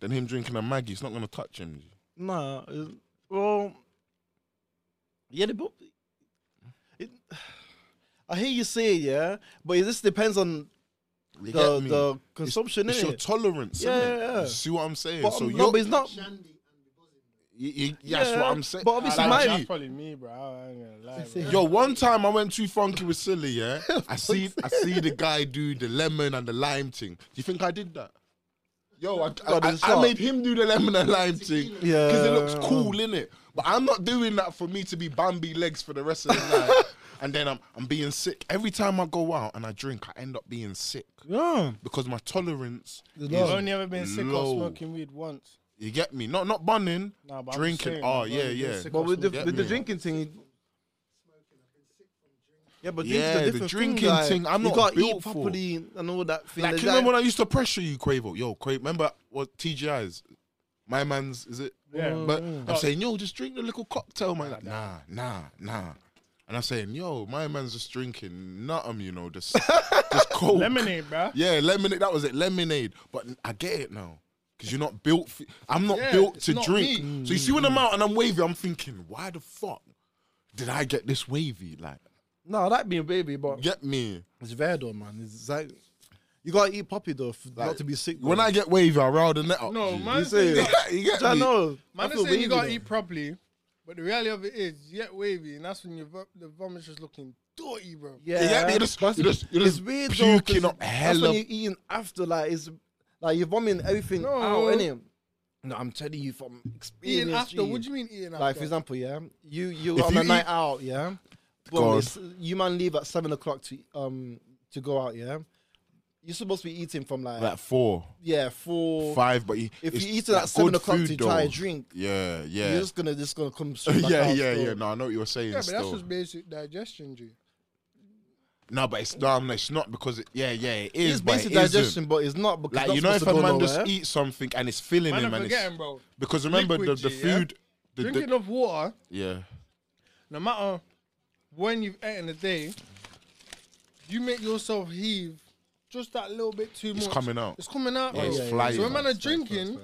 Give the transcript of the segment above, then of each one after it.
Than him drinking a Maggie, it's not gonna touch him. Nah, it- eh, well, yeah, they both. It, I hear you say it, yeah, but it just depends on You the get me? the consumption, it's innit? your tolerance. Yeah, innit? yeah, yeah. You see what I'm saying? but, so no, you're, but it's not. you- you- that's Yeah, what I'm saying. but obviously Like, my- G, That's probably me, bro. I ain't gonna lie, bro. Yo, one time I went too funky with Silly, yeah. I see, I see the guy do the lemon and the lime thing. Do you think I did that? Yo, I, I, God, it's I- I sharp. made him do the lemon and lime thing because it looks Yeah. cool, innit? But I'm not doing that for me to be Bambi legs for the rest of the night. and then I'm, I'm being sick. Every time I go out and I drink, I end up being sick Yeah. because my tolerance. Is I've only ever been sick low. of smoking weed once. You get me? Not not bunning, Nah, but I'm drinking. saying, oh I've yeah, only been yeah. sick But of with the, Yeah, with the yeah. drinking thing. Yeah, but drinking's Yeah, a the different drinking like, thing, I'm you not gotta built eat for. properly and all that thing. Like, There's you remember that- when I used to pressure you, Quavo? Yo, Quavo, remember what TGI's? My man's, is it? Yeah. But I'm saying, yo, just drink the little cocktail, man. Like, nah, nah, nah. And I'm saying, yo, my man's just drinking nothing, you know, just, just cold. Lemonade, bro. Yeah, lemonade. That was it, lemonade. But I get it now. Because you're not built. For, I'm not Yeah, built it's to not drink. me. So you see when I'm out and I'm wavy, I'm thinking, why the fuck did I get this wavy? Like, No, that being a baby, but get me. it's rare though, man. It's like you gotta eat puppy though, f- Like, not to be sick. When though. I get wavy, I roll the net up. No, G. man. say- saying- you get I me? know. I Man, feel is saying you wavy, gotta though. eat properly, but the reality of it is, you get wavy, and that's when your vom- the vomit's just looking dirty, bro. Yeah, Yeah, you're just- that's- you're just- you're it's just weird though. 'cause puking up That's hella- when you're eating after, like it's like you're vomiting everything No. out, innit? No, I'm telling you from experience. Eating after? E G. What do you mean eating after? Like for example, yeah, you you If on you a night eat- out, yeah. God. Well, it's, you man leave at seven o'clock to um to go out, yeah. You're supposed to be eating from like, Like four, yeah four. five, but you, If it's you eat it like at seven good o'clock food to try a though. drink, Yeah, yeah, you're just gonna just gonna come yeah, straight. back yeah, out, yeah, so- No, I know what you're saying. yeah, but that's still. just basic digestion, G. no, but it's no, no, it's not because it, yeah, yeah, it is, It's but basic it isn't. digestion, but it's not because Like that's you know, if supposed a to go man just nowhere. eats something and it's filling Man, him, I'm and forgetting, it's bro. because remember Liquid the, the G, yeah? food, the, Drinking the, of water, yeah, no matter uh, when you've eaten a day, you make yourself heave just that little bit too It's much. coming out. It's coming out. Yeah, bro. it's So flying. when man are drinking,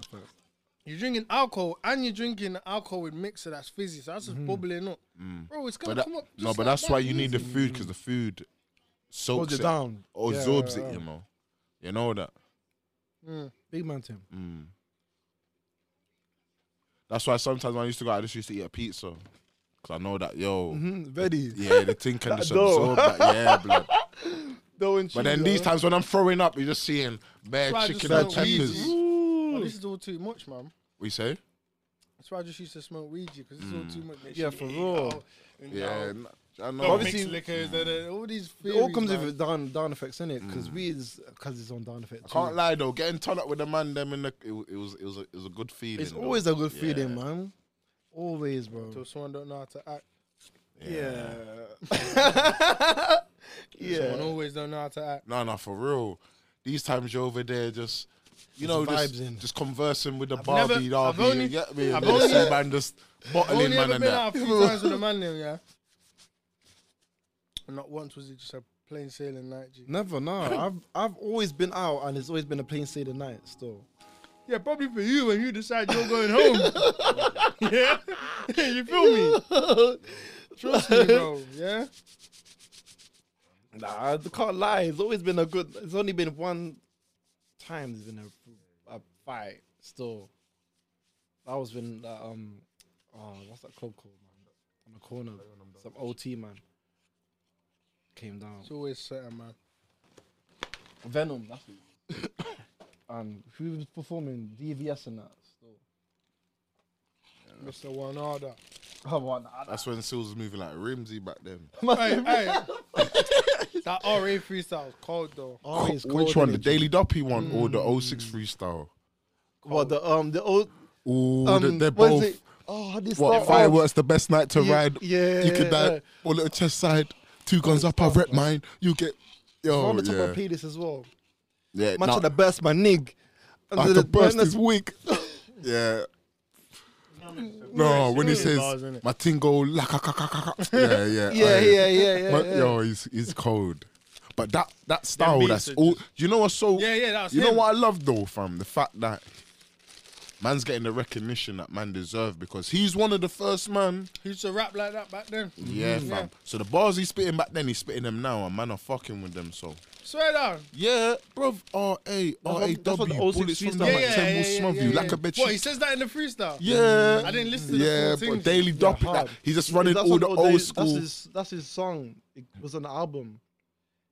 you're drinking alcohol and you're drinking alcohol with mixer that's fizzy, so that's just bubbling up. Bro, Mm-hmm. it's Mm. but gonna that, come up. Just no, but like that's that why you need the easy. food because the food soaks Holds it down. or Yeah, absorbs yeah, it. yeah. You know, you know that. Big man Tim. Mm. That's why sometimes when I used to go, out, I just used to eat a pizza because I know that yo, Mm-hmm. Ready. yeah, the thing can just dough. absorb that, yeah, blood. Dough and But cheese, then these yeah. times when I'm throwing up, you're just seeing bare That's why I just chicken and smoke weed. peppers. Oh, this is all too much, man. We say, That's why I just used to smoke weed because it's all too much. Make Yeah, sure for you eat real. out and Mm. yeah, out. n- I know. Don't Obviously- mix liquors, da, da, da, all these. It Theories, all comes man. Mm. with down down effects, innit? Because weed is because it's on down effect. I too. can't lie though, getting turned up with the man them in the it, wa- it was it was a, it was a good feeling. It's though. always a good Yeah. feeling, man. Always, bro. Until someone don't know how to act. Yeah. Someone yeah. always don't know how to act. No, no, for real. These times you're over there just, you know, Just just, vibes in. just conversing with the never- Barbie, I've Darby, only- you get me? I've And only- see man just I've bottling only man ever and been out that. a few times with a man name, yeah. And not once was it just a plain sailing night, G. Never, no. I've I've always been out and it's always been a plain sailing night still. Yeah, probably for you when you decide you're going home. yeah, you feel me? Trust me, bro. Yeah, Nah, I can't lie. It's always been a good. It's only been one time there's been a, a fight. Still, that was when that um, oh, what's that club called, man? On the corner, some OT man came down. it's always certain, man. Venom, that's it. and who was performing DVS and that? Still, Mr. One Order. Come on, nah, nah. That's when Sills was moving like Rimsy back then. Hey, hey. that RA freestyle is cold though. Always cold, Which one? innit? The Daily Doppy one or the 06 freestyle? What the um the old Ooh, um they- they're what is both. it? Oh, how they What? start off? Fireworks, the best night to Yeah, ride. yeah, You could die. yeah. Or little chest side. Two guns up, I've wrecked mine. You get. Yo, on the top Oh, yeah. of Pedis as well. yeah. Much nah, Ah, of the best, my nig. I Under had to the burst madness- this week. yeah. No, when he says Bars, innit? my thing go la ka ka ka ka ka. Yeah, yeah. Yeah, aye. yeah, yeah, yeah, My- yeah. Yo, he's he's cold. But that that style, beats that's are all. you know what's so? Yeah, yeah, that's You know him. what I love though, fam, the fact that man's getting the recognition that man deserved because he's one of the first man. He used to rap like that back then. Yeah, fam. So the bars he's spitting back then, he's spitting them now, and man are fucking with them. So Swear down. yeah, bro, R A R A that's what the W old bullets sixties from the Yeah, done, yeah, like yeah, yeah, ten yeah, will yeah, smell yeah, you yeah. like a bitch. What, he says that in the freestyle? Yeah. I didn't listen to the Yeah, full but thing. Daily Doppy, hard. like, he's just running That's all on the all old day- school. That's his, that's his song. It was on the album.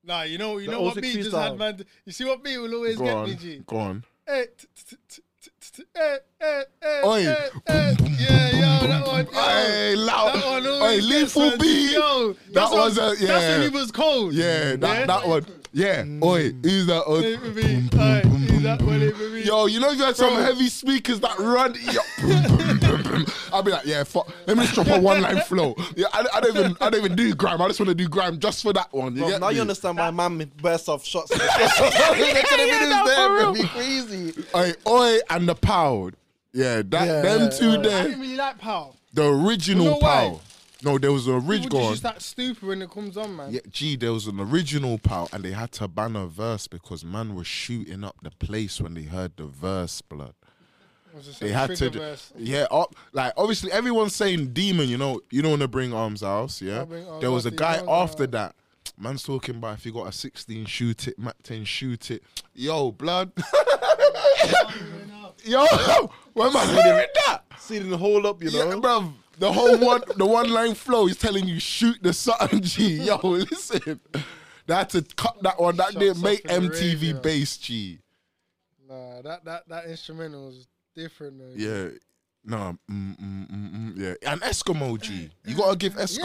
Nah, you know, you The know what 06 me just freestyle. had, man. You see what me will always go get on, me, G. go on. Eh, t- t- t- t- t- eh, eh, eh, Oi. eh, eh. Yeah, yo, that one. Yo. Hey, loud. That one hey, always gets lethal us. B. Yo, that that's when- was a yeah. That's when he was cold. yeah, that, that one. Yeah, Mm. oi, who's that? Oh, Leave it be. Aye, leave that one, leave it be. Yo, you know you had some heavy speakers that run. Yo, boom, boom, boom, boom. I'll be like, yeah, fuck. Let me just drop a one line flow. Yeah, I, I don't even, I don't even do grime. I just want to do grime just for that one. You Bro, get now me? you understand why my man burst off shots. yeah, yeah, no, for real. Crazy. Oi, oi, and the pow. Yeah, that Yeah, them yeah, two yeah. I there. didn't really like Pow. The You original know why? pow. No, there was an People original. just that stupid when it comes on, man. Yeah, gee, there was an original pow, and they had to ban a verse because man was shooting up the place when they heard the verse, blood. It was just They a had to, trigger do- verse. yeah. Up, like obviously, everyone's saying demon. You know, you don't want to bring arms house. Yeah, I'll bring arms there was a after you, uh, guy arms after house. that. Man's talking about if you got a 16, shoot it. Mac 10, shoot it. Yo, blood. Yo, where am I hearing that? See the whole up, you know. Yeah, bruv. The whole one, the one line flow is telling you shoot the something G. Yo, listen, they had to cut that one. That Shots didn't make off in the MTV radio. bass G. Nah, that that that instrumental was different. Though. Yeah, no, mm, mm, mm, mm, yeah, and Eskimo G. You gotta give Eskimo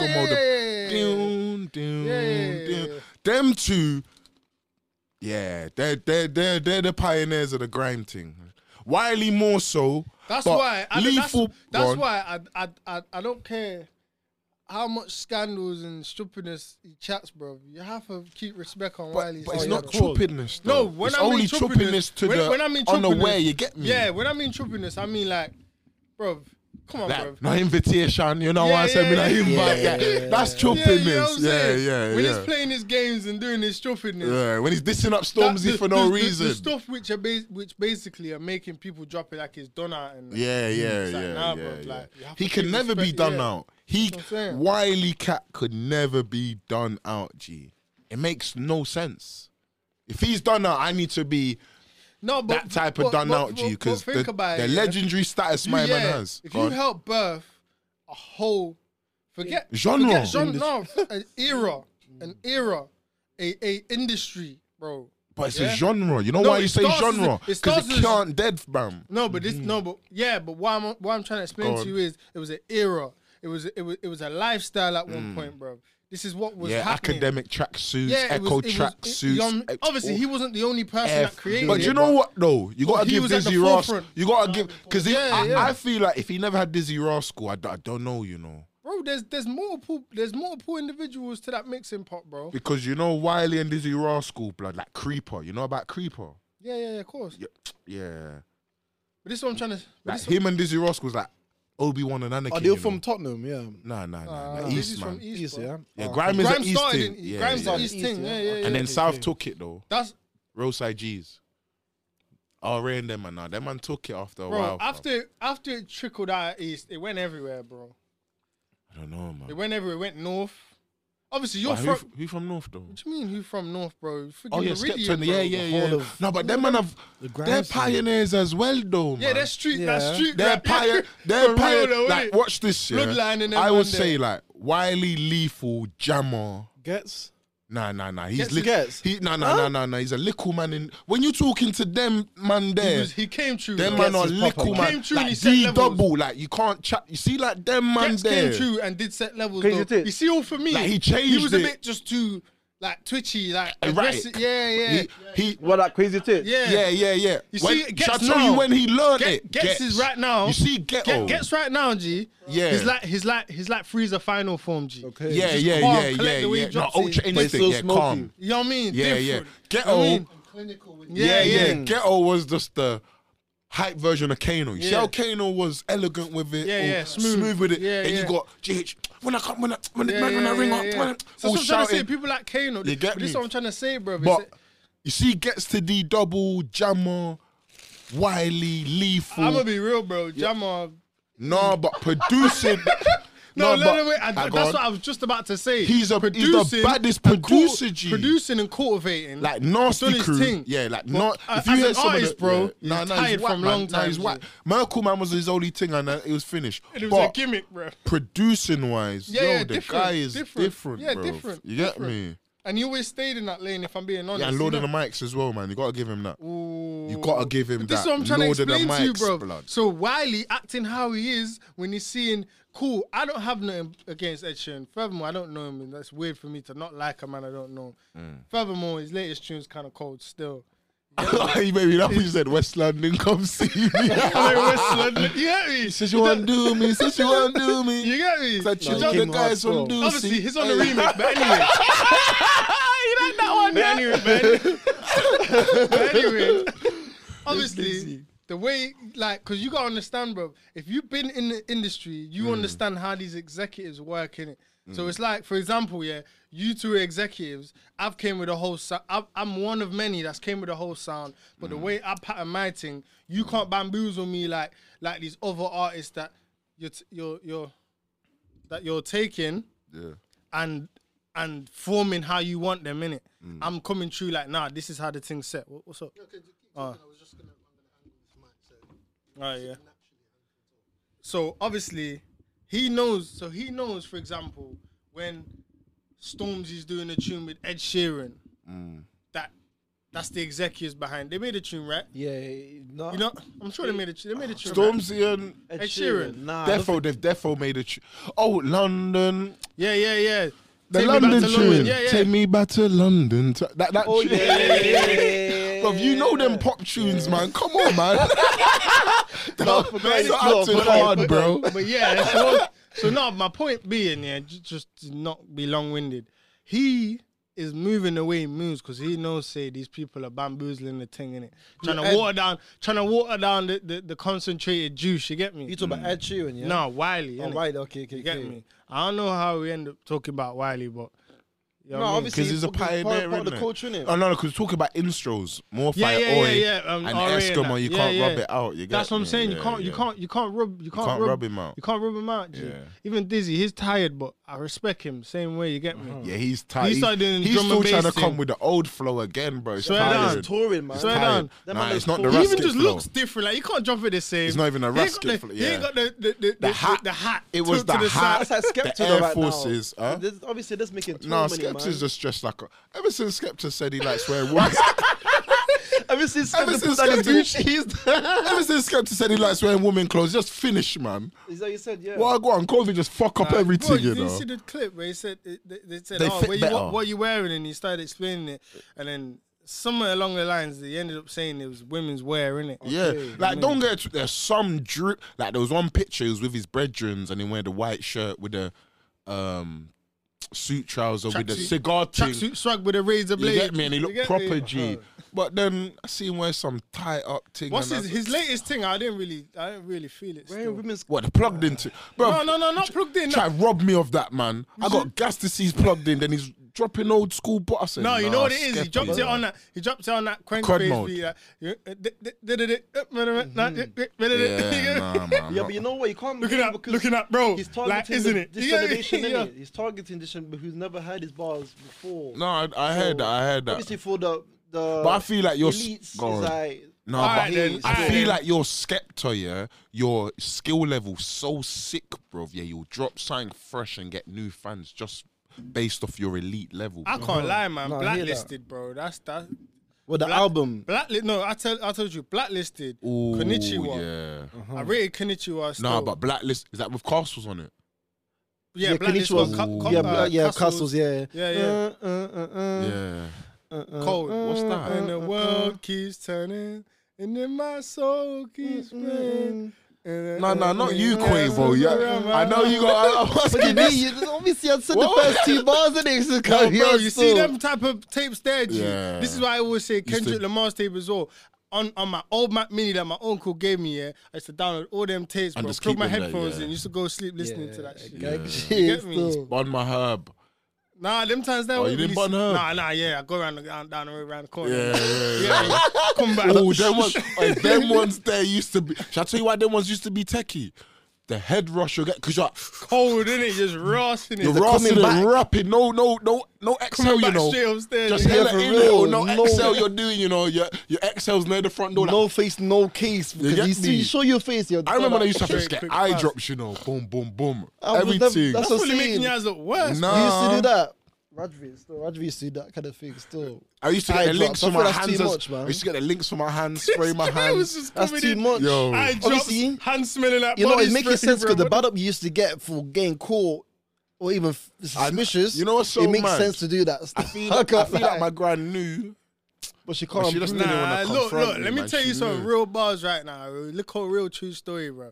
the Eh, yeah, yeah, yeah, yeah. Dun, dun, Yeah, yeah, yeah, dun. yeah. them two. Yeah, they're they they they're the pioneers of the grime thing. Wiley more so. That's but why. I, lethal. That's, that's go on. why I, I I I don't care how much scandals and stupidness he chats, bro. You have to keep respect on But, Wiley's. but it's name, not bro. choppiness. No, Though. when it's I only mean choppiness to when, the when I mean on the choppiness- way. You get me? Yeah, when I mean choppiness, I mean like, bro, come on, bro. Like, no invitation, you know what Yeah, I said? Me yeah, not yeah. invite. Yeah, Yeah, yeah, yeah. That's Yeah, you know what choppiness. I'm Yeah, yeah, saying? yeah. When he's playing his games and doing his choppiness. Yeah, when he's dissing up that- Stormzy the- for the- no the- reason. The stuff which are bas- which basically are making people drop it like it's done out and Yeah, yeah, It's like, yeah, nah, yeah, bruv, yeah. like, you have he to could keep never be respect- done yeah. out. He That's what I'm saying. Wiley Cat could never be done out. G, it makes no sense. If he's done out, I need to be No, but that type but- of done but- out. G, but- but because the, think about the it, yeah. legendary status You- my yeah, man has. If Go you on. help birth a whole forget Genre. forget genre no, an era, an era, a a industry, bro. but it's yeah. a genre. You know No, why it you say starts as a- genre? it Because starts it, as- can't dead, fam. No, but this Mm-hmm. no, but yeah, but what I'm what I'm trying to explain Go on. to you is it was an era. It was it was it was a lifestyle at one point, bro. This is what was Mm. Yeah, happening. academic tracksuits, Yeah, it was- echo it was- it- tracksuits. um, ex- Obviously, all- he wasn't the only person F- that created. But it, you know what though? You gotta He give was at the Dizzy Rascal. forefront. You gotta give because Yeah, I, yeah. I feel like if he never had Dizzy Rascal, I, d- I don't know. You know bro? There's there's multiple there's multiple individuals to that mixing pot, bro. because you know Wiley and Dizzy Rascal, blood like Creeper. You know about Creeper? Yeah, yeah, yeah, of course. Yeah, yeah. But this is what I'm trying to. But Like this him and Dizzy Rascal was like Obi Wan and Anakin. Oh, Are you they know? from Tottenham? Yeah. Nah, nah, nah. Uh, nah this East is man. from East, East, bro. yeah. yeah, Oh, Grime is Grime an East started thing. in Yeah, Grime's yeah. an East East, thing. yeah. Yeah, yeah, yeah. And then okay, South okay. took it though. that's Roadside G's. Oh, Ray and them man. Nah, them man took it after a bro. while. fam. after after it trickled out east, it went everywhere, bro. I don't know, It man. went everywhere. It went north. Obviously, you're But from. who, f- who from North though? what do you mean? Who from north, bro? Freaking Oh yeah, Meridian, Skepta, bro. yeah, yeah, whole yeah. of- No, but them man have The they're grime scene. pioneers as well, though. Yeah, man. that street, that Yeah. street. they're rap, yeah. pioneer. They're For real though, pioneer. Like, innit? watch this. Yeah, Bloodline and them I would man say like Wiley, Lethal, Jammer, Gets Nah, nah, nah. He's Gets li- gets. he nah nah nah nah nah. He's a little man in when you talking to them man He, there. was, he came true. Them though. man are his proper little man. man. Came true and he Like set D levels. double. Like you can't chat you see like them man Gets came there. true and did set levels. Crazy Though. tip. You see, all for me, Like, he changed He was it. a bit just too like twitchy, like Erratic. aggressive. Yeah, yeah, He, he What that crazy tip? yeah. yeah, yeah, yeah. You When- see, it gets shall I tell now. you when he learned Get- it. Gets is right now. You see, ghetto. Get, gets right now, G. Yeah. He's like he's like he's like freezer final form, G. Okay. yeah, just yeah, calm, yeah, collect yeah, the yeah. way he No, drops ultra it. But anything. still Yeah, smoky. calm. You know what I mean? Yeah, yeah. Different. Ghetto. I mean, yeah, Yeah, yeah, yeah. Ghetto was just the hype version of Kano. You see Yeah. how Kano was elegant with it, Yeah, or yeah, smooth. with it. Yeah, then yeah. you got GH when I come when I when, yeah, man, when I yeah, ring yeah, up, man, yeah. So all that's what I'm trying to say. shouting. People like Kano. You get This me? is what I'm trying to say, bro. But you see, gets to D double Jammer, Wiley, Lethal. I'm gonna be real, bro. Jammer. nah, but producing. nah, No, no, but- no, wait. I, Ah, that's go on. what I was just about to say. He's a- he's the baddest and cul- producer, G. Producing and cultivating. like nasty done his crew. thing. Yeah, like But, not. uh, if you as hear an some of artist, the, bro, yeah. he's nah, nah, tired he's whack, from man. long Nah, he's times, whack. yeah. Merkel man was his only thing, and uh, it was finished. and it was but a gimmick, bro. producing wise, Yeah, yo, yeah, the different, guy is different. different. Yeah, bruv. different, You get different. me? And he always stayed in that lane. If I'm being honest. Yeah, and Lord of the Mics as well, man. You gotta give him that. You gotta give him that. This is what I'm trying Lord to of the explain to you, Mics, bro. blood. So Wiley acting how he is when he's seeing cool. I don't have nothing against Ed Sheeran. Furthermore, I don't know him, and that's weird for me to not like a man I don't know. Mm. Furthermore, his latest tune's kind of cold still. he made me laugh. He said, "West London, come see me." you get me? Says you want to do me. Says you want to do me. You get me? Such No, a he job, the came guys hard, from bro. do. Obviously, see. he's on the remix, but anyway. you like that one, but anyway, man. but anyway, obviously, the way, like, because you got to understand, bro, if you've been in the industry, you Mm. understand how these executives work in it. So it's like, for example, yeah, you two are executives. I've came with a whole. sou- I've, I'm one of many that's came with a whole sound. But Mm. the way I pattern my thing, you can't bamboozle me like like these other artists that you're t- you're you're that you're taking Yeah. and and forming how you want them in it. Mm. I'm coming through like, nah, this is how the thing's set. What, what's up? Uh. Alright, yeah. So obviously, he knows. So he knows, for example, when Stormzy's doing a tune with Ed Sheeran, Mm. that that's the executives behind. They made a tune, right? Yeah. No. You know, I'm sure they made a tune. They made a tune. right? Stormzy and Ed Ed Sheeran. Nah. I don't Defo, they've Defo made a. Ch- oh, London. Yeah, yeah, yeah. The Take me back London to tune. Yeah, yeah. Take me back to London. T- That that. Oh tune. yeah, yeah, yeah, yeah, yeah. Bruv, you know them pop tunes, man. Come on, man. Don't it's start not, acting but- hard, bro. But yeah, so, so no, my point being, yeah, j- just to not be long winded. He is moving the way he moves because he knows, say, these people are bamboozling the thing in it, trying to water down, trying to water down the, the, the concentrated juice. You get me? You talk Mm. about Ed Sheeran, yeah. No, Wiley. Oh, innit? right. Okay. Okay. You get okay. me? I don't know how we end up talking about Wiley, but you know No, what I mean? obviously Because he's a fucking part- pioneer, part of the innit? culture, innit? Oh no, because talking about instros, more Yeah, fire yeah, yeah, oi, yeah, um, and Oi and Eskimo, that. you Yeah, can't yeah. rub it out. You get That's what I'm me? saying. You Yeah, can't, you yeah. can't, you can't rub, you can't, can't rub him out. You can't rub him out. G. Yeah. Even Dizzy, he's tired, but I respect him same way. You get me? Yeah, he's tired. He started doing he's drum still and trying to bass come thing. with the old flow again, bro. It's Swear Nah, tired. He's touring, man. So I- tired. down. That Nah, man it's not the is cool. He rustic even just flow. looks different. Like you can't jump at the same. It's not even a He ain't rustic got the- flow, He ain't yeah. got the the, the, the hat. The, hat. It to- was to the hat. That's like Skepta The though Air right Forces, now. huh? This, obviously, this making too Nah, many, Skepta's man. just dressed like a. Ever since Skepta said he likes wearing women's, Ever since ever Skepta since put down his Skepta- Gucci, he's ever since Skepta said he likes wearing women clothes, just finish, man. Is that you said? Yeah. Well, go on, COVID just fuck up everything, Bro, you did know. you see the clip where he said they, they said, They "Oh, fit where you, better. what, what you wearing?" And he started explaining it, and then somewhere along the lines, they ended up saying it was women's wear, innit? Yeah, like don't get. it tw- There's some drip. Like there was one picture. He was with his brethrens, and he wearing the white shirt with the um suit trouser with the Tracksuit- cigar thing. Tracksuit swag with a razor You blade. get me? And he You looked get proper me? Uh-huh. G. But then I seen wear some tie up thing. What's and I his, was- his latest thing? I didn't really, I didn't really feel it. Wearing still. women's. What they plugged into? Bro, No, no, no, not plugged in. Try rob me of that man. I got gas to see he's plugged in. Then he's dropping old school butter. No, you know what it is. He dropped it on that. He dropped it on that crank Crud face. mode. beat, Like, you- uh, d- d- d- d- d- uh, Mm-hmm. Yeah, you nah, man. Yeah, but you know what? You can't. Looking really at- because looking at bro, He's like, targeting isn't the, it? this Yeah, generation, yeah. innit? He's targeting this generation who's never heard his bars before. no, I, I heard that. I heard that. Obviously, for the the. But I feel like you're s- elites. go is on. like. No, All but right then, all I right feel then. like your Skepta, yeah, your skill level so sick, bro. Yeah, you'll drop something fresh and get new fans just based off your elite level. I can't lie, man. No, I hear that. blacklisted, bro. That's that. Well, the Black- album. Blacklisted. No, I tell. I told you, blacklisted. Ooh, Konnichiwa. Yeah. I rated Konnichiwa. Uh-huh. Still. Nah, but blacklist is that with castles on it? yeah, yeah, blacklisted. Konnichiwa. Cu- cu- yeah, uh, bla- yeah, castles. Yeah, Yeah, yeah. Uh, uh, uh, Uh-huh. uh, Yeah. uh, uh, Cold. uh, What's that? And the world keeps turning, and then my soul keeps Mm-hmm. spinning. No, no, not you, Quavo. Yeah, I know you got. I'm What do asking you mean? this. You- Obviously, I said What? the first two bars and it's just kind of Bro, you see so- them type of tapes there, G. Yeah. This is why I always say to- Kendrick Lamar's tape as well. On, on my old Mac Mini that my uncle gave me, yeah, I used to download all them tapes, And bro. just Plug keep my them there, headphones yeah. in, used to go sleep Yeah, listening to that shit. gag Yeah. shit You get me? still. Bun my herb. Nah, them times there. Oh, you weren't didn't really- bun her? Nah, nah, yeah, I go around the, down, down the road, around the corner. Yeah, yeah, Yeah, yeah. come back. Oh, them ones, oh, them ones there used to be. Shall I tell you why them ones used to be techie? The head rush you get because you're, cold, innit? Just rossing it. you're They're coming rasping and back. rapping. No, no, no, no exhale. You coming back know, straight upstairs. just yeah. hear Yeah, that for in little. real. No No. exhale. You're doing. You know, your your exhales near the front door. like, No face, no case. Because get you see, me? you show your face. You're I remember when I used to have to Straight, just get quick eye pass. drops. You know, boom, boom, boom. I was- Oh, that- Everything. that's That's what I'm really making saying. your eyes look worse. Nah. You used to do that. Rajvi, still Rajvi used to do that kind of thing. Still, I used to Eye get the drops. links I from feel my that's too hands. as- much, man. I used to get the links from my hands, spray my It was hands. just that's coming too in. much. Yo. Eye drops, Obviously, hand smelling like you know, body it makes spray, sense because bro. the bad up you used to get for getting caught or even f- suspicious. you know what's so It makes mad? sense to do that. I Stuff. feel, like, I can't feel lie. like my grand knew. but she can't. But she just prove didn't it. want Nah, to look, confront look. me, Let me man. tell She you some knew. real bars right now. bro. Look how real true story, bro.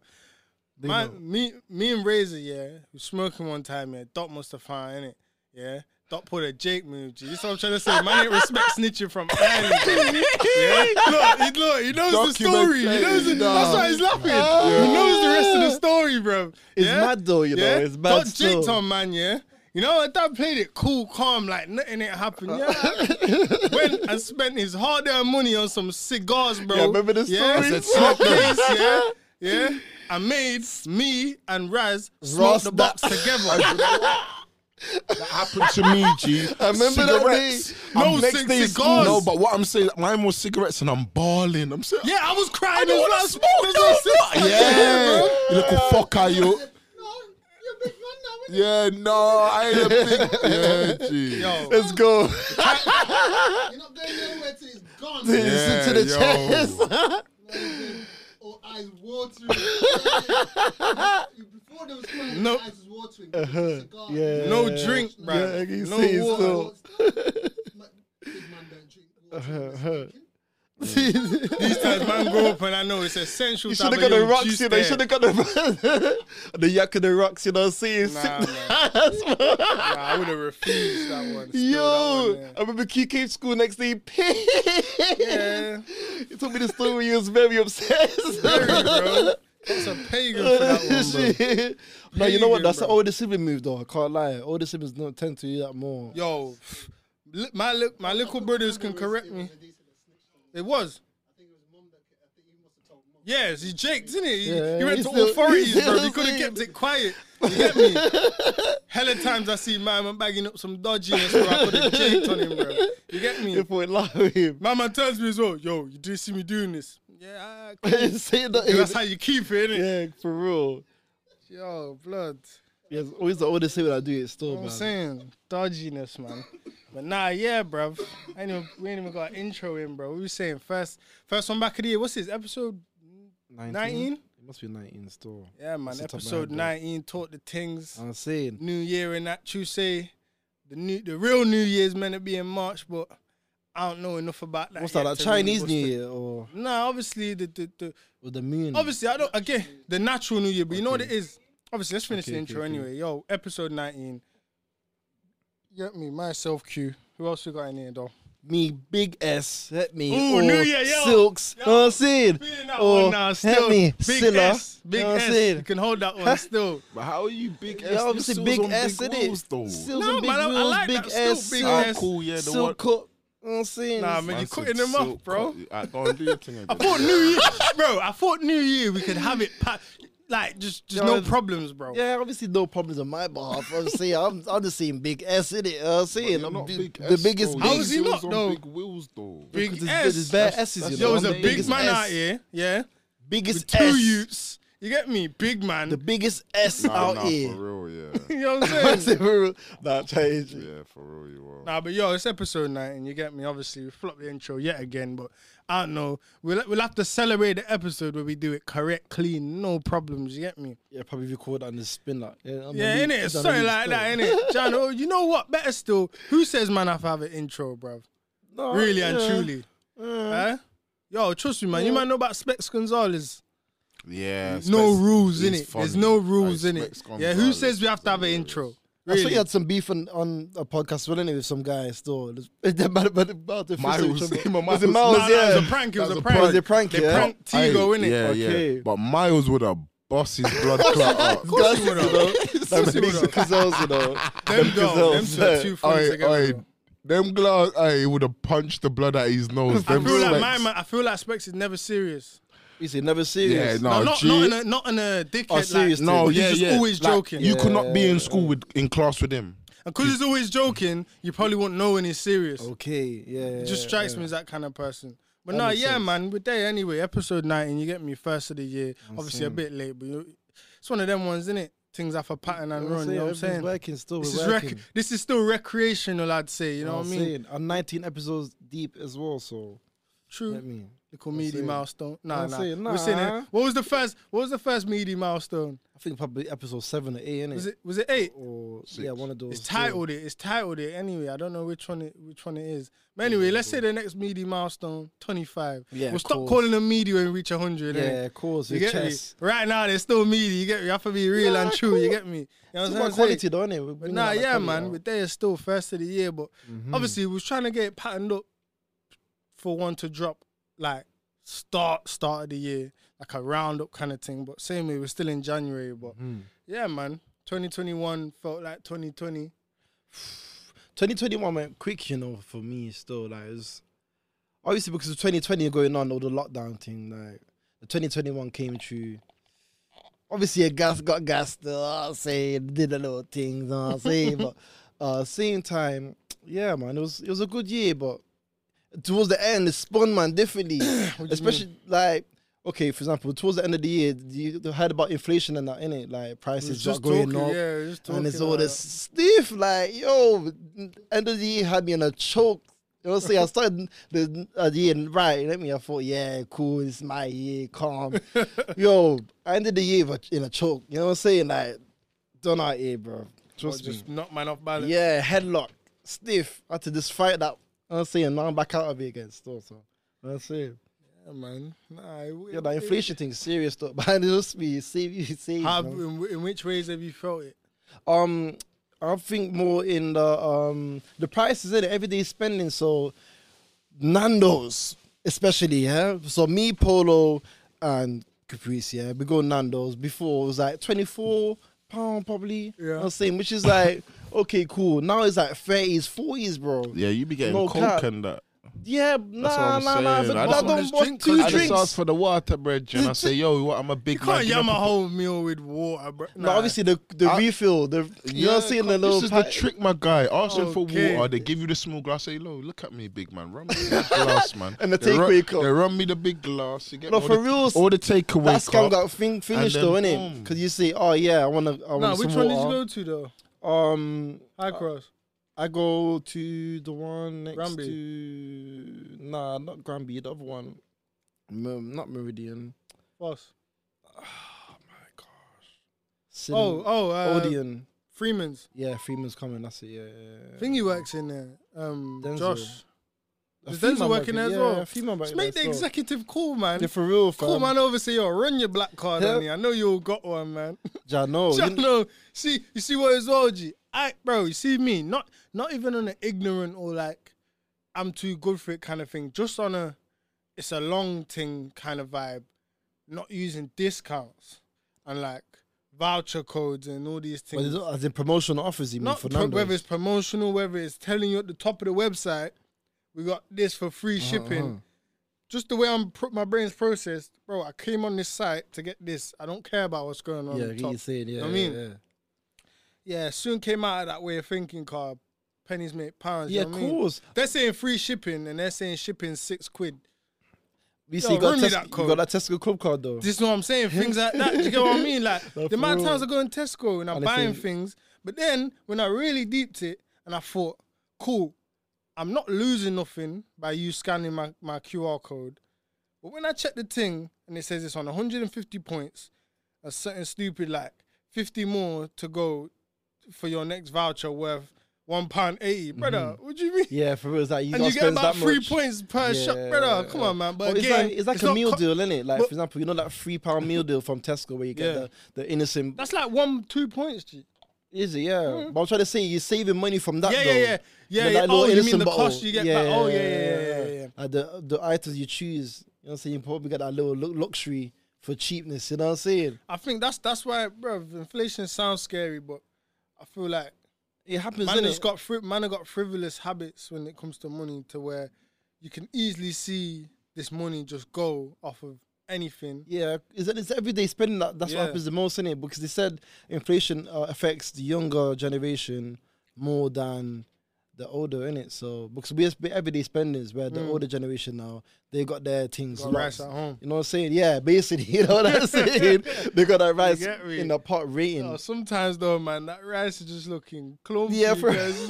My, me, me and Razor, yeah, we smoking one time, yeah. Dot must have found it, yeah. Dot pulled a Jake move, G. That's what I'm trying to say. Man, ain't respect snitching from Annie, bro. Yeah? Look, he, look, he knows the story. He knows the, Documentation, That's why he's laughing. He knows the rest of the story, bro. It's yeah? mad though, you know. yeah? It's mad. Dot still. Jake on, man, yeah. You know, Dad played it cool, calm, like nothing ain't happened. Yeah, went and spent his hard-earned money on some cigars, bro. Yeah, remember the Yeah, story? Smoked this, yeah, yeah. I made me and Raz smoke Ross the that- box together. That happened to me, G. I remember that Cigarettes. day. I'm No, next cig- day- cigars. No, but what I'm saying, like, mine was cigarettes, and I'm bawling. I'm saying, yeah, I was crying. I don't want to as smoke. No, fuck. yeah, you little fucker, you. Yeah, no, I ain't a big. Yeah, G. well. Yo, Let's go. You're not going nowhere till it's gone. Yeah, to the yo. chest. Or eyes watering. Before there was crying, No. eyes was watering. Cigar. yeah. no drink, bro. Yeah, you no see, water. so- My- Big man don't drink water. you These times, man, grow up and I know it's essential. to should have a got the young rocks, juice you know. You there. should have got the the yak of the rocks, you know. See, Nah, man. Nah, I would have refused that one. Still, Yo, that one, yeah. I remember Q came to school next day. Pissed. Yeah. He told me the story. He was very obsessed. Very, bro. That's a pagan for that one, bro. Shit. no, you know what? Pagan, That's the bro. older sibling move, though. I can't lie. Older siblings don't tend to do that more. Yo, li- my li- my little brothers can correct me. It was. Yeah, he jaked, didn't he? He- Yeah, he went he's to still- authorities, he's bro. He still could have saying- kept it quiet. You get me? Hella times I see my man bagging up some dodginess, bro. I could have jaked on him, bro. You get me? If we lie with him, My man turns to me as well. Yo, you do see me doing this? Yeah, I- say that's that. how you keep it, innit? Yeah, for real. Yo, blood. Yeah, it's always the older sibling that do it still, I'm Oh, man. saying dodginess, man. But nah, yeah, bruv. I ain't even, we ain't even got an intro in, bro. We were saying first, first one back of the year. What's this episode 19? It must be 19 still. Yeah, man. Off the Um, top of my episode head, bro. 19. Talk the things. I'm saying. New Year and that Tuesday. The new, the real New Year's meant to be in March, but I don't know enough about that. What's that, yet like to really- Chinese what's New the- Year or, Nah, obviously the the, the or the moon? Obviously, I don't again the natural New Year, but you know what it Mm. Okay. is. Obviously, let's finish Okay, the okay, intro okay. anyway. Yo, episode nineteen. Get me myself, Q. Who else we got in here though? me big S, help me. Ooh, or New Year, yo. Silks, Yo. know what I'm saying? Feeling that Or one now, still. Oh, help me, Big Silla. S, big you know what S. I'm saying? You can hold that one still. But how are you big S? Yeah, You obviously still big on S, big innit? walls, though. Sills No, and big man, I- I wheels, like big that. Still S, big silk- S. Cool, yeah, the silk one- cut. You know what I'm saying? Nah, man, you said cutting them off, silk bro. cut. I don't do your thing again. I thought New Year, bro. I thought New Year we could have it, pa- like just just Yo, no problems, bro. yeah, obviously no problems on my behalf. I'm saying I'm, I'm just saying big S in it. I'm saying You're I'm not bi- big the S, biggest. though. How big- is he Sills not, on though? Big wheels though. Big There's- S. there's bare S's, you Yo, know. it's a Biggest big man S. out here. Yeah, biggest two S. youths You get me, big man. The biggest S Nah, out nah, here. for real, yeah. you know what I'm saying? That's crazy. yeah, for real, you are. Nah, but yo, it's episode night, and you get me. Obviously, we flopped the intro yet again, but I don't know. We'll we'll have to celebrate the episode where we do it correct, clean, no problems. You get me? Yeah, probably record on the spin like yeah, on the Yeah, loop, innit? it's on the Something loop like still. that, innit? John, oh, you know what? Better still, who says man have to have an intro, bruv? No, really and yeah. truly. Eh? Yo, trust me, man. You might know about Specs Gonzalez. Yeah. no Specs- rules in he's it. There's funny. no rules Like, in it. Specs Yeah, who Gonzalez. says we have to have an intro? I saw Really? you had some beef on, on a podcast, wasn't it, with some guy still? About, about, about the Miles. Was it Miles. Miles? Nah, Nah, yeah. nah, It was a prank. It was That a was a prank. prank. Was it prank, They yeah? pranked Tigo, Hey, innit? Yeah, Okay. yeah. But Miles would have bossed his blood clot up. Glasses, you know? That makes the gazelles, you know? Them girls, them gazelles, two are yeah. too funny Aye, together. aye. Them glass, aye, would have punched the blood out of his nose. I Them feel like specs. my man. I feel like Specs is never serious. You see, never Yeah, serious. no, No, not, G- not in a not in a dickhead. Oh, serious like, No, thing. he's yeah, just yeah. always Like, joking. You could not be in school with in class with him. and because he's always joking, you probably won't know when he's serious. Okay, yeah. It yeah, just yeah. strikes me as that kind of person. But no, makes yeah, sense. man, we're there anyway. Episode 19, you get me, first of the year. Obviously, a saying. bit late, but you, it's one of them ones, isn't it? Things have a pattern and You know run, you know what I'm saying? Working still, This we're is, working. rec- this is still recreational, I'd say, you know what I'm I mean? saying? I'm 19 episodes deep as well, so True. let me. Little meaty saying. milestone. Nah, I'm nah. saying, We're saying it. nah. What was the first? What was the first meaty milestone? I think probably episode seven or eight, innit? Was it? Was it eight? Or yeah, one of those. It's two. titled it. It's titled it anyway. I don't know which one it which one it is. But anyway, let's say the next meaty milestone, twenty five. Yeah, we'll of stop course. calling them meaty when we reach hundred. Yeah, of course. You it's get me? chess. Right now, they're still meaty. You get me? I have to be real and true. You get me? You know It's what about I'm quality, saying? though, innit? We're But bringing nah, out the yeah, quality Mm-hmm. man. now. But they are still first of the year. But obviously, we was trying to get it patterned up for one to drop like start start of the year, like a roundup kind of thing. But same way, we're still in January. But Mm-hmm. yeah, man. 2021 felt like 2020. 2021 went quick, you know, for me still. Like, it was, obviously because of 2020 going on, all the lockdown thing. Like, the 2021 came through. Obviously, a gas got gassed. Uh, say did a little things. Uh, say, but uh, same time, yeah, man, it was it was a good year, but towards the end, it spun man differently. Especially like. Okay, for example, towards the end of the year, you heard about inflation and that, innit? Like prices just going up, yeah, it was just and it's talking all about- this stiff, like, yo, end of the year had me in a choke. You know what I'm saying? I started the, uh, the year right, let me, I thought, yeah, cool, it's my year, calm. yo, I ended the year with- in a choke. You know what I'm saying? Like, done out here, bro. Or Trust me. just knock man off balance. Yeah, headlock, stiff. I had to just fight that. You know what I'm saying? Now I'm back out of it again, still. So. You know what I'm saying? Yeah, man. Nah, it- Yeah, it- that it- inflation thing's serious, though. But it must be, save you, save How, in, whi- in which ways have you felt it? um I think more in the um the prices in everyday spending. So Nando's especially, yeah. So me, Polo and Caprice, yeah. We go Nando's before it was like twenty four pound probably. Yeah. I'm saying, which is like okay, cool. Now it's like thirties, forties, bro. Yeah, you be getting No coke cap. and that. Yeah, nah, I'm nah, nah. saying. But I that just- don't just want drink, two cause I just asked drinks. for the water, bread, and I say, yo, what, I'm a big You man. can't give me yam a a whole meal with water, bro. But obviously the the I- refill, the you know, what I'm saying the come- little This is the pack- trick, my guy. Asking Okay. for water, they give you the small glass. Say, look, look at me, big man. Run me the glass, man. And the They run- takeaway cup. They run me the big glass. You get No, me? for all the, real, All the takeaway That scam cup. got fin- finished then though, innit? boom. Because you say, oh yeah, I wanna, I wanna Nah, some which one did you water. go to though? Um, High cross. I go to the one next Granby. to nah, not Granby, the other one, Mer- not Meridian. Ah, Boss. Sin- Oh, oh, uh, Odeon. Freeman's. Yeah, Freeman's coming. That's it. Yeah, yeah, yeah. Thingy works in there. Um, Denzel. Josh. A Is Freeman Denzel working there as yeah, well? Freeman Just working make the there as well. executive call, man. Yeah, for real, fam. Call man over, say, yo, run your black card Yeah. on here. I know you all got one, man. Ja, no, So, Oh, you- no, see, you see what is well, G. I, bro, you see me, not not even on an ignorant or like I'm too good for it kind of thing. Just on a, it's a long thing kind of vibe. Not using discounts and like voucher codes and all these but it's things. not as in promotional offers, you mean Not for pro- whether Nando's? it's promotional, whether it's telling you at the top of the website, we got this for free Uh-huh, shipping. Just the way I'm pro- my brain's processed, bro. I came on this site to get this. I don't care about what's going on. Yeah, on I get top. you saying. Yeah, know what I yeah, mean? yeah. Yeah, soon came out of that way of thinking, car. Pennies make pounds. you Yeah, know of what I mean? course. They're saying free shipping and they're saying shipping six quid. You Yo, see, you got, run me Tes- that you code. got that Tesco club card though. This is what I'm saying. Things like that. Do you get what I mean? Like No, the amount of for times I real. go in Tesco and I'm And if buying they- things, but then when I really deeped it and I thought, cool, I'm not losing nothing by you scanning my, my QR code. But when I check the thing and it says it's on 150 points, a certain stupid like 50 more to go for your next voucher worth one pound eighty, brother. What do you mean? Yeah, for real, it's like Mm-hmm. you and gotta you get spend about that three much. points per shop, Yeah. brother. Come on, man. But But it's again, like, it's like a not meal co- deal, isn't it? Like but- for example, you know that three pound meal deal from Tesco where you get Yeah. the, the innocent. That's like one, two points, G. is it? Yeah, but I'm trying to say you're saving money from that. Mm-hmm. Yeah, though. yeah, yeah. Yeah, Then yeah. that Oh, little you mean innocent the bottle. cost you get back? Oh, yeah, yeah, yeah, yeah, yeah. Like the the items you choose, you know, what I'm saying you probably get that little lu- luxury for cheapness. You know what I'm saying? I think that's that's why, bro. Inflation sounds scary, but I feel like It happens. man innit? has got fri- man have got frivolous habits when it comes to money, to where you can easily see this money just go off of anything. Yeah, is that it's everyday spending that that's Yeah. what happens the most in it because they said inflation uh, affects the younger generation more than the older in it. So because we have everyday spenders where the older generation now they got their things Mm. Got rice locked. at home. You know what I'm saying? Yeah, basically, you know what I'm saying. they got that rice get me? in the pot rating. Oh, sometimes though, man, that rice is just looking clumpy. Yeah, for- guys. you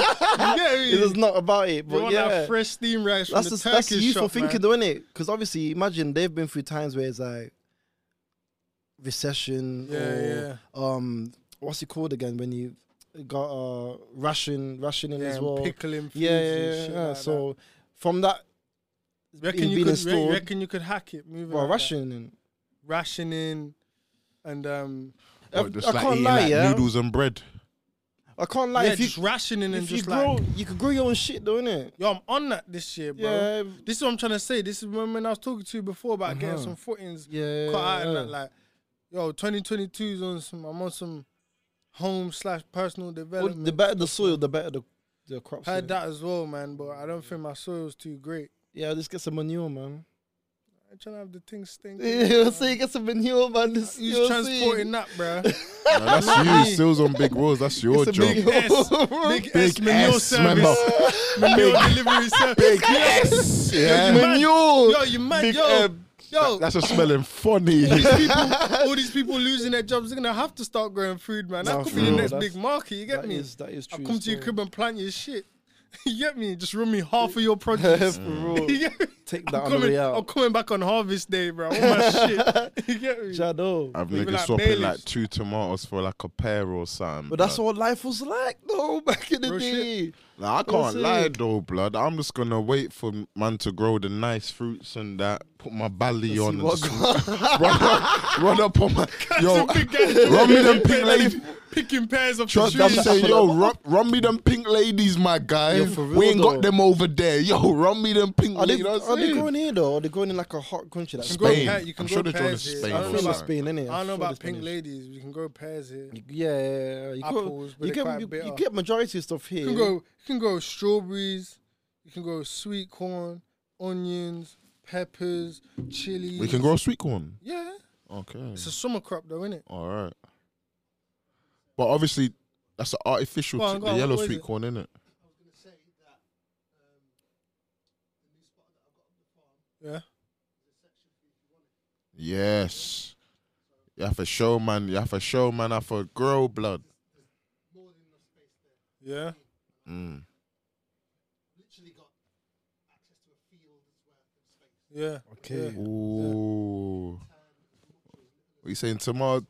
get me? It is not about it, You but want yeah, that fresh steam rice from that's the the, that's the Turkish useful shop, thinking, man. though, innit? Because obviously, imagine they've been through times where it's like recession Yeah, or um, what's it called again when you got uh ration rationing yeah, as and well. pickling foods yeah, yeah, and yeah, shit yeah. like that. so from that, Reckon in you being could re- installed- reckon you could hack it? Moving well, like that. rationing. rationing, and um, I, Oh, just I like can't eating, lie, like, yeah. noodles and bread. I can't lie. yeah, if you just rationing and if you just grow, like, you can grow your own shit, though, innit? yo, I'm on that this year, bro. Yeah, This is what I'm trying to say. This is when, when I was talking to you before about getting Uh-huh. some footings yeah. cut out and that. yeah. Like, yo, 2022 is on some. I'm on some home slash personal Well, development. the better the soil, the better the the crops. Heard innit? that as well, man. But I don't think my soil's too great. Yeah, just get some manure, man. I'm trying to have the thing stinking. You know what I'm saying? Get some manure, man. This, you know Who's what I'm transporting that, bro? Nah, that's you. Sales on big rolls. That's your It's a job. big S, big, S, manure S, remember. service, manure delivery service. Big S. Yeah. man. Manure. Yo, you mad? Big yo, M. yo. That's a smelling funny. all these people losing their jobs, they're gonna have to start growing food, man. That Nah, could for be the real, next that's- big market. You get That me? is- that is I'll true come to your still. crib and plant your shit. you get me? Just run me half of your produce. For real. You get me? Take that I'm on the coming, way out. I'm coming back on harvest day, bro. I want my shit. You get me? Shadow. I've Even niggas like swapping Baileys. like two tomatoes for like a pear or something. But that's blood. what life was like, though, back in the Real day. shit. Nah, I can't it. lie though, blood. I'm just gonna wait for man to grow the nice fruits and that. Put my belly on and what just run, up, run up on my yo. Big guy Run me them pink ladies. picking pairs of the Trust them, trees. say yo, run, run me them pink ladies, my guy. Yeah, for we real, ain't though. got them over there, yo. Run me them pink Are they, ladies. are they going here, though? Are they going in like a hot country? Like grow Spain. pear- you can I'm grow sure they're going to pears here. Spain. I don't I or feel like something. Spain, innit? I don't know feel about it's pink Spanish. ladies. We can grow pairs here. You Yeah, yeah, yeah. You, Apples, but got, you, they're quite get, you, bitter. you get majority of stuff here. can grow, you can grow strawberries. You can grow sweet corn, onions, peppers, chili. We can grow sweet corn. Yeah, Okay. it's a summer crop though, isn't it? All right. But obviously, that's an artificial, Go on, t- go the on, yellow what is sweet it? corn, innit? Yeah. Yes. You have a show, man. You have a show, man. Have a grow blood. Yeah. Mm. Yeah. Okay. Ooh. What you saying, tomato?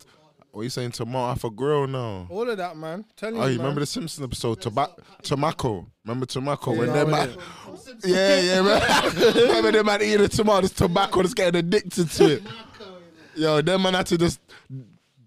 What you saying, tomato? Have a grow now. All of that, man. Telling Oh, you, you man. remember the Simpson episode, Toba- Tobacco? Remember Tobacco? when Yeah, Oh, them yeah. man, yeah, yeah, man. remember them man eating the tomatoes, tobacco, just getting addicted to it. Yo, them man had to just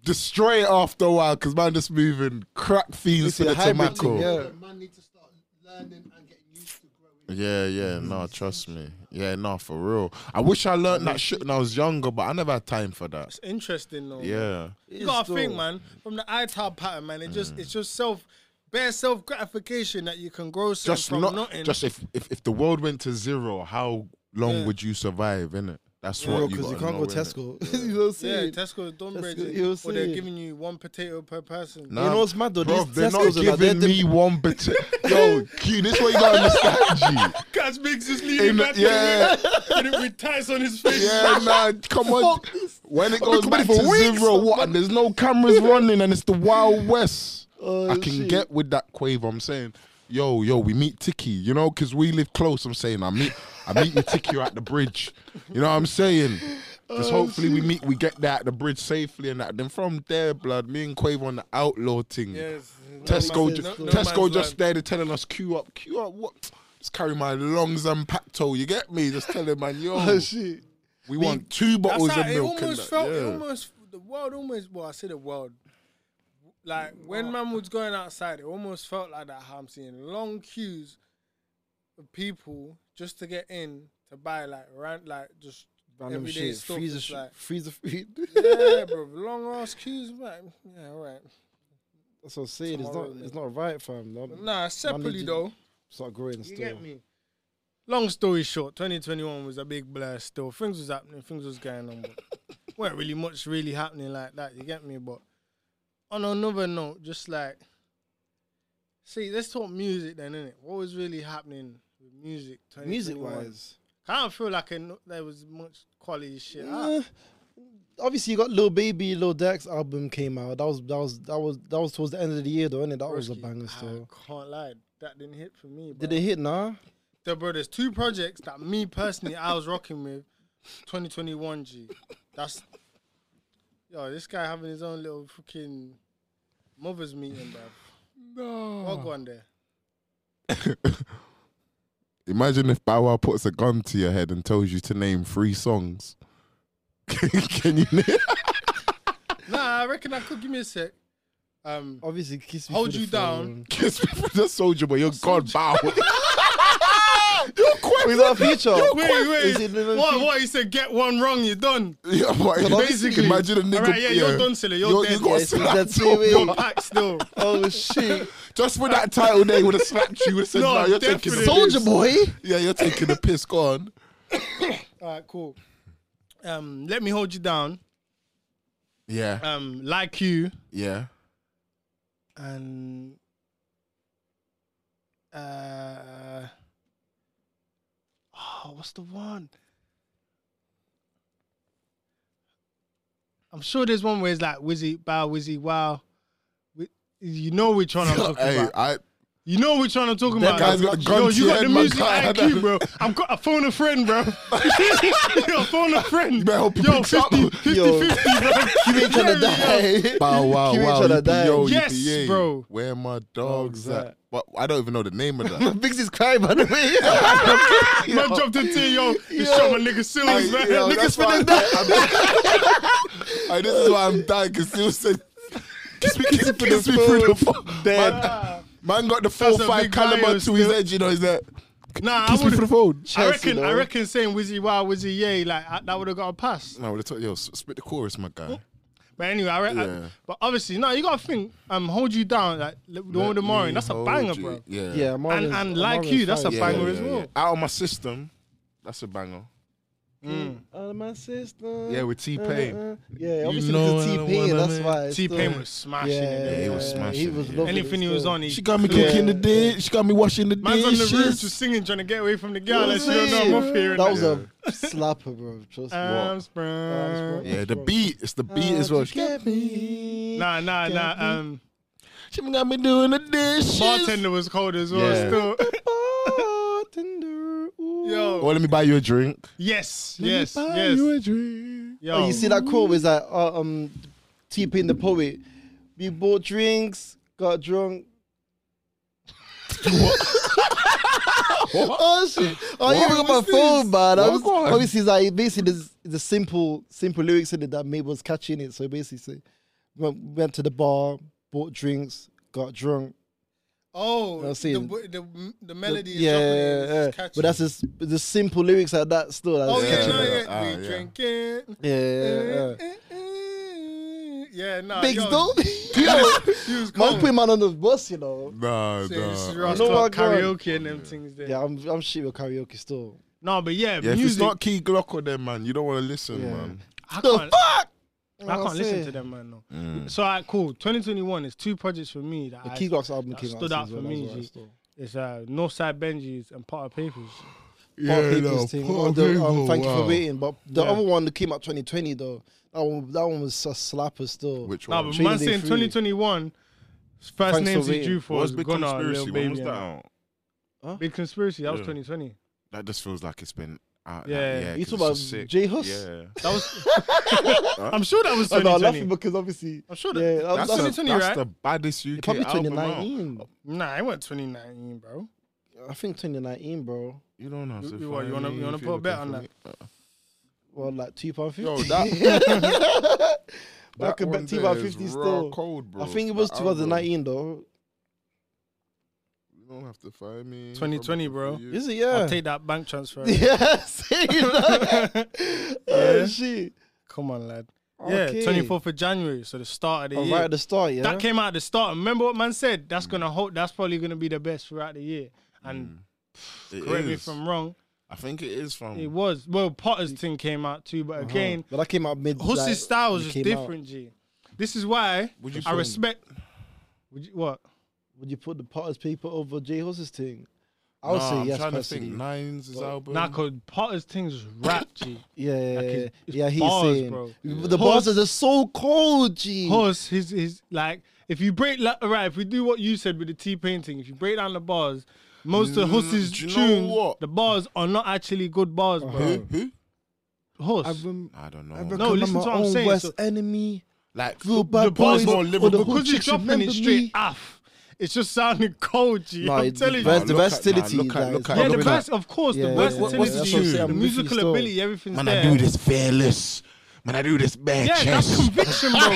destroy it after a while because man just moving crack fiends It's to a the hybrid thing, tobacco. yeah. Man need to start learning and getting used to growing. Yeah, yeah, no, trust me. Yeah, no, for real. I wish I learned that shit when I was younger, but I never had time for that. It's interesting though. Yeah. You gotta It's think, dope. man. From the iTab pattern, man. It Mm. just it's just self bare self gratification that you can grow something Just from not, nothing. just if, if if the world went to zero, how long would you survive, innit? That's Bro, what you because got. you can't go Tesco. you know what I'm Yeah, saying? Tesco don't That's break good. it, You're or they're saying. giving you one potato per person. You know what's mad though? Bro, These they're not Tesco's are like, they're giving the- me one potato. Yo, Q, this way you gotta understand, G. Cats makes this In- leading back yeah. with, with, with ties on his face. Yeah, nah, come on. When it goes been back to coming for weeks, zero, what? And there's no cameras running, and it's the Wild West. Oh, I can shit. get with that quave. I'm saying, yo, yo, we meet Tiki, you know, because we live close. I'm saying, I meet, I meet you Tiki at the bridge. You know what I'm saying? Just Oh, hopefully we meet, we get there at the bridge safely and that. Then from there, blood, me and Quave on the outlaw thing. Yes. Tesco, man's ju- no- no Tesco man's just land. there, they're telling us queue up, queue up. What? Just carry my lungs and pacto. You get me? Just telling man, yo, Oh, shit. we want two bottles That's of how it milk. and almost that, felt. It yeah. almost the world almost. Well, I say the world. Like when man was going outside, it almost felt like that. How I'm seeing long queues of people just to get in to buy like rant, like just Random everyday shit. stuff. Freezer, it's sh- like, freezer food. yeah, bro, long ass queues, man. Yeah, all right. That's what I'm saying. It's not, Tomorrow, it's not right, fam. No, Nah, separately did- though. Start growing You still. get me? Long story short, 2021 was a big blur still. Things was happening, things was going on, but weren't really much really happening like that, you get me? But on another note, just like see, let's talk music then, innit? What was really happening with music 2021? Music wise. I don't feel like I kno- there was much quality shit. Uh, obviously you got Lil Baby, Lil Dex album came out. That was that was that was that was towards the end of the year though, innit? That was a banger Ah, still. I can't lie, that didn't hit for me. Did bruh. it hit nah? So, bro, there's two projects that me personally I was rocking with 2021 G. That's yo, this guy having his own little freaking mothers meeting, bro. No. I'll go on there. Imagine if Bow Wow puts a gun to your head and tells you to name three songs. Can you name? Nah, I reckon I could give me a sec. Um Obviously Kiss Me Hold Through the You Down. Phone. Kiss me for the soldier boy. You're gone, Bow. You're quick. Is that Oh, a feature? Wait, Is wait. it Lil What Peep? what you said get one wrong, you're done. Yeah, but Basically. imagine a nigga. Alright, yeah, you're done, silly. You're you dead. got Yeah, it's- slapped that's off. it, You're Wait. packed still. Oh shit. Just for that title, they would have slapped you. Would have said, No, "No, you're taking the definitely. piss." Soldier Boy? Yeah, you're taking the piss. Go on. Alright, cool. Um, let me hold you down. Yeah, Um, like you. yeah. and uh oh what's the one i'm sure there's one where it's like wizzy bow wizzy wow Wi- you know which one i'm talking Hey, about I you know which one i'm talking That about guy's got the gun yo to you your got the head, man. music God, I know. iq bro i'm got i phone a friend bro yo phone a friend better hope he yo picks up. 50 50 Yo. 50 bro You ain't trying to die. Bow wow You ain't wow. tryna yippee, die. yo, Yes, yippee, yay. bro. Where my dogs Dogs at? at. But I don't even know the name of that. Biggs is crying by the way. Man dropped a tear, yo. He shot my nigga Sills, man. yo, Niggas that's finna why- I'm- Hey, this is why I'm dying because still said. Kiss me, kiss me, kiss me through the phone. Man, man got the four That's a five big caliber bio to his still. edge. You know, is that? Nah, Kiss I me through would. the phone. I Chelsea, reckon. I though. reckon saying Wizzy Wow, Wizzy Yay, like I, that would have got a pass. No, we're yo, s- spit the chorus, my guy. But anyway, I, re- I- Yeah. but obviously, no, you gotta think. Um, hold you down, like the one with the Let Marin. me That's a hold banger, you. bro. Yeah, Yeah, Marvin's- and like Marvin's you, that's a fire. Yeah, banger yeah, as yeah. well. Out of my system, that's a banger. Out of my system. Yeah, with T Mm-hmm. Pain. uh. Yeah, obviously know it's I a don't T-Pain, wanna that's make- why. it's T Pain still- was smashing Yeah, it. he Yeah. was smashing He it, was yeah. lovely Anything he still. was on, he She got me Yeah. cooking the dish. She got me washing the man's on the dishes. roof just singing, trying to get away from the girl. Like, she don't know I'm off here. That was a slapper, bro. Trust me. um, sprung. Arms yeah, the beat. It's the beat as well. She got me. Nah, nah, nah. Um, She got me doing the dishes. bartender was cold as well. Yeah. Still, Bartender, ooh. yo. Well, Oh, let me buy you a drink. Yes, Let me yes, buy yes. you a drink. Yo, Oh, you see that quote was like, uh, um, T Pain the poet. We bought drinks, got drunk. oh shit! Oh, you even got my phone, man. I What? was, Go on. obviously, it's like basically this the simple, simple lyrics in it that maybe was catching it. So basically, say, went, went to the bar, bought drinks, got drunk. Oh, I've the, seen- w- the the melody is yeah, dropping in, yeah, it's yeah. catchy. But that's just the simple lyrics like that. Still, that's oh yeah, catchy. no, yeah. Ah, we yeah. drinking. yeah, Mm-hmm. yeah, yeah. Yeah, no. Big yo, though. He was Man, cold. put man on the bus, you know. Nah, This is nah. Ross know Clark what, go on. karaoke and them things there. Yeah, I'm I'm shit with karaoke still. No, but yeah, Yeah, if music. it's not Key Glock or them, man, you don't want to listen, man. I can't, I Like can't listen said, to them, man. No. Mm. So, I cool. 2021 is two projects for me that The I, Key Glock's album that came out. stood out since for when I was me. like, G. still. It's uh, Northside Benji's and Part of Papers. Yeah, Poor People's no, thing, poor or the, people, um, thank you wow. for waiting. But the Yeah. other one that came out 2020 though, that one, that one was a slapper still. Which No, one? but Training man's Day saying three. 2021. First Thanks names for he drew waiting. for What's was Big Gunna, Conspiracy? Lil When Baby. was and that that. out? Big conspiracy. That was Yeah. 2020. That just feels like it's been out. Yeah. yeah 'cause You talk it's about so sick. J Hus. Yeah. That was. I'm sure that was Oh, no, I'm 2020. laughing because obviously, I'm sure that. yeah, that- That's, that's, the- 2020, that's right? the baddest UK probably album out. 2019. Nah, it wasn't 2019, bro. I think 2019, bro. You don't know. You- so you what, you wanna- finally, you wanna if put a you're bet looking on for me- Well, like two pound fifty. Yo, that- I could one bet two there pound is fifty raw still. Cold, bro. I think it was The album. 2019 though. You don't have to find me. I'm 2020, looking for bro. you. Is it? Yeah. I'll take that bank transfer. yeah. Say that. Yeah. Oh shit. Come on, lad. Okay. Yeah, 24th of January. So the start of the Oh, year. right at the start, yeah. That came out at the start. Remember what man said? That's gonna hold. That's probably gonna be the best throughout the year. And It correct me is. if I'm wrong. I think it is from. It was well. Potter's thing came out too, but again, Oh, but that came out mid. Huss's like, style was it just came out. different. G. This is why Would you I put- respect. Would you, what? Would you put the Potter's paper over J Huss's thing? I would Nah, say I'm yes, trying to personally. think. Nines his album. Nah, cause Potter's thing's rap. G. Yeah, yeah, Like, yeah, it's- it's yeah. He's bars, saying bro. the bars are just so cold, G. Horse, his his like if you break like right, if we do what you said with the T painting, if you break down the bars, most of Mm, Huss's do you know tunes, what? Uh-huh. the bars are not actually good bars, Who? bro. Who? Horse. I've been, I don't know. I've No, become listen my to what I'm own saying, Worst so- enemy. Like Real bad the boys. bars more or livable. the hood because you're chicks dropping it remember straight me. off, it's just sounding cold, G. No, I'm it- telling vers- you. the Look at- versatility, nah, look at- guys. look at- Yeah, look the at- vers- of course, Yeah, the yeah, versatility, what's the tune? the I'm musical beefy still. ability, everything's Man, there. I do this fearless. Man, I do this bare Yeah, that's chest. Oh, conviction, bro.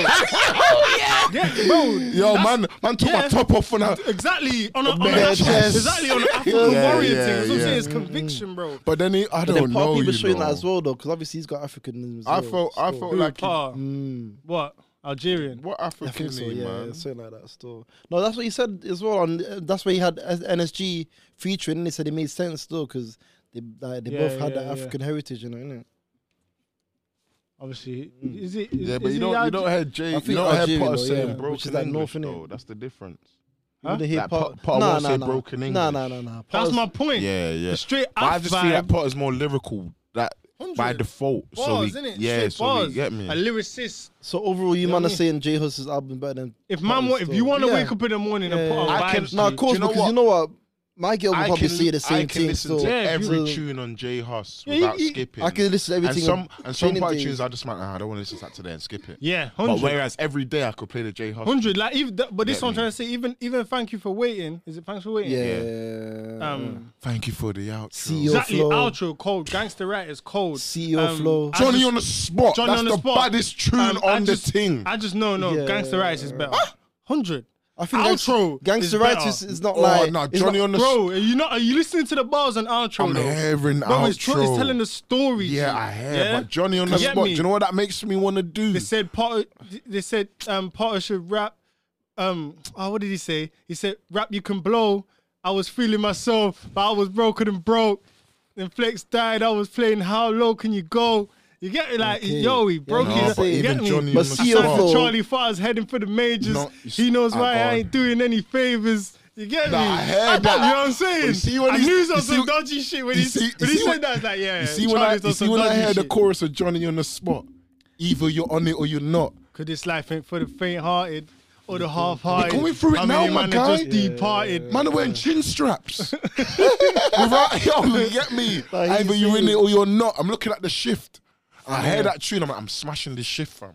yeah. bro. Yo, man, man, took yeah. my top off when I. Exactly on a, on a Bare Afro- chest. exactly on an Afro Yeah, yeah, warrior thing. That's what I'm yeah. saying. It's conviction, bro. But then he, I But don't then part know. of You people showing that know. as well though, because obviously he's got Africanism. As I well, felt, I so- felt like he- Pa, Mm. what Algerian? Oh, what I African think so, name, yeah, man? yeah, something like that. Still, no, that's what he said as well. And uh, that's why he had S- NSG featuring. And they said it made sense though, because they like, they Yeah, both had yeah, that yeah. African heritage, you know. Innit? Obviously, is it? Is, Mm. Yeah, but is you it don't, you Alge- don't hear Jay, think you don't hear Algerian Potter though, saying yeah, which broken is like English North, innit? though. That's the difference. You wouldn't hear Like, part, part- part nah, won't nah, say nah. broken Nah, English. nah, nah, nah. That's Potter's- my point. Yeah, yeah. The straight But I off just feel like vibe. Potter's more lyrical, that by default. so we, Bars, innit? yeah, Straight so bars. we get me. A lyricist. So overall, you know man what are I mean? saying J Hus's album better than If man, Potter's wa- if still. you want to Yeah. wake up in the morning and Yeah, put on yeah, yeah. I can- vibes, No, G. of course, you know because what? you know what? My girl will I probably can- say the I same can thing. listen So to Yeah, every so- tune on J Huss Yeah, without you- you- skipping. I can listen to and everything. some and some Training part Day. tunes I just might ah, I don't want to listen to that today and skip it. yeah, But hundred. whereas every day I could play the J Huss. Hundred, like, if that, but this Get one I'm me. trying to say, even, even, thank you for waiting. Is it thanks for waiting? yeah. Um, Thank you for the outro. See you. Your exactly. flow. Outro cold. Gangster rat is cold. CEO Um, flow. I E Johnny just- on the spot. Johnny That's on the the, spot. baddest tune Um, I on the just- thing. I just know, no, Yeah. Gangster Rights is better. Hundred. I think outro is Gangster better. Righteous is not oh like. no, it's Johnny not- on the spot. Bro, are you not? Are you listening to the bars and outro? I'm though? hearing Bro, it's, tr- it's outro. telling the story. Yeah, G. I hear. Yeah? But Johnny on the You get spot. me? Do you know what that makes me want to do? They said Potter. They said um, Potter should rap. Um, oh, what did he say? He said rap you can blow. I was feeling myself, but I was broken and broke. Then Flex died. I was playing. How low can you go? You get it, like Okay. yo, he broke No, his. but you even get me? Johnny But on the see I signed your to spot. flow. Charlie Farr's heading for the majors. No, you he knows s- why I I ain't doing any favors. You get Nah, me? I heard know- that. You know what I'm But saying? you see when I he's- knew you it was see some when- dodgy shit when you he, s- see- when you he see said when- that. It's like, yeah, You see when I, Charlie's you on see some when I dodgy heard the shit. chorus of Johnny on the spot. Either you're on it or you're not. Cause this life ain't for the faint-hearted or the We're half-hearted. going through it How now, many my man guy. have Just departed. Man are wearing chin straps. Without, yo, you get me? Like, Either he's you're in saying- it or you're not. I'm looking at the shift. I hear that tune. I'm like, I'm smashing this shift, fam.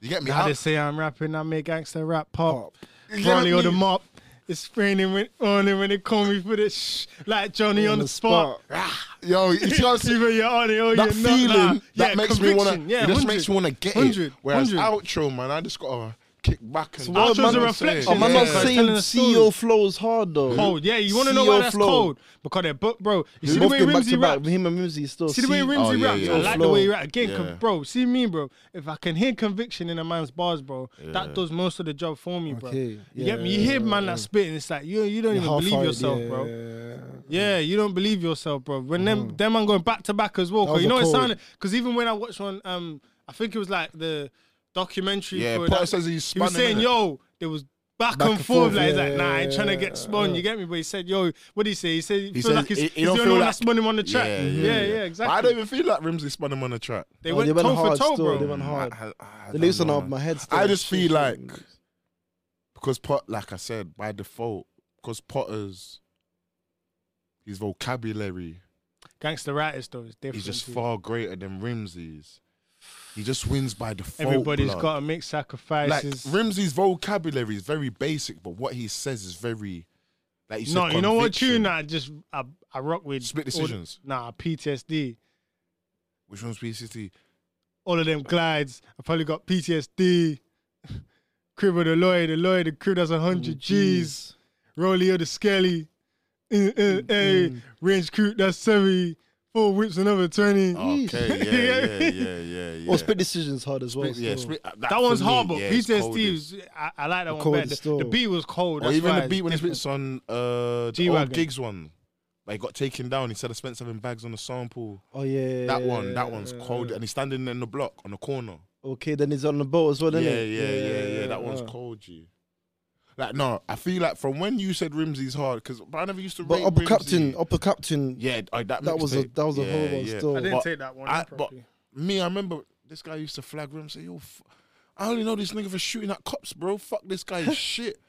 You get me? I How- just say I'm rapping. I make gangster rap pop. You get Ronnie me? on the mop. It's raining when on it when they call me for this shh, like Johnny on, the spot. Ah, Yo, you see what I'm saying? Either you're on it or That you're not. feeling Nah. that yeah, makes me wanna. conviction. Yeah, it just 100. makes me wanna get 100, it. Whereas 100. outro, man, I just gotta kick back and. what That's was a what I'm reflection? Oh, saying. my Yeah. man's Yeah. saying E Telling a CEO story. flows hard though. Cold. Yeah, you want to know See why your that's flow. cold? Because they're book, bro. You see the Both way them back Rimsey to back, raps. him and Rimsey still. E See the way Rimsey Oh, yeah, raps. yeah. I like the way he Flow. raps. Again, con- Yeah. bro. See me, bro. If I can hear conviction in a man's bars, bro, that does most of the job for me, bro. Okay, You get me? You yeah, hear man that spitting, it's like you you don't even believe yourself, bro. Yeah, you don't believe yourself, bro. When them them man going back to back as well, Mm-hmm. That cause you know was it a sounded because even when I watched one, um, I think it was like the documentary. Yeah, for Potter that- says he's he spun, was saying, innit? "Yo, there was." Back, Back and and forth, forth, like he's yeah, like, nah, I ain't trying to yeah, get spun. yeah. You get me? But he said, "Yo, what did he say?" He said he, feels says like he's, he- he he's the don't only feel one like- that spun him on the track. Yeah, yeah, exactly. I don't even feel like Rimsey spun him on the track. Mm. They No, went they went toe for hard toe, still, bro. they went hard. I- I- I The don't lyrics are know, not man. my head. I still. just feel Shit. like because Pot, like I said, by default, because Potter's his vocabulary Gangster writers, though, is different. is just dude. far greater than Rimsey's. He just wins by default. Everybody's blood. got to make like sacrifices. Rimsey's vocabulary is very basic, but what he says is very like he's no, you know what tune I just I, I rock with? Split all- Decisions. nah, PTSD. Which one's PCT? all of them glides. I probably got PTSD. Crib of the lawyer, the lawyer, the crew that's Oh, 100 G's. Rolly of the skelly. Uh, uh, Mm, hey, range crew that's 70. Four whips, another 20. Oh, Okay, yeah, yeah, yeah, yeah, yeah. Or split decisions hard as well. Split- yeah, still. split- uh, that, That one's for me, hard, but yeah, it's PTSD, coldest. oh, was, I, I like that one coldest better. The, the still. beat was cold. Or that's even why the it's beat when he different. spits on uh, the G-Wagon. old gigs one. Like got taken down. He said I spent seven bags on a sample. Oh yeah. That one, that one's cold. And he's standing in the block on the corner. Okay, then he's on the boat as well, Yeah, isn't yeah, it? yeah, yeah, That one's uh. cold, G. Like no, I feel like from when you said Rimsey's hard because I never used to. But rate upper Rimsey. captain, upper captain. Yeah, uh, that That was a- mixtape. that was a whole Yeah, lot yeah. still. I didn't But take that one I- but properly. me, I remember this guy used to flag Rim say, "Yo, f- I only know this nigga for shooting at cops, bro. Fuck this guy's shit."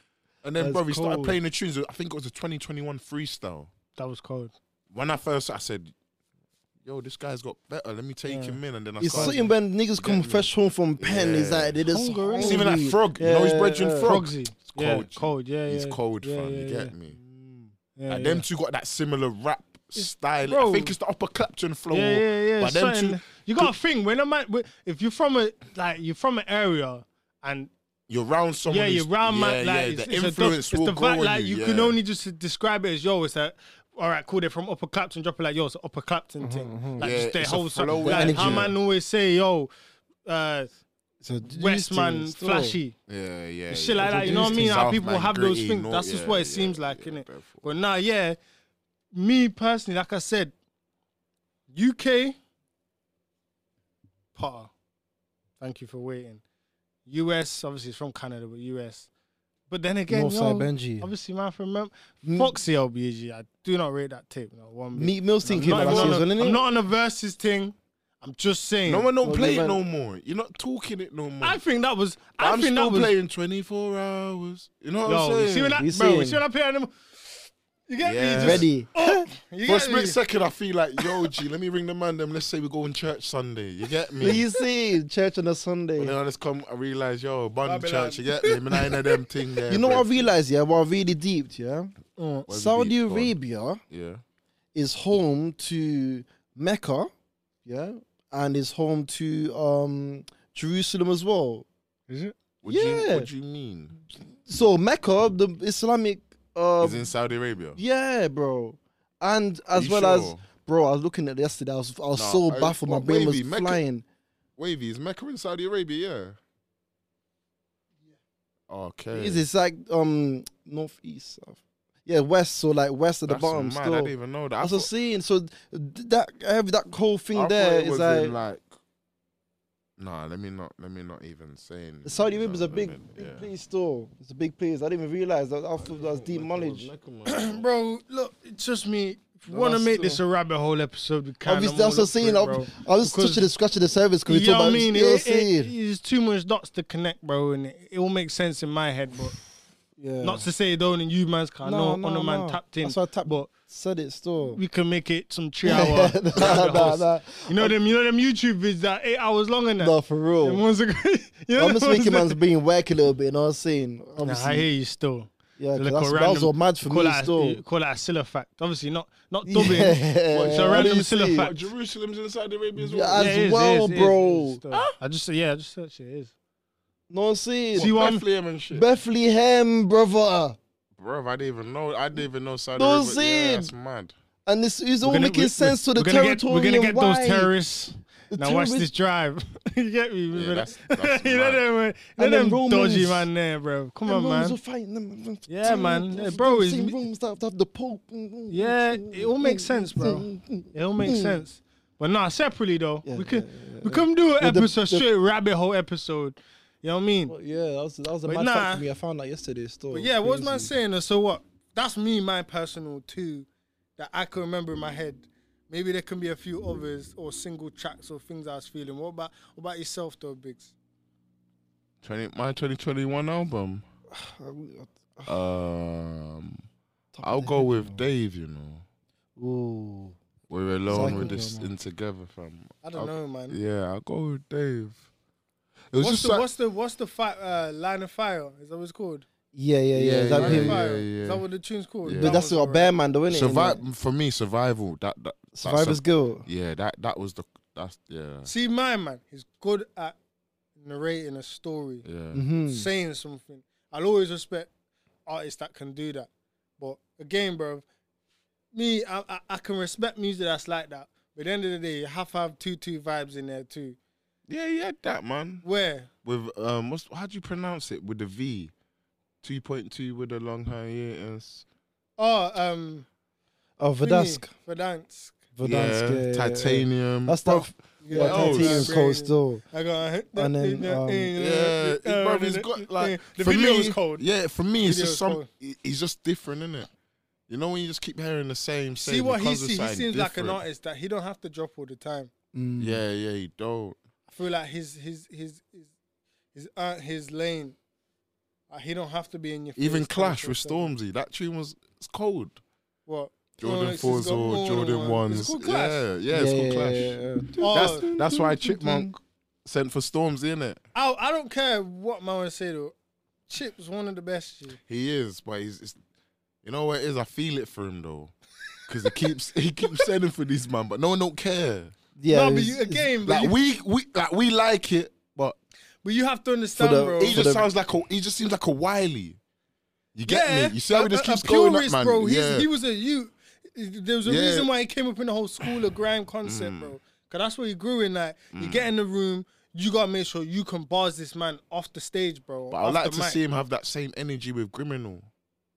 And then, That's bro, he started cold. playing the tunes. I think it was a 2021 freestyle. That was cold. When I first, I said, "Yo, this guy's got better. Let me take him in." And then I It's started. something when niggas come fresh home from pen. It's Yeah. like they just. Hungry, innit? It's even like hungry. Frog. You know his Yeah, brethren, yeah. Frog. Frogsy. It's Yeah, cold. G. cold, yeah, He's yeah, cold, yeah, fam. yeah, you yeah. get me? Yeah, Like, yeah. Them two got that similar rap style. I bro. think it's the upper Clapton flow. Yeah, yeah, yeah. But them something- two, you got to think when a man, when- if you're from a like you're from an area and you're round someone. yeah, who's- you're round man, yeah, yeah, like it's, the it's a dub- influence it's will the grow vibe, on like you, you. can yeah. only just describe it as yo. It's like all right, cool. They're from Upper Clapton, drop it like yo. It's an Upper Clapton thing. Like Mm-hmm, Yeah, just their it's a whole stuff. flow, Like how energy. man always say yo. Uh, So West man things, still. flashy Yeah, yeah. shit yeah. like that. You know what I mean? How South people man, have those gritty, things. no- That's yeah, just what it yeah, seems like, yeah, innit? therefore. But nah, yeah. Me personally, like I said, UK Potter. Thank you for waiting. US, obviously, it's from Canada, but US. But then again, Northside yo, Benji. obviously, man, from Mem- Mm. Foxy LBG, I do not rate that tape. No, one bit. Meat Mills thing I'm came not, out even last on year a- as well, innit? I'm not on a versus thing. I'm just saying. No one don't Well, play you it no went- more. You're not talking it no more. I think that was. I I'm think still that was playing 24 hours. You know what Yo, I'm you see saying? when that, We bro, you seen. see when I play animal. You get me? Yeah. Just, Ready. You For a get split me? second, I feel like, yo, G, let me ring the man. Them, let's say we go on church Sunday. You get me? What you see? Church on a Sunday. And then I just come, I realize, yo, bun Babylon. church. You get me? Man, I ain't of them thing there. You know what I bro. realized, yeah? What I really deeped, yeah? Where's Mm. the Saudi beat? Go on. Arabia Yeah. is home to Mecca, yeah? And is home to um Jerusalem as What well. do you- Yeah. What do you mean? So Mecca, the Islamic uh Is in Saudi Arabia? yeah, bro. And as you well as sure? bro, I was looking at it yesterday, I was I was Nah, so I- baffled, my what, brain was wavy, Mecca- flying. Wavy, is Mecca in Saudi Arabia? Yeah. Okay. It's, it's like um northeast. uh, Yeah, west, so like west at the That's bottom mad, still. I didn't even know that. I That's what I'm saying. So th- that every that whole thing I thought there it is was like, in, like. Nah, let me not. Let me not even say. anything, Saudi you Arabia's know a what I big, mean? big Yeah. place still. It's a big place. I didn't even realize that. I thought that was deep knowledge. bro, look, it's just me. If you want to that's make still- this a rabbit hole episode, we can. Obviously, that's what I'm saying. i I'm- I was just Because- touching the scratch of the service because we you know talk what I about mean? you It, know what I'm it, it, saying. it's too much dots to connect, bro, and it, it all makes sense in my head, but Yeah. not to say it don't in you man's car. No, no, no, man tapped in. That's why I tapped. But Said it still. we can make it some three nah, hour. rabbit nah, holes. nah. You know them, you know them YouTube vids that eight hours long and that. No, for Them real. ones are- you know I'm just them ones making that- man's being whack a little bit. You know what I'm saying? Nah, Obviously, I hear you still. yeah, 'cause Like a that's, that was random- all mad for call me that still. A, call it a silla fact. Obviously not not Yeah. dubbing. It's What a do random you silla see? But fact. Jerusalem's in Saudi Arabia as Yeah, well. as well, bro. I just yeah, I just searched it. it is. No one seen. See what- Bethlehem and shit. Bethlehem, brother. Bro, I didn't even know. I didn't even know Saudi Don't Arabia. say Yeah, it. that's mad. And this is all We're gonna- making we- sense to the we're gonna get- territory. We're gonna get those wide. terrorists. Now watch this terrorists- drive. you get me? Yeah, bro? that's- that's you know mad. them, man. You And know then them dodgy Romans. man there, bro. Come The on, rooms man. are fighting them. Yeah, Same man. rooms, Yeah, bro, it's same me- rooms that have the Pope. Mm, Yeah, it all makes sense, bro. It all makes sense. But nah, separately though, we could we couldn't do an the- episode the- straight rabbit hole episode. You know what I mean? Yeah, that was, that was a But mad nah. fact for me. I found out yesterday. Still, But yeah, what was man crazy. saying? So what? That's me, my personal two that I can remember in my head. Maybe there can be a few others or single tracks or things I was feeling. What about what about yourself though, Biggs? 20, my 2021 album. um, I'll go with Dave, you know. Ooh. We're alone, Cycle we're just drama. in together, fam. I don't I'll- know, man. Yeah, I'll go with Dave. It was What's just the, like, what's the what's the fi- uh, line of fire? Is that what it's called? Yeah, yeah, yeah. Yeah, is that yeah, him? yeah. Fire. Is that what the tune's called? Yeah. But that's was our alright. bear man, though, isn't survive it? for me. Survival. That that that's a- Survivor's guilt. Yeah, that that was the that's yeah See, my man, he's good at narrating a story, yeah. Mm-hmm. saying something. I'll always respect artists that can do that. But again, bro, me, I, I, I can respect music that's like that. But at the end of the day, you have to have two two vibes in there too. Yeah, yeah, that man. Where With um, what's how do you pronounce it? With the V, two point two with a long hiatus. oh um Oh, Verdansk. Verdansk. Verdansk. Yeah, yeah, yeah. titanium. That's Bro, that. Yeah, Oh, else? titanium's cold still. I got And then, um, Yeah, bro, he's got like um, the for video me, was cold. Yeah, for me, it's Video just is some. cold. he- He's just different, isn't it? You know when you just keep hearing the same. same See what he because see. of He something seems like an different. artist that he don't have to drop all the time. Mm. Yeah, yeah, he don't. I feel like his his his his his, uh, his lane. Uh, he don't have to be in your. Even face Clash with 24/7. Stormzy, that tune was it's cold. What? Jordan Rolex has got fours or more than Jordan one. It's ones. called Clash. Yeah, yeah, it's called Clash. Oh, That's that's why Chipmunk sent for Stormzy, innit? I, I don't care what my man say though. Chip's one of the best. G. He is, but he's, it's, you know what it is. I feel it for him though, because he keeps he keeps sending for these man, but no one don't care. Yeah, no, but it's- you, it's- again, but, Like you, we we like we like it, but but you have to understand, the- bro. he For just the- sounds like a he just seems like a wily. You get yeah, me? You see how he just a- keeps a going purist, at man? bro. He's- yeah. He was a you. There was a Yeah. Mm. reason why he came up in the whole school of grime concept, bro. Cause that's where he grew in. That you get in the room, you gotta make sure you can bars this man off the stage, bro. but off I the like to mic. see him have that same energy with Griminal,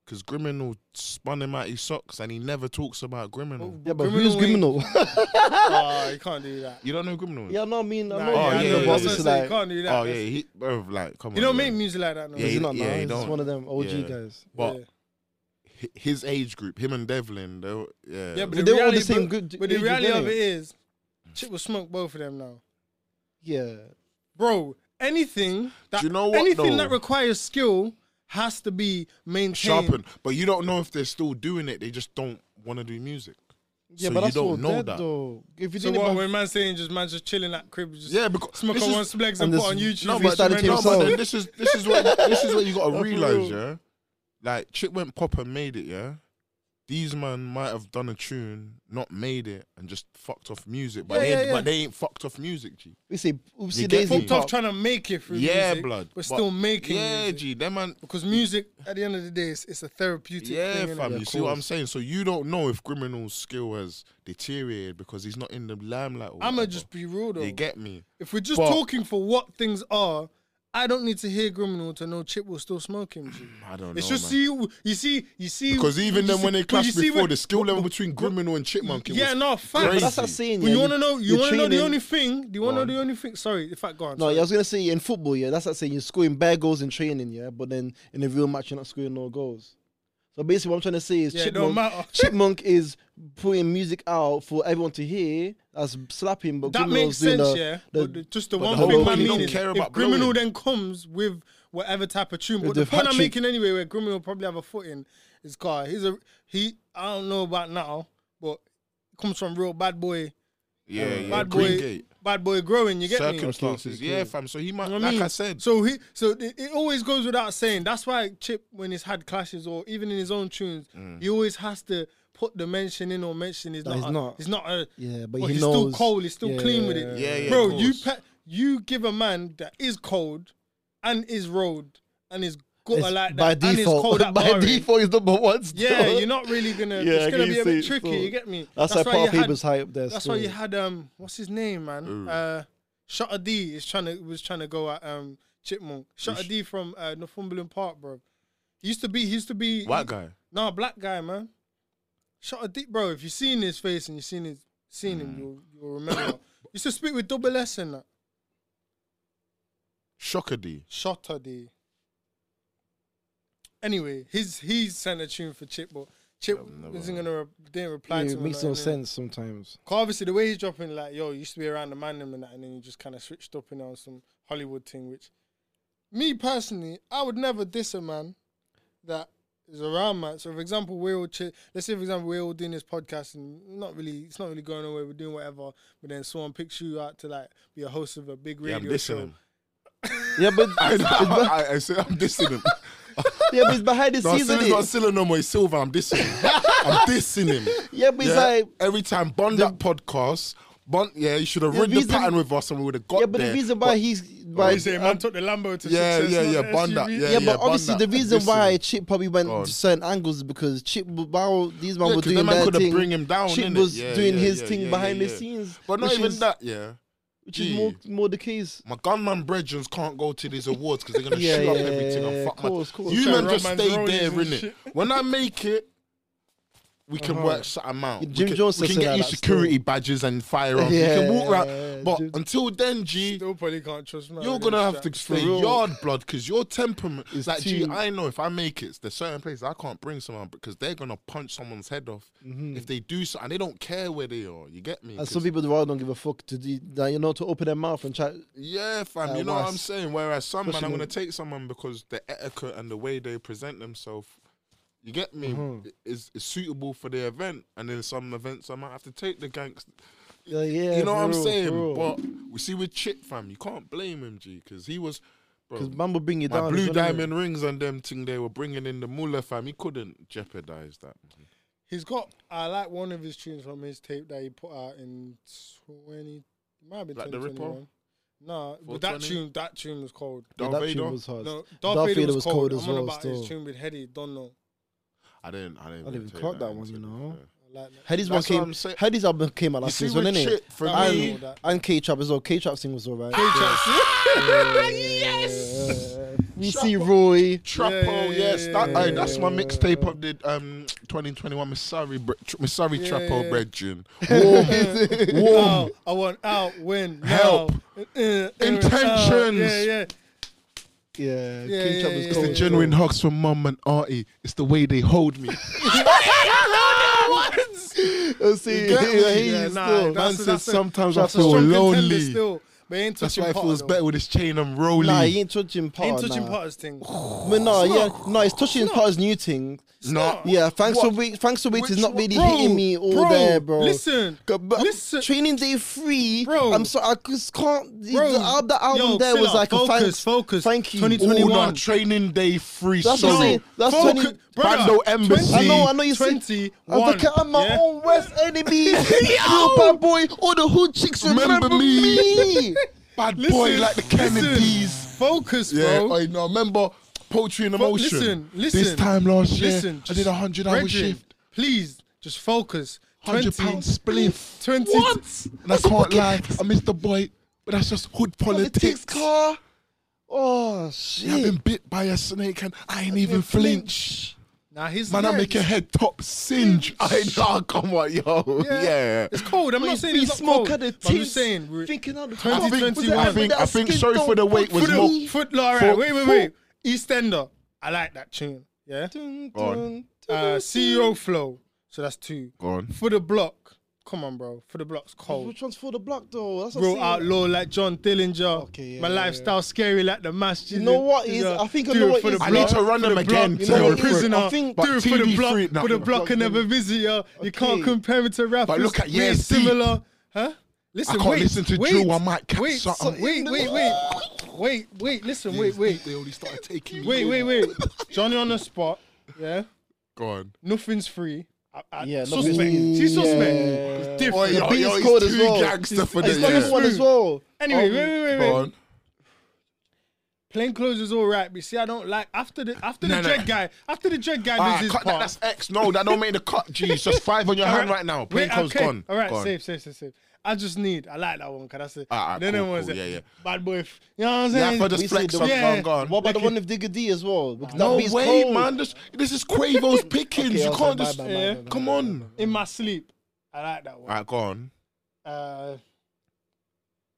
because Griminal spun him out his socks, and he never talks about Griminal. Yeah, but who's criminal? oh, you can't do that. You don't know Griminal? yeah, no, I mean, I Nah, know. Oh, I yeah, know, yeah, but yeah. it's that's what I'm saying, like, you can't do that. Oh yeah, That's- he bro, like come on. you don't yeah. make music like that, no. Yeah, Is he- it not yeah, now? he It's don't. one of them OG Yeah. guys. But Yeah. hi- his age group, him and Devlin, they were- yeah. Yeah, but Well, they the were all the reality, same but, good- but the age group, reality of innit? it is, Chip will smoke both of them now, Yeah. bro. Anything that you know what, anything though? that requires skill has to be maintained. sharpen. But you don't know if they're still doing it. They just don't want to do music. Yeah, so but you that's all don't know dead, that. though. If you So didn't what? have- When man saying just man just chilling at crib, just Yeah, because smoke this on is- one splegs and and, this- put on YouTube. no, it's but he started to no, tremendous. but himself. then this is this is what this is what you got No, to for realize, real. yeah. Like Chip went pop and made it, yeah. These man might have done a tune, not made it, and just fucked off music, but Yeah, they yeah, ain't, yeah. but they ain't fucked off music, g. we say oopsie get daisy. fucked off trying to make it through Yeah, music, blood, but still making Yeah, music. g. Them man, because music at the end of the day is it's a therapeutic. Yeah, thing, innit? fam. Yeah, you of see what I'm course. saying? So you don't know if Criminal's skill has deteriorated because he's not in the limelight. or I'ma whatever. just be real though. You get me? If we're just But- talking for what things are, I don't need to hear criminal to know Chip will still smoke him. G. Mm, I don't It's know. just man. you. You see, you see. because even you then see- when they but you clashed see before, when- the skill level between Criminal and Chipmunk. It Yeah, was no, fact. But Crazy. that's that saying. But yeah, you want to know? You you're want to know the training- only thing? Do you want Go to on. know the only thing? Sorry, if I go on. No, sorry. yeah, I was gonna say in football, yeah, that's like saying you're scoring bare goals in training, yeah, but then in a real match you're not scoring no goals. So basically, what I'm trying to say is Yeah, it don't matter. Chipmunk, Chipmunk is putting music out for everyone to hear. That's slapping, but that Criminal's makes doing sense, the- yeah. the- but the, just the but one the thing whole I thing mean don't is, care if about criminal blowing. then comes with whatever type of tune. But With the the point I'm hat-trick. making anyway, where criminal probably have a foot in, is car. He's a he. I don't know about now, but comes from real bad boy. Uh, yeah, yeah. bad Green boy, Gate. bad boy growing. You get me? Circumstances. Yeah, fam. So he might, You know what like mean? I said. so he, so it, it always goes without saying. That's why Chip, when he's had clashes or even in his own tunes, Mm. he always has to put the mention in or mention is That not, he's a- not. he's not a, Yeah, but well, he he's still knows. cold. He's still Yeah, clean yeah, with yeah, it. yeah. Yeah, yeah, bro, of you course. pa- you give a man that is cold and is road and is gutter It's like that by and is default- cold at By barring. default, he's number one. Yeah, you're not really gonna. Yeah, I it's gonna can be a see bit it, tricky. so- You get me? That's, why you part had- people's hype up there. That's why you had um, what's his name, man? Uh, Shutter D is trying to was trying to go at um Chipmunk. Shutter D from uh, Northumberland Park, bro. He used to be, he used to be White guy. No, black guy, man. Shutter D, bro. If you seen his face and you seen his seen him, you'll you'll remember. used to speak with double S and that. Shocker D. Shutter D. Anyway, his he sent a tune for Chip, but Chip isn't gonna re- didn't reply to It him. makes like, no and then- sense sometimes. Cause obviously the way he's dropping, like, yo, you used to be around the man them and that, and then you just kind of switched up in on some Hollywood thing. Which, me personally, I would never diss a man that is around man. So, for example, we're all chill. Let's say, for example, we're all doing this podcast and not really, it's not really going nowhere. We're doing whatever, but then someone picks you out to like be a host of a big Yeah, radio I'm dissing show. him. Yeah, but I, know, I, I said I'm dissing him. yeah, but it's behind the No, scenes. Silly's isn't it? not Silla no more. He's Silver. I'm dissing him. I'm dissing him. Yeah, but it's like every time Bond that podcast. Bond, yeah, you should have The read the reason- pattern with us, and we would have got yeah, but there. oh, the reason why he's why They say, man, took the Lambo to yeah, success, yeah, not yeah, the bond that, SUV. yeah. yeah, but obviously Bond the that. reason Listen. why Chip probably went Go on. to certain angles is because Chip while these men Yeah, were 'cause doing them man their coulda thing, bring him down, Chip innit? was Yeah, doing yeah, his yeah, thing yeah, behind yeah, the yeah. scenes, but not which even is, that, yeah. which is Gee. more more the case. My gunman brethrens can't go to these awards because they're gonna Yeah, shoot up yeah, everything yeah, and fuck course, my. course. You Try man and Uh-huh. just rob stay man's rollies there, and innit? When I make it, we can work some amount. Yeah, We Jim can- Jones we can said get that, you like, security badges and firearms. Yeah, you can walk yeah, around, yeah, but Jim- until then, G, Still probably can't trust man. You're with gonna them have to straps. stay real. yard blood because your temperament is It's like, gee, too- I know if I make it, there's certain places I can't bring someone because they're gonna punch someone's head off if they do so, and they don't care where they are. You get me? Mm-hmm. And 'Cause- some people in the world don't give a fuck to do that, you know, to open their mouth and try. yeah, fam, Uh, you know what I'm whilst- saying. Whereas some man, especially I'm gonna when- take someone because the etiquette and the way they present themselves. You get me? Mm-hmm. Is, is suitable for the event, and in some events, I might have to take the gangster. Yeah, yeah, you know what for I'm real, for saying? real. But we see with Chip, fam, you can't blame him, G, because he was. bro, Because man will bring you My down. as blue well, innit? diamond rings and them thing they were bringing in the mullah fam. He couldn't jeopardize that. man. He's got. I like one of his tunes from his tape that he put out in twenty. It might be Like the twenty Ripper? twenty one. No, but that 420? tune, that tune was cold. Yeah, Darth that Vader? tune was hard. No, Darth Vader was cold as I'm on well, about his still. tune with Heady. Don't know. I didn't. I didn't, I didn't take clock that in, one, you to be know. fair. I like that. Headies one That's what came. I'm saying. Headies album came out You last see, season, with innit? Chip, for I me, know that. And K Trap as well. K Trap thing was alright. We see Roy. Trappo, yeah, yeah, yes, yeah, that, yeah, aye, yeah, that's my mixtape of the um 2021 Missouri bre- tr- Missouri Yeah, Trappo yeah. bread tune. Warm, warm. Out, I want out, win, Help. now. Uh, uh, uh, Intentions. Yeah, yeah. Yeah, K Trap Yeah, was yeah, Oh, yeah, It's cold. the genuine hugs from mum and auntie. It's the way they hold me. Let's see, yeah, he's Yeah, nah, still- that's- Man says a- sometimes I that's a feel strong contender lonely. Still, but he ain't That's touching why it Potter, feels though. better Oh, with this chain and rolling. Nah, he ain't touching He part. ain't touching nah. Potter's thing. But no, yeah, no, it's touching part's new thing. Nah. Yeah, thanks What? for wait, thanks for waiting. Which It's not one- really Bro, hitting me all bro, there, bro. listen, Go- but listen. Training day three, Bro. I'm sorry, I just can't. The, Bro, the, al- the album yo, there was Silla, like a focus, thanks, focus. thank you. 2020 Ooh, nah, 21. training day free That's what I'm solo. saying. That's Focus, 20. brother. Bando Embassy. I know, I know you said. Twenty. I was like, I'm my yeah? own worst enemy. Yo, bad boy, all the hood chicks remember, Remember me. me. Bad boy Listen, like the listen. Kennedys. Focus, Yeah, bro. I know. Remember Poetry in Fo- Emotion? listen, listen. This time last year, Listen, I did a 100 hour Brethren, shift. Please, just focus. 100 20 pound spliff. 20 And I can't lie, I missed the boy, but that's just hood politics. Politics car. Oh I've shit. been bit by a snake and I ain't even flinch. Now he's Man, I next. make your head top singe. I know, come on, yo. Yeah. yeah. It's cold. I'm We not saying it's not smoke cold. at the but I'm tits, just saying. we're- thinking out the I I box. think, Was think- it I ever think, that I think skin sorry tone for the wait put was through more. me? Foot, all right, Foot- wait, wait, wait. EastEnder. I like that tune. Yeah. Dun, Go on. dun, dun, Uh, dun, CEO Flow. So that's two. Go on. For the block. Come on, bro. For the block's dun. cold. Which one's for the block though? That's what I'm Real saying. outlaw like John Dillinger. Okay, yeah, My yeah, lifestyle scary like the mass. You know what is- I think I know what is- I need to run them again. You You know You're a what it is? prisoner. I think- But do it for the TD block. free- no, for the no. block and never visit ya. You can't Okay. compare me to rappers. look at We're Yes Deep. similar, huh? Listen, I can't wait, listen to wait, Drew, I might catch wait, something. Wait, wait, wait, wait, wait. Listen, wait, wait, They only started taking me. wait, wait, wait. Johnny on the spot. Yeah, Go on. nothing's free. I, I, Yeah, nothing's suspect. free. She's suspect. Yeah. It's Oh, different. yo, beat yo, is he's cold too as well. gangster for It's the not yeah. this one as well. Anyway, wait, wait, Go wait, wait. on. plainclothes is all right, but see, I don't like after the after the No, no. dread guy after the dread guy Ah, does his cut that, part. that's X. No, that don't make the cut. Jeez, just five on your hand right now. Wait, Plainclothes okay. gone. All right, Gone. safe, safe, safe, safe. I just need. I like that one because that's it. Ah, ah, then cool, it was cool, it. yeah, yeah. Bad boy. F- you know what I'm saying? Yeah, for the We see flex the on one- gone, Yeah. gone. What about Like the one with Digger D as well? Because No that beat's way, cold. man. This, this is Quavo's picking. Okay, you I'll can't say bye, just. bye, bye, bye, bye, Come bye, on. bye, bye. in my sleep. I like that one. All right, go on. Uh,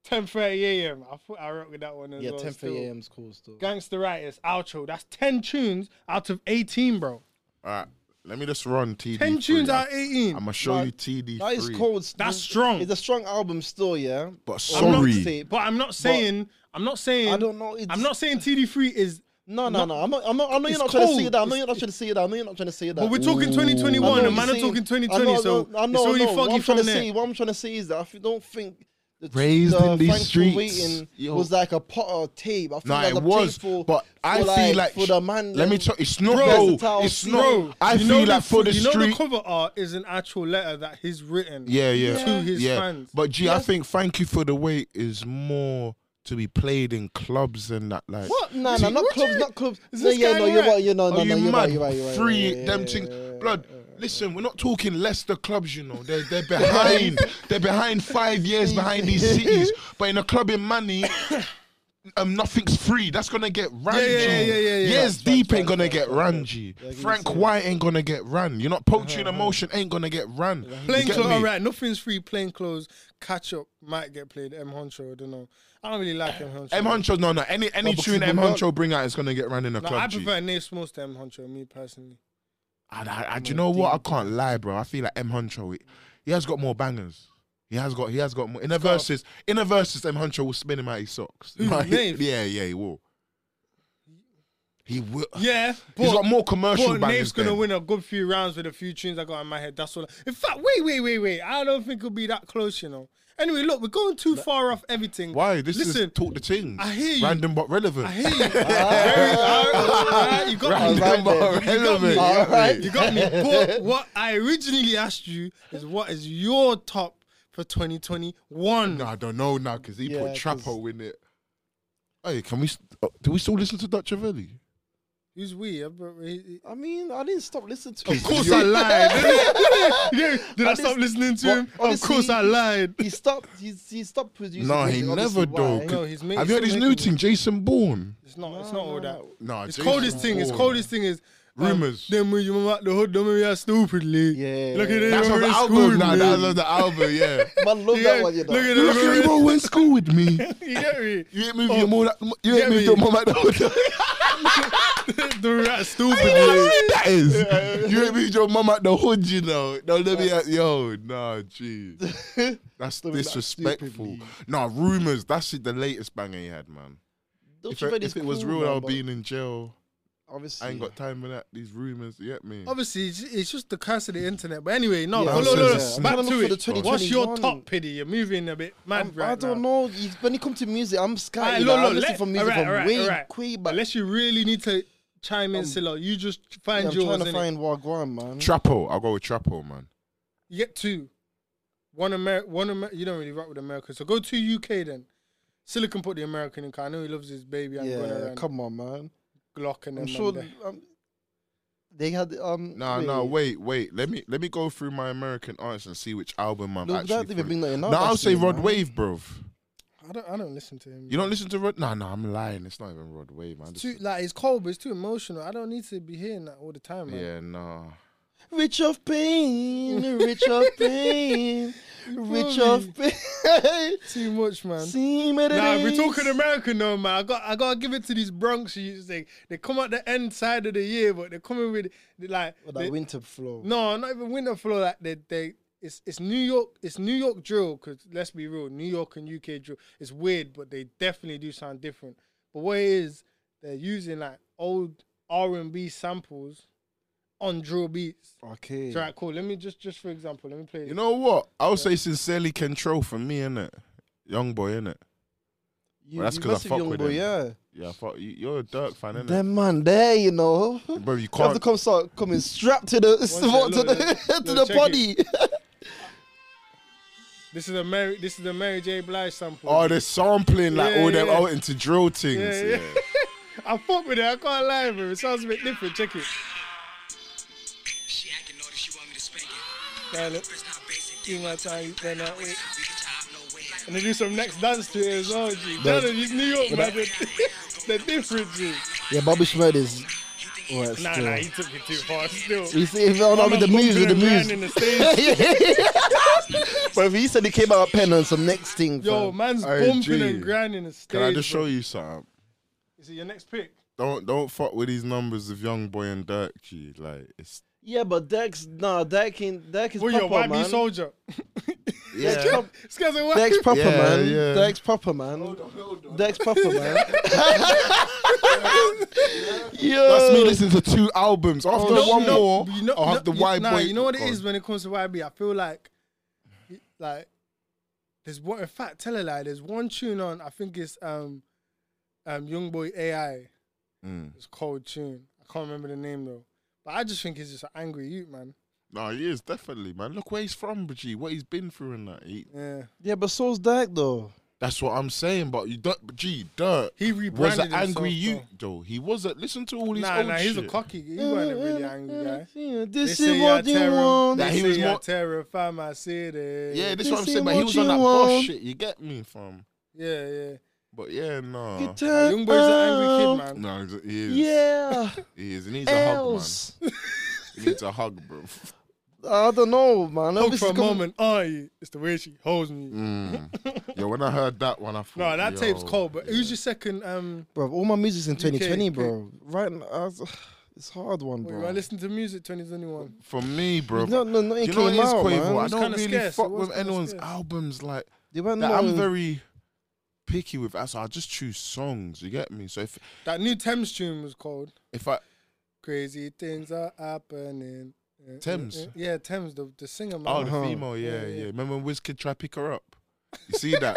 10:30 a.m. I thought I rock with that one as Yeah, well. 10 still. a.m.'s cool still. Gangsteritis outro. That's 10 tunes out of 18, bro. All right, let me just run TD. 10 tunes out of 18. I'm gonna show you TD. That is three. cold. That's strong. It's a strong album still, yeah. But I'm not sorry. saying- but I'm not saying. I'm not saying. I don't know, it's- I'm not saying TD3 is. No, no, no. I'm not. I'm not. I know It's you're not trying to say cold. that. I know you're not trying to say that. I know you're not trying to say that. But we're talking I know 2021 what and man you're are saying. talking I 2020, know, so I know, I know, it's I already know. What foggy I'm trying from to there. say, what I'm trying to say is that I f- don't think the, Raised the in these Thanks for streets. Waiting Yo. was like a Potter tape. I feel Nah, like it a was, tape for, but I for feel like for the man. Let me them- tell. It's not. Bro, Bro, it's bro, not. I you know feel the like for f- the you know street. the cover art is an actual letter that he's written. yeah, yeah, To his yeah. fans. But gee, I think "Thank You for the Wait" is more to be played in clubs and that. Like, What? Nah, See, nah, not what clubs, you- not clubs. Is No, this yeah, guy no, you're right? right. You know, Are Oh, no, you no, you're mad? right. You're right. You're right. Free yeah, yeah, them yeah, things, yeah, yeah. blood. Listen, we're not talking Leicester clubs, you know. They're they're behind. they're behind five years behind these cities. But in a club in money, um, nothing's free. That's gonna get rangy. yeah, yeah, yeah, yeah. Years deep ain't gonna get rangy. Frank White ain't gonna get ran. You're not Uh-huh. poaching emotion ain't gonna get ran. You Plain get clothes, me? all right. Nothing's free. Plain clothes, catch up might get played. M Honcho, I don't know. I don't really like M Honcho. M Honcho, no, no. Any any because tune he M will not- Honcho bring out is gonna get ran in a No, club. I G. prefer Nate Smalls to M Honcho. Me personally. I, I, I- do you know what? I can't lie, bro. I feel like M Huncho. He, he has got more bangers. He has got. He has got more. In a verses, in a verses, M Huncho will spin him out his socks. Mm, Like, Nave? yeah, yeah, he will. He will. Yeah, but, He's got more commercial but bangers. Nate's gonna than- win a good few rounds with a few tunes I got in my head. That's all. In fact, wait, wait, wait, wait. I don't think it'll be that close, you know. Anyway, look, we're going too far off everything. Why? This Listen, is talk the thing. I hear you. Random but relevant. I hear you. Very- Ah. alright, you got me. Random All but right relevant. All yeah. right. You got me. But what I originally asked you is what is your top for 2021? No, I don't know now because he put Yeah, 'cause- Trapo in it. Hey, can we? st- oh, do we still listen to Dutch Avelli? Who's we? I bro- he- he- I mean, I didn't stop listening to. Of course I lied. Yeah, Did I Honest- stop listening to but him? Of honestly- course I lied. He stopped. He's, he stopped producing. No, he music, never obviously, do. why? No, he's made- Have you heard he's his making- new thing, Jason Bourne? It's not. It's not all that. No, It's coldest thing. It's coldest thing is. um, Rumours. Then when you move out the hood, don't move out stupidly. Yeah. Look at it. That's you're on the in album school, now. That's man. on the album, yeah. Man, love Yeah, that one. You know. Look at Look at it. you went to school with me. You get me? You ain't moved Oh. your mom like, you Yeah, ain't moved me. your mom like the Don't move out You know how stupidly. sweet that is. You ain't moved your mum at the hood, you know. No, let me out. Yo, nah, gee. That's disrespectful. Nah, rumors. That's it, the latest banger he had, man. Don't If, you it- think if it's it was cool, real, man, I'll but be in jail. Obviously, I ain't got time for that. These rumors, you get me? Obviously, it's, it's just the curse of the internet. But anyway, no, Yeah, no, no, no, yeah. Back I'm to looking it. for the What's your 2021? top, Piddy? You're moving a bit mad I'm- right I don't now. know. You- When it comes to music, I'm scared. Alright, Like, look, I look, listen let- for music alright, from alright, way alright. quick back. Unless you really need to chime in, Um, Silo. You just Yeah, find I'm yours. trying to innit? find Wagwan, man. Trapo. I'll go with Trapo, man. You get two. One America, one Amer- You don't really rock with America, so go to UK then. Silicon put the American in. 'cause I know he loves his baby. I'm yeah, gonna come on, man. Glock and I'm them. sure and them. um, they had um. No, no, wait, wait. Let me let me go through my American artists and see which album I'm Look, actually. that even fully- bring that No, enough. I'll say actually, Rod man. Wave, bro. I don't. I don't listen to him. You don't listen to Rod? No, no, I'm lying. It's not even Rod Wave, man. It's This- too like it's cold, but it's too emotional. I don't need to be hearing that all the time, man. yeah, no. Rich of pain, rich of pain, rich of pain. Too much, man. See me Nah, we're talking American though, man. I got I gotta give it to these Bronx youths. They they come out the end side of the year, but they're coming with they like they- that winter flow. no, not even winter flow. Like they they it's it's New York it's New York drill. Cause let's be real, New York and UK drill. It's weird, but they definitely do sound different. But what it is, they're using like old R and B samples on drill beats. Okay. Alright, cool. Let me just just for example, let me play. You know what? I'll say sincerely control for me, innit? Young boy, innit? You, Well, that's you 'cause I mess with fuck young with boy, them. yeah. Yeah, I thought you, you're a Dirk fan, innit? That man there, you know. Bro, you You have to can't. come start coming strapped to the sec, what, to look, the look, to the look, check body. This is a Mary this is the Mary J Blige sample. Oh, they're sampling like Yeah, all them yeah. out into drill things. Yeah, Yeah, yeah. I fuck with it. I can't lie, bro. It sounds a bit different. Check it. She acting naughty, she want me to spank it. Yeah, look. It's not basic. Give my time, you better not wait. We can job, no way. And they do some next dance to it as well, G. Tell them it's New York, man. They're- They're different, G. Yeah, Bobby Schmidt is. Alright, Nah, still. nah, he took it too far still. You see, if I'm not with the music, the music. But he said he came out with pen on some next thing. Yo, fam. man's Hey, bumping G, and grinding the stage. Can I just show bro. you something? Is it your next pick? Don't don't fuck with these numbers of Young Boy and Dirk. G. Like it's yeah, but Dex, nah, Dex, in, Dex is Well, your proper, YB man. soldier. yeah. This guy's a YB. Dex proper, Yeah, man. yeah. Dex proper, man. Dex proper, man. Yo. That's me listening to two albums. After Oh. No, one no, more, you know- I'll have no, the Y you, nah, Boy. you know what it Go is on. when it comes to YB? I feel like, like, there's one. In fact, tell a lie. There's one tune on. I think it's um, um, Young Boy AI. Mm. It's called tune. I can't remember the name though. But I just think it's just an angry youth, man. No, he is definitely, man. Look where he's from, G. What he's been through and that. He, Yeah, Yeah, but so's Dex though. that's what I'm saying. But you, don't, G, Dirk he was rebranded an angry himself, youth, though. He wasn't. Listen to all though. his Nah, old nah, he's shit. a cocky. He wasn't a really angry guy. Yeah, They Mm-hmm. this say is I what you terror. want. Nah, They he say was I more- terrify my city. Yeah, this They is what I'm say saying. But he what was on you that boss want. shit. You get me, fam. yeah, yeah. But yeah, no. You turn Young boy's an up. angry kid, man. No, he's- he is. Yeah, He is. He needs else. a hug, man. He needs a hug, bro. I don't know, man. Hope This for a is com- moment, Oh, are you? It's the way she holds me. Mm. Yo, when I heard that one, I thought. No, that yo, tape's cold. But yeah. who's your second? Um, bro. All my music's in 2020, UK. bro. Right now, I was- it's a hard one, wait, bro. I listen to music 2021. For me, bro. no, no, no. It you know what came it is, out, Quavo? man. I don't kinda really scarce, it fuck was with kinda anyone's scarce. albums. Like, They weren't that I'm no- very picky with. So I just choose songs. You get me? So if That new Thames tune was called if I "Crazy Things Are Happening." Uh, Thames? uh, uh, yeah, Thames, the, the singer man. oh the Uh-huh. female, yeah, Yeah, yeah. yeah. Remember when Wizkid tried to pick her up? You see that?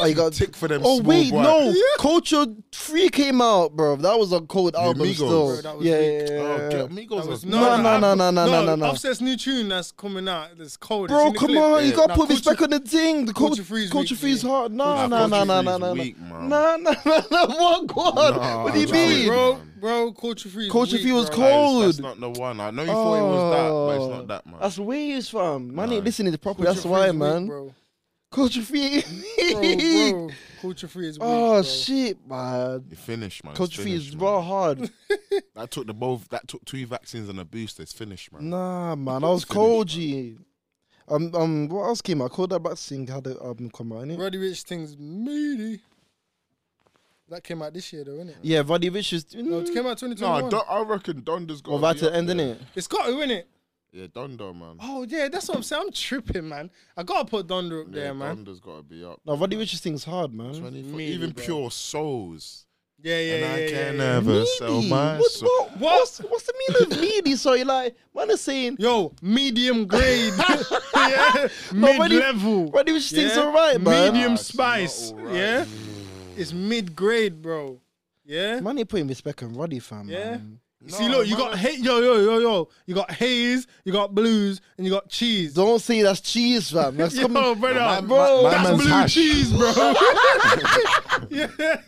Oh, you got. Tick for them. Oh small wait, boy. no. Culture Three came out, bro. That was a cold album, Migos. still. Bro, that was yeah, weak. yeah, yeah, Oh, yeah. get Migos. was- was- No, No, no, no, no, no, no, no, no. Offset's new tune that's coming out. That's cold. Bro, come on, you gotta Nah, put this Culture- back on the thing. The Culture culture, Free's culture weak, freeze yeah. hard. No, Nah, no, no, Culture no, Free's no, no, no, weak, man. no, no, no, no. What God? Nah, what do you Culture Free's mean? weak. Bro, bro, Culture Free. Culture weak, Free was bro. cold. That is- That's not the one. I know you thought it was that, but Oh, it's not that, man. That's where you from. Man, ain't Nah. listening to proper. Culture That's Free's why, weak, man. Bro, Culture free. bro, bro, Culture Free is weak. oh bro. shit, man. You finished, man. It's Culture free finished, is man. raw hard. That took the both. That took two vaccines and a booster. It's finished, man. nah, man. I was Finished, cold, G. Um, um, what else came out? Cold that back sing had the album come out, innit? Roddy Rich things meaty. That came out this year though, innit? Yeah, Roddy Rich is. No, Mm, it came out No, I, 2021. don't, I reckon Donda's got. well, about to end, innit? it's got to, innit? Yeah, Donda, man. Oh yeah, that's what I'm saying. I'm tripping, man. I gotta put Donder up Yeah, there, man. Donda's got to be up. No, Roddy Rich's thing's hard, man. 24, Meaty, even bro. pure souls. Yeah, yeah, and yeah. I yeah, can uh, yeah. never sell Meaty. my What, soul. what, what's, what's the meaning of meaty? So you like, man is saying, Yo, medium grade, yeah, But mid when you- level, Roddy Rich thing's Yeah. alright, man. medium Nah, it's spice, not alright. yeah. It's mid grade, bro. Yeah. Man, ain't putting respect on Roddy, fam. Yeah. Man. See, look, you got hey, yo, yo, yo, yo. You got haze, you got blues, and you got cheese. Don't say that's cheese, fam. That's Yo, coming. brother, bro. my that's man's blue hash. cheese, bro. Oh, you know,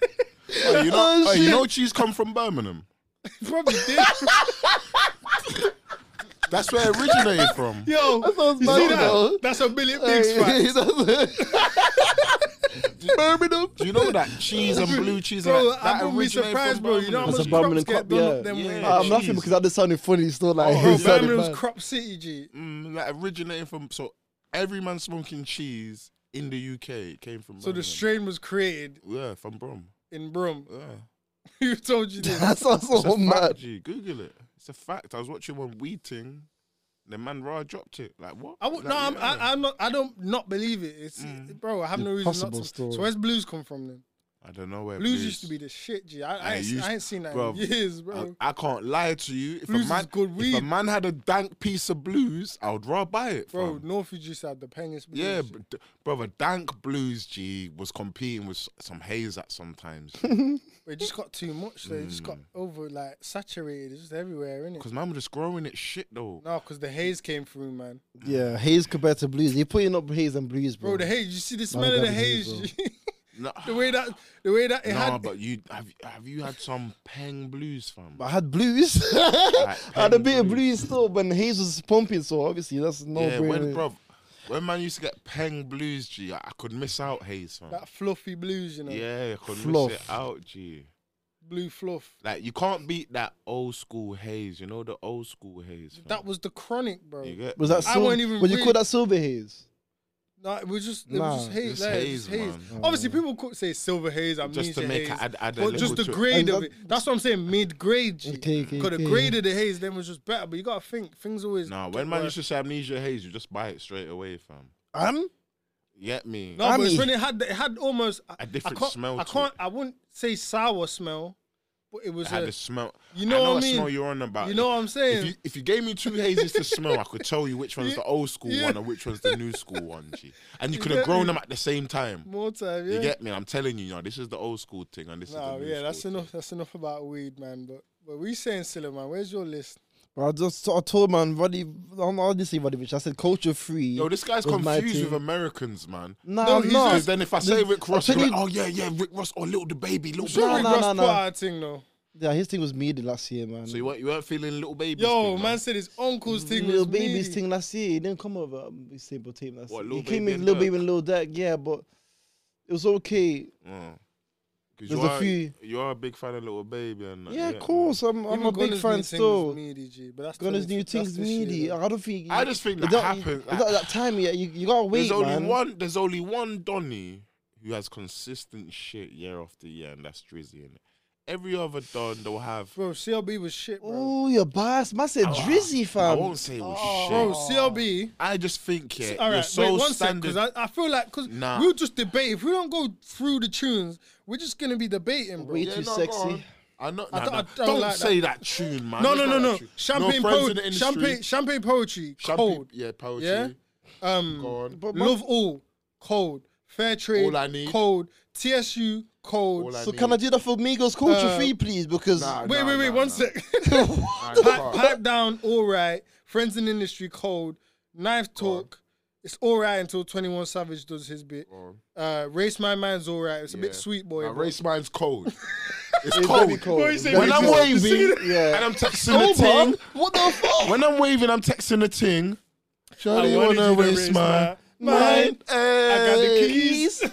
Oh, oh, you shit. know, cheese come from Birmingham. Probably did. That's where it originated from. Yo, you see that? That's a Billy Biggs fact. Birmingham. Do you know that cheese and blue cheese? and Bro, that, I that wouldn't be originated surprised, from bro. You know how Birmingham. That's much a Birmingham crops get crop, done yeah. up them Yeah. way. I'm laughing cheese. because that just sounded funny. Still like Oh, Bro, it sounded Birmingham's bad. crop city, G. Mm, that originated from. So every man smoking cheese in the UK came from. So the Birmingham. strain was created Yeah, from Brom. in Brum. Yeah. Who told you this? That sounds It's so a fact, mad. G. Google it. It's a fact. I was watching one weeding. The man Ra dropped it. Like what? I like, would, no, I'm, yeah. Mm. I, I'm not. I don't not believe it. It's bro. I have no reason not Impossible to. story. So where's blues come from then? I don't know where Blues, used to be the shit, G. I, I, Yeah, ain't, used- I ain't seen that bruv, in years, bro. I, I can't lie to you. If a Blues is man, good if weed. a man had a dank piece of blues, I would rather buy it. bro, fam. Northridge used to have the pengest. blues, yeah, G. but, d- brother, dank blues G was competing with s- some haze at sometimes. But it just got too much. So it just got over like saturated. It's just everywhere, innit? Mm. Cause man was just growing it shit though. No, because the haze came through, man. Yeah, haze compared to blues. You're putting up haze and blues, bro. Bro, the haze. You see the smell I of the got the haze, haze. G? No. The way that, the way that it Nah, had. but you have have you had some Peng blues, fam? I had blues. I had a bit of blues still when Hayes was pumping, so obviously that's no yeah, when brainer. bro, when man used to get Peng blues, G, I, I could miss out Hayes, fam. that fluffy blues, you know, yeah, I could Fluff. miss it out, G. blue fluff. Like you can't beat that old school Hayes. You know the old school Hayes. Fam. That was the chronic, bro. you get Was that I silver? won't even Would you call read- that silver haze? Nah, it was just, it Nah, Oh. was just haze. just like, it haze, was haze. man. Obviously, people could say silver haze, amnesia just to make haze, it add, add a but little just the to it. grade And of that- it. That's what I'm saying. Mid grade, G. Okay, okay, Could have okay. graded the haze, then was just better. But you gotta think, things always. Nah, when man were- used to say amnesia Hayes, you just buy it straight away, fam. Um, You get me? No, but Ammy. it's when it had it had almost A different I can't, smell I to can't. it. I wouldn't say sour smell, but it was it had a- a smell. you know I know what I mean? smell you're on about. You know what I'm saying? If you, if you gave me two hazes to smell, I could tell you which one's the old school one and which one's the new school one, G. And you could have grown them at the same time. More time, yeah. You get me? I'm telling you, you know, this is the old school thing and this Nah, is the new yeah, that's school enough. That's enough about weed, man. But but we saying silly, man. Where's your list? But I just sort of told man, Roddy, I'm honestly Roddy Rich. I said culture free. Yo, this guy's was my confused with team. Americans, man. Nah, No, he's no. Because then if I say Rick Ross, I'm you're like, telling oh yeah, yeah, Rick Ross or Little the Baby, Little No, Baby. no, Ross no, no. put out a thing though. yeah, his thing was media last year, man. So you weren't, you weren't feeling Little Baby? Yo, man said his uncle's thing Little was Baby's meaty. thing last year. He didn't come over um, with Stable Team last What, year. Lil he came Baby in and Lil Durk? Baby and Lil Durk, yeah, but it was okay. There's There's you a are, few- You are a big fan of Little Baby, and Yeah, of course. I'm, I'm Even a big Gunna's fan new thing was still. meaty, G, but that's Gunner's 20 new that's thing's this year, meaty. uh. though. I don't think. I just think it's that not- happens, It's like- not that time yet. You, you gotta wait, There's only man. one. There's only one Donny who has consistent shit year after year, and that's Drizzy. In it. Every other Don they'll have. Bro, CLB was shit, bro. Oh, you're biased. Man said Drizzy, I fam. Oh. won't say it was Bro, shit. CLB. I just think yeah, All you're right, so wait one sec, standard. because I, I feel like because Nah. we'll just debate. If we don't go through the tunes, we're just gonna be debating, bro. Way no, too go on. sexy. I know. I nah, don't- nah, I don't don't like say that. tune, man. No, It's no, not no, that no. tune. Champagne, friends in the po- industry. champagne, champagne poetry, Champagne- cold. Yeah, poetry. Yeah? Um, Go on. But- Love all, cold. Fair trade, All I Need. cold. TSU, cold. All I So need- can I do that for Migos culture Uh, free, please? Because Nah, wait, nah, wait, wait, nah, one nah. sec. Nah, you pipe, can't. pipe down, all right. Friends in industry, cold. Knife talk. It's all right until 21 Savage does his bit. Uh, Race My Mind's all right. It's a bit Yeah. sweet, boy. Nah, bro. race mine's cold. It's, very cold. cold. Boy, he said When race I'm is- waving, Yeah. and I'm texting Go, the ting. bro. What the fuck? When I'm waving, I'm texting the ting. Surely you wanted wanna you to waste race mine. my- mine. I got the Hey. keys.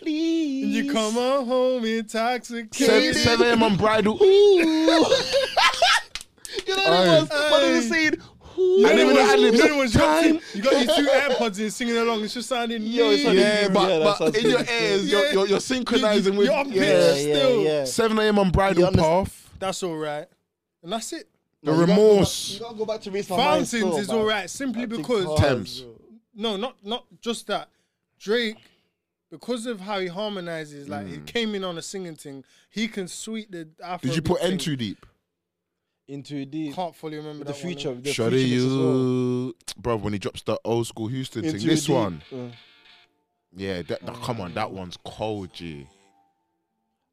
please. you come on home intoxicated. Seven, 7 a.m. on bridal. Ooh. You know what it was? What it was saying? Who? I You didn't know even what's- ad-lib. you know what's Time. up? You got these two AirPods in singing along. It's just sounding. Yo, it's mean. like- Yeah, Yeah, but, that but sounds in your good. ears, Yeah. you're, you're, you're synchronizing with you're on yeah. Yeah, bitch. yeah, Still. yeah. 7 a.m. on You bridal understand- path. That's all right, and that's it. The You gotta go back- You remorse. gotta go back to race my mind Fountains still, is man. all right simply Think because hard, Thames. bro. no, not not just that. Drake, because of how he harmonizes, like he came in on a singing thing, he can sweet the. Afrobeat Mm. Did you put thing. N too deep? Into deep. Can't fully remember The that one, future. though. The Shut future is as well. you, bro. When he drops the old school Houston thing, Into this deep. one, Uh, yeah, that, that- come on, that one's cold, G.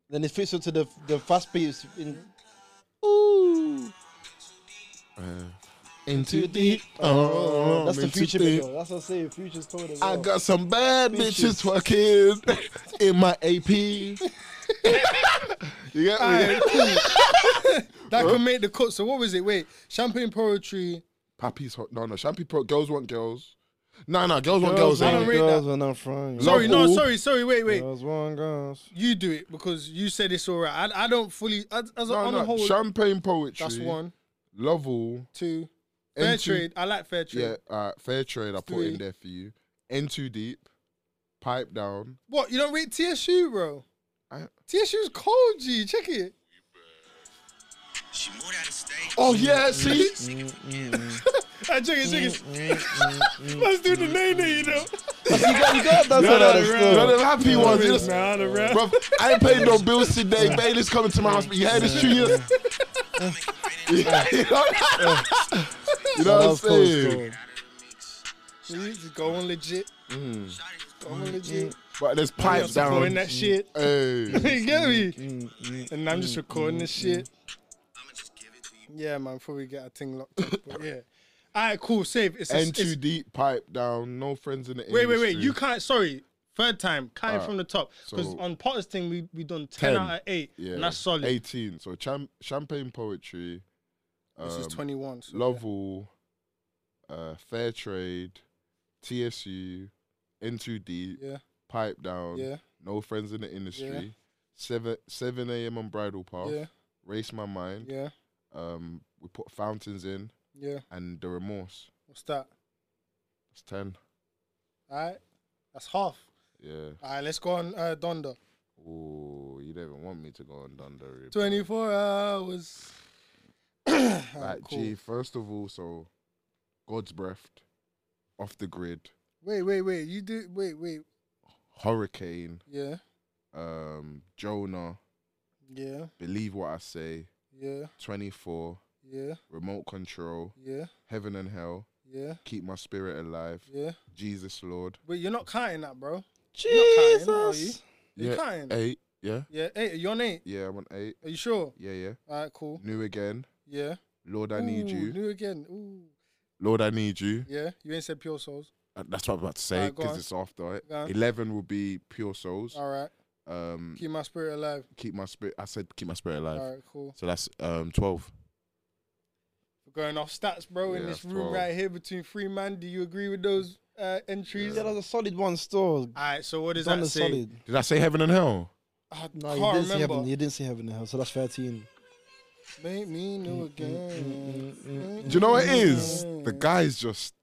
Then it fits into the the fast pace. In, Into deep, oh, that's the into future. deep. bit, though. That's what I'm saying. Future's told as I well. got some bad bitches Bitches. fucking in my AP. you get me? That can make the cut. So what was it? Wait, champagne poetry. Pappy's hot. No, no. Champy Pro. Girls want girls. No, no. Girls want girls. Girls, I ain't don't want it? rate girls when I'm frying. Sorry, no, Ooh. sorry, sorry. Wait, wait. Girls want girls. You do it because you said it's all right. I, I don't fully as, as a- No, on the no. whole. Champagne poetry. that's one, Lovell. two. Fair N2 trade. I like fair trade. Yeah. All right. Fair trade. I put Three. in there for you. N too deep. Pipe down. What you don't rate TSU, bro? I- TSU's cold, G. Check it. She moved out of state. Oh yeah. See. I check it, check Mm, it. Let's do the nay nay, you know. That's what No, I no, understood. no, the happy ones. you Mm. just- Round and round. Bruv, I ain't paid no bills today. Bailey's coming to my house, but you heard this tune. You just- you know, you know what I I'm love Cold saying? Stone. He's going legit. Mm. Going legit. But there's pipes Recording mm. down. Mm, that shit. Hey, You get me? mm, And I'm just recording this shit. I'ma just give it to you. Yeah, man. Before we get our thing locked up, but yeah. All right, cool. Save. It's, a- and it's too deep, pipe down. No friends in the Wait, industry. wait, wait. You can't. Sorry. Third time, counting Alright, from the top. Because so- on Potter's thing, we we done ten, 10, out of eight, and that's solid. 18. So cham- champagne poetry. This is um, 21. So Lovell, uh, Fair Trade, TSU, N2D, Yeah. Pipe Down, Yeah. No Friends in the Industry, 7, 7 a.m. on Bridal Path, Yeah. Race My Mind. Yeah. Um, we put Fountains in Yeah. and The Remorse. What's that? It's 10. All right. That's half. Yeah. All right, let's go on uh, Donda. Oh, you don't even want me to go on Dunder. 24 hours. Like, gee, first of all, so God's Breath, Off the Grid, Wait, wait, wait. You do. Wait, wait. Hurricane, Yeah. um, Jonah, Yeah. Believe What I Say, Yeah. 24, Yeah. Remote Control, Yeah. Heaven and Hell, Yeah. Keep My Spirit Alive, Yeah. Jesus Lord. Wait, you're not counting that, bro. Jesus. You Yeah, eh. can't. Eight, yeah, Yeah. Eight. You're on eight. yeah, I want eight, Are you sure? yeah, yeah. All right, cool. New Again, Yeah. Lord, I Need Ooh, You, New again. Ooh. Lord, I Need You. Yeah. You ain't said Pure Souls. Uh, That's what I'm about to say Alright, go because on. it's after it. Go on. 11 will be Pure Souls. All right. Um, Keep my spirit alive. keep my spirit. I said keep my spirit alive. All right, cool. So that's um twelve. We're going off stats, bro, in Yeah, this that's room twelve. right here between three man. Do you agree with those uh, entries? Yeah, that's a solid one still. All right, so what does Done that a say? solid. Did I say heaven and hell? I No, you can't didn't, see heaven, remember. you didn't see heaven and hell, so that's 13. Make me Mm, new again. Do you know what it is? The Mm. guy's just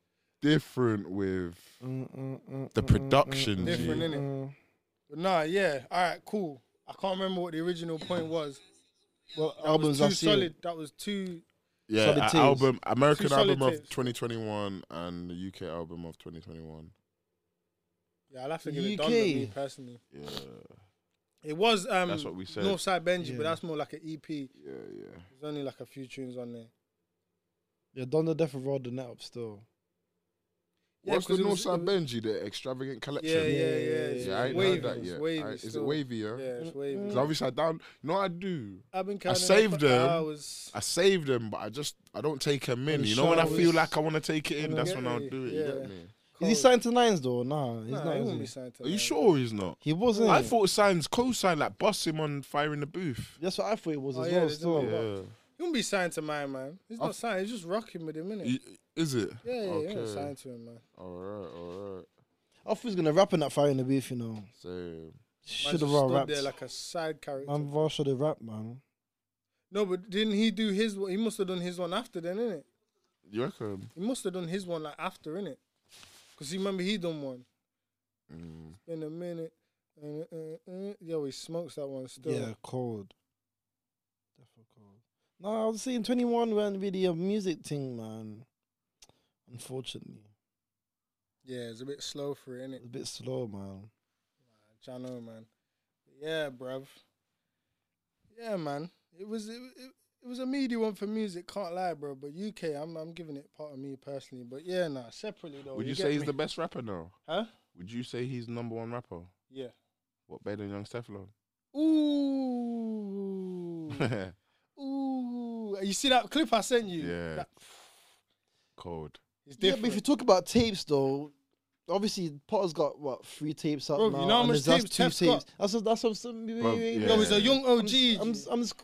different with the production. G. mm, Mm-hmm. Different, innit? But nah, yeah. All right, cool. I can't remember what the original point was. Well, That was albums I've too seen. solid. That was too. Yeah, Solid a- tapes. album American Two solid album of tapes. 2021 and the UK album of 2021. Yeah, I'll have to give it UK. done to me personally. Yeah, It was um That's what we said. Northside Benji, Yeah. but that's more like an EP. There's yeah, yeah. only like a few tunes on there. Yeah, Donda Death of Rod and that up still. Yeah, What's the 'cause it was- Northside Benji, the extravagant collection? Yeah, yeah, yeah. yeah, it's Yeah, I ain't wavy, heard that it's yet. wavy I- is it still. wavy? Yeah. Yeah, it's wavy. 'Cause obviously I down. No, I do. I've been I counting saved them. them. for hours. I save them, but I just I don't take them in. the You know when I feel showers. like I want to take it in, Yeah. that's when I'll Yeah. do it. You get me? Is he signed to Nines though? Nah, he's Nah, not. he is wouldn't he? be signed to Are you that. sure he's not? He wasn't. I thought signs co-sign like boss him on firing the booth. That's what I thought it was Oh, as yeah, well. they do Still, it. He wouldn't be signed to mine, man. He's not signed. He's just rocking with him, innit? Y- Is it? yeah, yeah, he ain't okay. signed to him, man. All right, all right. I thought he was gonna rap in that fire in the beef. You know, So should have Man's just well stood rapped. there like a side character. Man, Var should have rapped, man. no, but didn't he do his one? He must have done his one after then, innit? you reckon? He must have done his one like after, innit? Because you remember he done one. Mm. In a minute. Uh, uh, uh. Yo, he smokes that one still. Yeah, cold. Definitely cold. No, I was seeing Twenty One weren't really a music thing, man. Unfortunately, Yeah, it's a bit slow for it, innit? it's a bit slow, man. I know, man. Yeah, bruv. Yeah, man. It was it, it, it was a meaty one for music, can't lie, bro. But UK, I'm I'm giving it part of me personally. But yeah, nah, separately though. Would you, Oh, get say he's me? the best rapper now? Huh? Would you say he's number one rapper? Yeah. What better than Young Stefflon? Ooh. Ooh. You see that clip I sent you? Yeah. That- Cold. it's Yeah, different. but if you talk about tapes though, obviously Potter's got what three tapes out Bro, you now. know how and much there's just tapes two Tef's got? That's what, that's what I'm saying. wait, Bro, wait, wait, yeah. Yo, he's a young I'm, OG. s- I'm s- I'm s-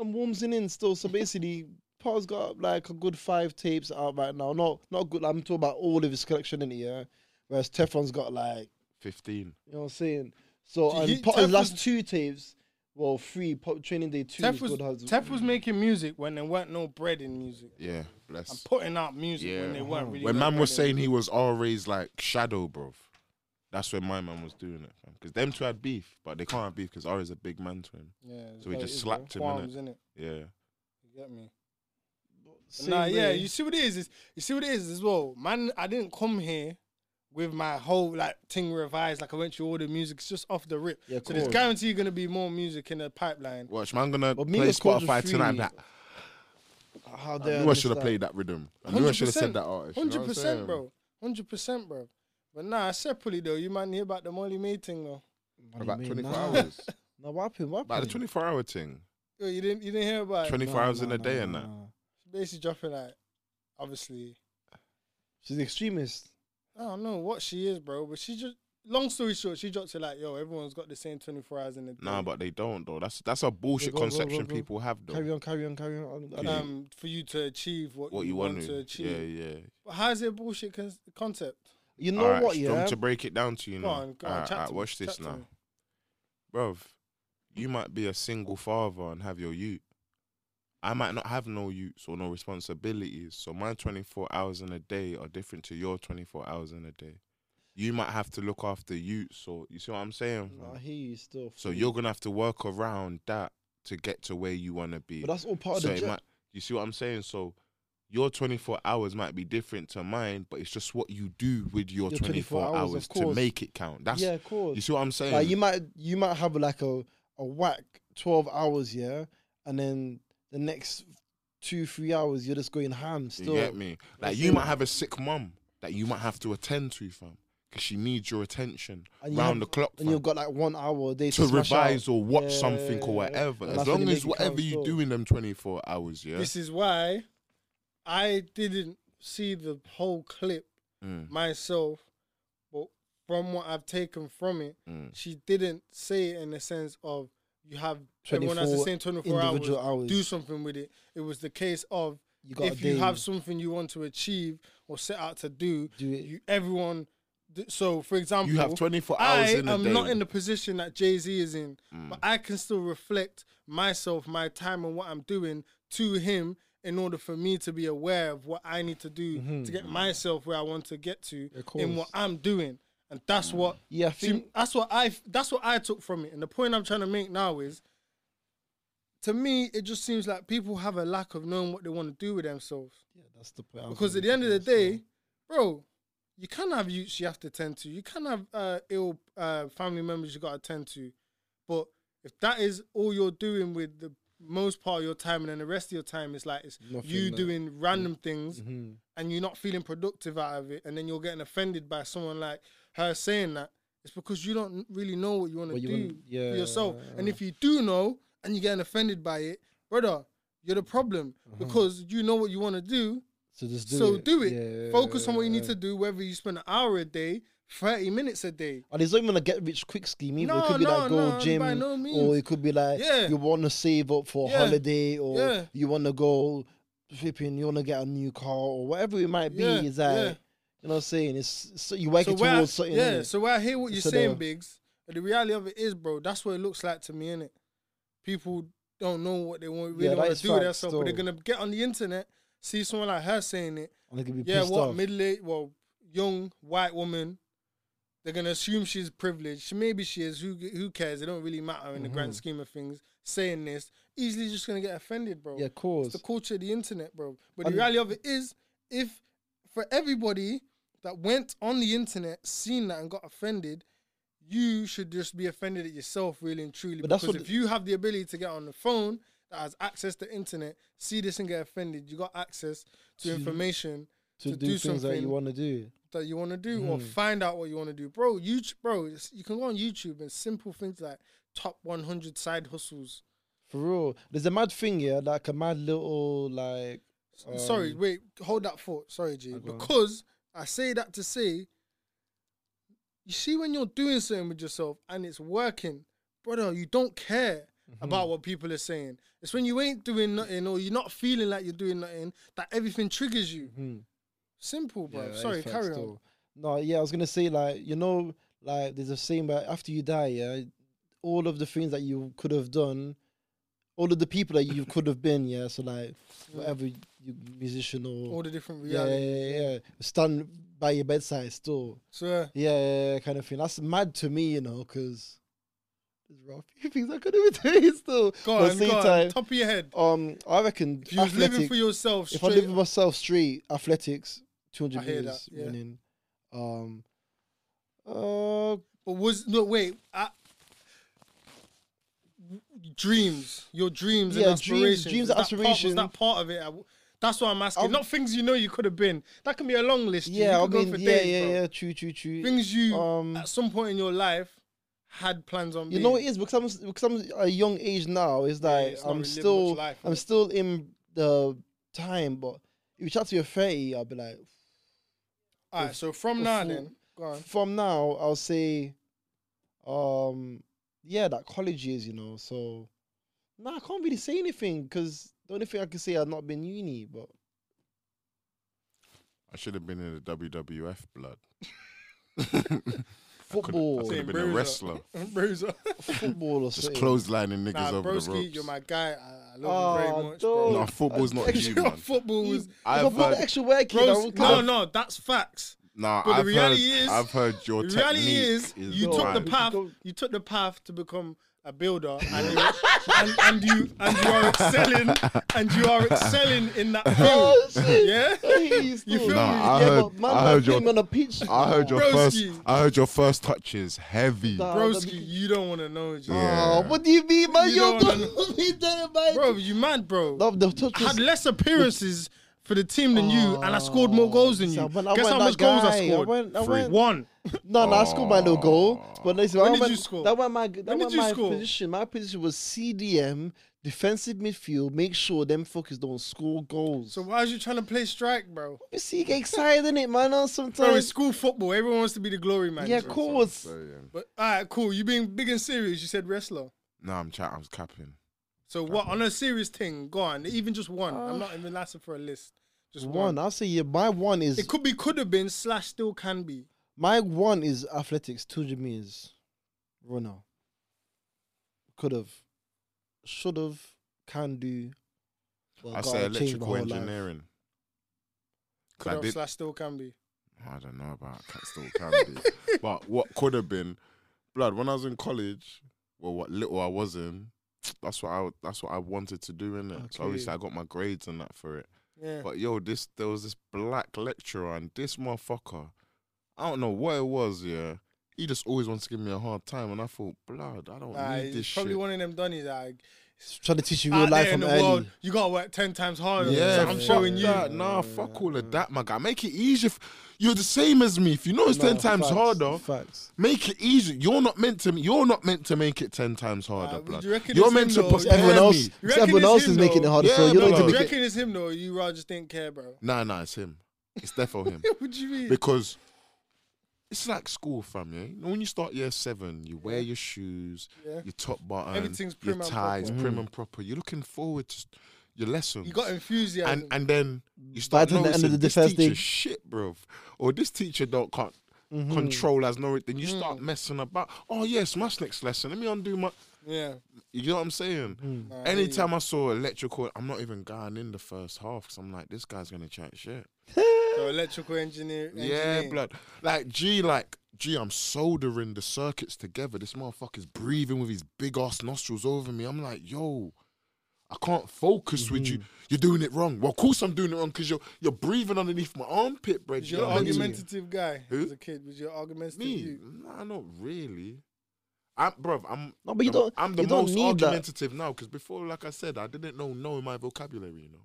I'm warmsing in still. So basically, Paul's got like a good five tapes out right now. Not not good. I'm talking about all of his collection in it, yeah. Whereas Teflon's got like Fifteen. you know what I'm saying. So He- and Potter's Teflon's- last two tapes, well three. Pop Training Day two. Tef is was, good has- Tef was making music when there weren't no bread in music. Yeah. And Bless. putting out music Yeah. when they weren't really When no man was bread in saying he was RA's like shadow, bruv, that's when my man was doing it. Because them two had beef, but they can't have beef because RA's a big man to him. Yeah, So we but just it's slapped him, qualms, innit? innit? Yeah. You get me? Same Nah, yeah, way. you see what it is, is. You see what it is as well, man. I didn't come here with my whole like thing revised. Like I went through all the music. It's just off the rip. Yeah, so there's cool. guarantee gonna be more music in the pipeline. Watch, man, gonna But me play and Squad was Spotify tonight. free. That How I dare knew I should have understand. played that rhythm. I knew I should have said that artist. you know what Hundred I'm percent, saying? bro. Hundred percent, bro. But nah, separately though, you might hear about the Molly May thing though. What do you About mean? 24 Nah. hours. No, what happened? What About the happened? 24 hour thing. Yo, you didn't, you didn't hear about. it? 24 hours in a day and that. She basically dropping like, obviously, She's an extremist. I don't know what she is, bro. But she just long story short, she dropped it like, yo, everyone's got the same 24 hours in the day. Nah, but they don't though. That's that's a bullshit go, go, conception go. people have though. Carry on, carry on, carry on. I- I- um, for you to achieve what, What you want to to? achieve. Yeah, yeah. But how is it a bullshit con- concept? You know Alright, what? do you want Yeah, me to break it down to you Go now. on, go on, Alright, chat alright, to me, watch chat this to now, me. bruv. You might be a single father and have your youth. I might not have no youths or no responsibilities, so my twenty four hours in a day are different to your twenty four hours in a day. You might have to look after youths, or you see what I'm saying? fam? I hear you still. so fool. you're gonna have to work around that to get to where you wanna be But that's all part of the it job. might- you see what I'm saying? So your 24 hours might be different to mine, but it's just what you do with your, Your 24, 24 hours, hours, of to course. make it count. That's yeah, of course. you see what I'm saying? Like you might you might have like a a whack twelve hours, yeah, and then the next two three hours you're just going ham You still. get me? Like you might have a sick mum that you might have to attend to, fam, because she needs your attention And you round have- the clock. And you've fam, got like one hour a day to, to smash out. revise or watch Yeah, something yeah, or yeah. whatever. And As that's when long you as make it whatever count you still. do in them 24 hours, yeah. This is why I didn't see the whole clip Mm, myself, but from what I've taken from it, mm. she didn't say it in the sense of you have everyone has the 24 same 24 hours, individual hours. do something with it. It was the case of You got a if you have day. something you want to achieve or set out to do, Do it. you everyone. d- So, for example, You have 24 I hours in a am day. not in the position that Jay Z is in, but I can still reflect myself, my time, and what I'm doing to him in order for me to be aware of what I need to do to get myself where I want to get to in what I'm doing. And that's what Yeah, I she- think- that's what I that's what I took from it. And the point I'm trying to make now is to me, it just seems like people have a lack of knowing what they want to do with themselves. Yeah, that's the point. I was Because at gonna the end of the say, so- day, bro, you can have youths you have to tend to. You can have uh, ill uh, family members you got to tend to. But if that is all you're doing with the most part of your time and then the rest of your time is like it's Nothing you that- doing random things mm-hmm. and you're not feeling productive out of it and then you're getting offended by someone like her saying that, it's because you don't really know what you want to What you do wanna- for yourself. And yeah. if you do know and you're getting offended by it, brother, you're the problem Uh-huh. because you know what you want to do so just do so it. do it. Yeah, Focus on what you yeah, need to do, whether you spend an hour a day, 30 minutes a day. And it's not even a get rich quick scheme either. No, it could be no, like go no, by gym, no or means. it could be like Yeah. you want to save up for a Yeah. holiday, or Yeah. you want to go flipping, you want to get a new car, or whatever it might be. Yeah, Is that yeah. you know what I'm saying? It's so you work So it where, towards something. yeah, innit? so where I hear what you're So saying, the- Biggs, but the reality of it is, bro, that's what it looks like to me, innit? People don't know what they want, really Yeah, that want is to do with fact themselves, but they're still. going to get on the internet, see someone like her saying it. and they could be Yeah, pissed what? off. Middle aged, well, young, white woman. They're going to assume she's privileged. She, maybe she is. Who who cares? It don't really matter in the Mm-hmm. grand scheme of things. Saying this, easily just going to get offended, bro. yeah, of course. It's the culture of the internet, bro. But And- the reality of it is, if for everybody that went on the internet, seen that, and got offended, you should just be offended at yourself, really and truly. But that's because what if you have the ability to get on the phone that has access to internet, see this and get offended, you got access to, To- information to, do, things that you want Hmm. to do. that you want to do or find out what you want to do, bro. You bro, it's- you can go on YouTube and simple things like top 100 side hustles. For real, there's a mad thing, yeah, like a mad little like. um, Sorry, wait, hold that thought. Sorry, G. go on. Because I say that to say, you see, when you're doing something with yourself and it's working, brother, you don't care Mm-hmm. about what people are saying. It's when you ain't doing nothing or you're not feeling like you're doing nothing that everything triggers you. Mhm. Simple, bro. Yeah, that is Sorry, facts carry on. though. No, yeah, I was gonna say like you know like there's a saying that after you die, yeah, all of the things that you could have done, all of the people that you could have been, yeah. So like whatever you musician All or the different yeah, yeah, realities. yeah, yeah, stand by your bedside still, So, yeah. yeah, yeah, yeah, kind of thing. That's mad to me, you know, because there's rough few things I could have been doing still. Go But on, go on. Top of your head. um, I reckon If you was living athletic- for yourself, if I straight, live with myself straight, athletics, I 200 hear meters that, yeah. running. Um, uh, but was no wait. I, dreams, your dreams Yeah, and dreams- aspirations. dreams and Is that part- aspiration. was that part of it? I- that's what I'm asking. I'm- Not things you know you could have been. That can be a long list. yeah, you I could go mean, for yeah, days, yeah, bro. yeah, true, true, true. Things you Um, at some point in your life had plans on. you being. know it is because I'm because I'm a young age now. It's Yeah, like it's not I'm really living still much life, I'm innit? still in the time, but if you chat to your thirty, I'll be like, All right, so from now full- then, Go on. from now, I'll say, um, yeah, that college years, you know. So, nah, I can't really say anything because the only thing I can say I've not been uni, but I should have been in the WWF blood. I football, could have been a bruiser. wrestler. Bruiser. football or Just something. clotheslining niggas nah, over the broski, ropes. you're my guy. I, I love you very Oh, much, bro. Nah, football's not you, Your man. football was. I've I've got heard, the extra work here. Bros, that no, we- no, that's facts. nah, but the I've reality heard, is- I've heard your The reality technique is, you the took right. the path. Don't- You took the path to become a builder, and you, and, and you and you are excelling, and you are excelling in that Oh, field. shit. Yeah, Please, no. You feel me? Nah, I yeah, heard- but man, I that heard your- thing on a pitch. I heard your Broski. first. I heard your first touch is heavy. Nah, let broski, me- you don't want to know, G. Oh, Yeah. what do you mean, man? You You don't wanna don't be there, man. bro, you mad, bro? Love the touch I had was- less appearances for the team than you, and I scored more goals than you. Oh, So, but I Guess weren't how much that goals I guy. I scored? weren't- I weren't- One. No, no, I scored my little goal. But listen, When I did went- you score? That was my that When was did you my score? position. My position was CDM, defensive midfield. Make sure them fuckers don't score goals. So why is you trying to play strike, bro? you see, you get excited in it, man. uh, Bro, it's Sometimes, school football. Everyone wants to be the glory man. yeah, G. of course. But all right, cool. You being big and serious. You said wrestler. No, I'm chat. I was capping. So what on a serious thing? Go on. Even just one. I'm not even asking for a list. Just one. One, I'll say yeah. My one is It could be, could have been, slash, still can be. my one is athletics. Two Jimmy is runner. Could have, should have, can do. but Oh, I gotta say change my electrical whole life. engineering. 'Cause Could I have, did. slash, still can be. I don't know about cat still can be, but what could have been, blood. When I was in college, well, what little I was in, that's what I that's what I wanted to do in it. So obviously I got my grades and that for it. Yeah. But yo, this there was this black lecturer and this motherfucker, I don't know what it was. Yeah, he just always wants to give me a hard time, and I thought, blood, I don't Nah, need this he's probably shit. one of them Donnies. Like, Trying to teach you real out life there in from the early. world, you gotta work ten times harder. Yeah, so I'm fuck showing you. that. Nah, fuck all of that, my guy. Make it easier. F- you're the same as me. If you know it's ten No, times facts, harder, Facts. make it easier. You're not meant to. You're not meant to make it ten times harder, Nah, blood. do you reckon You're it's meant him, to though? prepare Everyone else, me. reckon everyone it's else him, is making it though? harder. Yeah, so you don't need bro. to Do make you it. reckon it's him though? or You rather just didn't care, bro. Nah, nah, it's him. It's definitely him. what do you mean? because it's like school, fam. Yeah, you know, when you start year seven, you wear your shoes, Yeah. your top button, Everything's your prim and ties, proper. Mm. prim and proper. You're looking forward to s- your lessons. You got enthusiasm. and and then you start the end of noticing the this first teacher day- Mm-hmm. shit, bro, or this teacher don't can't control as no. Then you Mm. start messing about. Oh yeah, it's my next lesson. Let me undo my. yeah. You know what I'm saying? Mm. Anytime I saw electrical, I'm not even going in the first half because I'm like, this guy's gonna chat shit. So electrical engineer. Yeah, engineer. blood. Like G, like G, I'm soldering the circuits together. This motherfucker's breathing with his big ass nostrils over me. I'm like, yo, I can't focus with you. Mm-hmm. You're doing it wrong. Well, of course I'm doing it wrong because you're you're breathing underneath my armpit, bro. Was your argumentative guy Who? as a kid? Was your argumentative? Me? You? Nah, not really. I'm, bro, I'm. No, but you I'm, don't- I'm the you don't most need that. argumentative now because before, like I said, I didn't know no in my vocabulary. You know,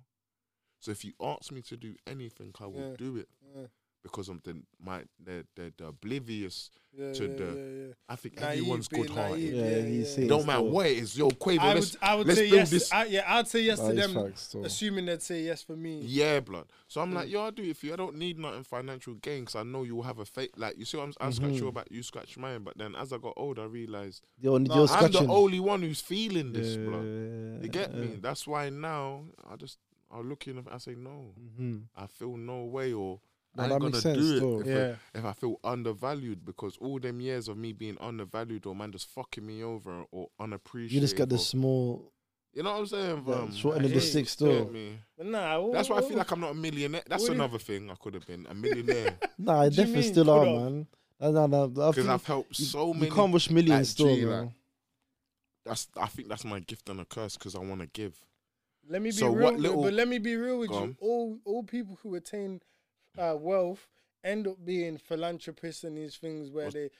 so if you ask me to do anything, I will Yeah, do it yeah. because I'm the my they're, they're, the oblivious Yeah, to yeah, the. yeah, yeah. I think Naive, everyone's being good hearted. naive, Yeah, you see. Don't matter So- what it is, yo, Quavo. I would, let's I would let's say build yes. this. I, yeah, I'd say yes That to is them, facts, though. assuming they'd say yes for me. yeah, blood. So I'm like, yo, I'll do it for you. I don't need nothing financial gain because I know you'll have a fate. Like, you see what I'm I Mm-hmm. scratch your back, you scratch mine. But then as I got older, I realized You're, on- Nah, you're I'm I'm scratching. the only one who's feeling this, blood. Yeah, You get me? yeah. That's why now I just I look in. I say no. Mhm. I feel no way, or No, I that ain't gonna makes sense, do it though. if, Yeah. I, if I feel undervalued because all them years of me being undervalued or man just fucking me over or unappreciated. You just got the or- small, You know what I'm saying? yeah, fam? short end of I the hate sticks, You get though. me? But nah, That's why I what- feel like I'm not a millionaire. That's What do you- another thing I could have been a millionaire Nah, I do you definitely mean, still could are, have? man. Nah, nah, nah, I because feel- I've helped you- so You many. can't wish millions like, still, G, bro. like- That's I think that's my gift and a curse because I want to give. Let me be So real, what with- little- but let me be real with Go you. on. All all people who attain uh, wealth end up being philanthropists and these things where they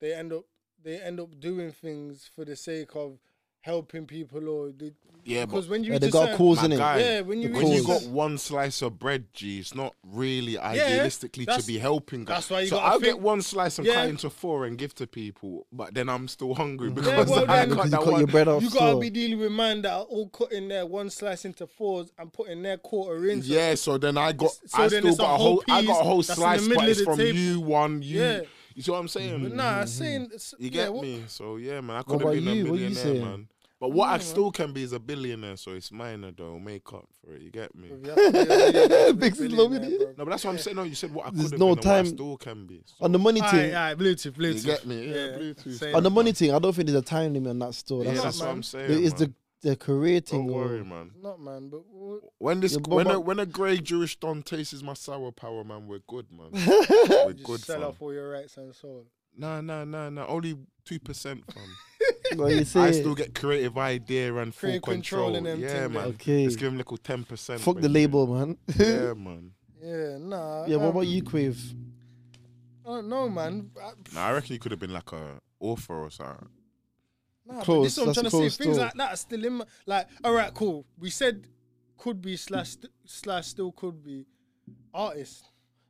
they end up they end up doing things for the sake of helping people or they, Yeah, but because when you Yeah, they just got said- calls my in it. guy, yeah when you The when reach you a got Cause- certain- one slice of bread, G, it's not really idealistically to that's- be helping. guys. that's why you so gotta I'll get think- one slice and Yeah. cut into four and give to people, but then I'm still hungry because well, I cut then- Because you that cut one. your bread off you gotta still. be dealing with man that are all cutting their one slice into fours and putting their quarter in. so- yeah, so then I got, So I then still it's a got a whole whole, I got a whole piece that's in the slice, middle but of it's the from table. you one, you, Yeah. You see what I'm saying? But nah, I seen. s- Mm-hmm. You yeah, get what- me? So yeah, man, I What could have about been you? a What you millionaire, saying? man. But what I still can be is a billionaire, so it's minor though. Make up for it. You get me? You have to be a millionaire to be a Big Sis billionaire, Lobby. bro. No, but that's what I'm saying. No, you said what I could There's have no been and what I time- still can be. So On the money Aye, thing, aye, Bluetooth, you Bluetooth. get me? Yeah, Bluetooth. Same. on the money thing, I don't think there's a time limit on that still. yeah, That's that's what man. I'm saying. it's the man. the career Don't thing. or- worry, man. Not man, but what, When this, Yeah, but- when a, but- when a grey Jewish don tastes my sour power, man, we're good, man. we're just good, sell fam. off all your rights and soul. Nah, nah, nah, nah. Only two percent, fam. What you I say? still get creative idea and full Creative control control. and them yeah, thing, man. Okay. Let's give him little ten percent. Fuck the label, man. Yeah, man. Yeah, nah. yeah, what um, about you, Crave? I don't know, man. I, Nah, I reckon you could have been like a author or something. nah, but Close, this is what I'm that's trying to say. close Things door. like that are still in my. Like, all right, cool. We said could be slash st- slash still could be artist.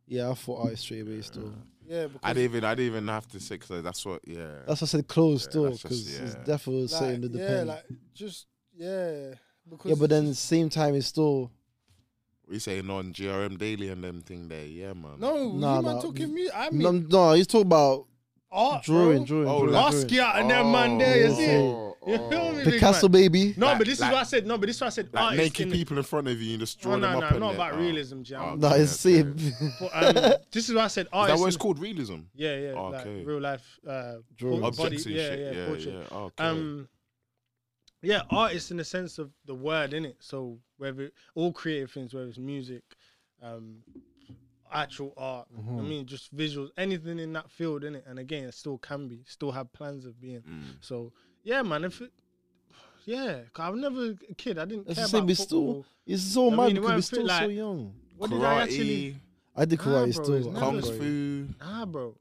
Yeah, I thought I was straight away still. Yeah, because I didn't even, I didn't even have to say 'cause that's what. Yeah. That's why I said close Yeah, still that's just- because it's yeah. definitely like, saying that yeah, depends. like just yeah. Because Yeah, but it's then just- same time it's still we saying on GRM Daily and them thing there. Yeah, man. no, Nah, you man nah. talking me. I no, mean no. He's talking about art, drawing, bro. drawing, Oh, Oh, drawing, like- drawing. Basquiat and them man there, you Oh, see? You feel me, big Picasso, man? baby. No, Like- but this like- is what I said. No, but this is what I said. Like artists naked in the- people in front of you and just No, drawing no, them no, up. and not then- about oh. realism, Jam. No, it's Yeah, same. But, um, this is what I said. Is that what Artists it's in- called? Realism. Yeah, yeah, Okay. like real life uh, Drawing. body- Objects and yeah, shit. yeah, Yeah, portrait. yeah. Okay. Um, yeah, artists in the sense of the word in it. So whether all creative things, whether it's music, um, actual art, you know Mm-hmm. what I mean, just visuals, anything in that field in it. And again, it still can be, still have plans of being. Mm. So yeah, man, if it, yeah, 'cause I was never a kid. I didn't That's care the same. about We're still. football. It's so I mad mean, it because we're won't still fit, so like- young. What did I actually? Karate, I did Nah, karate bro, still. it's I never kung remember. fu. Nah, bro.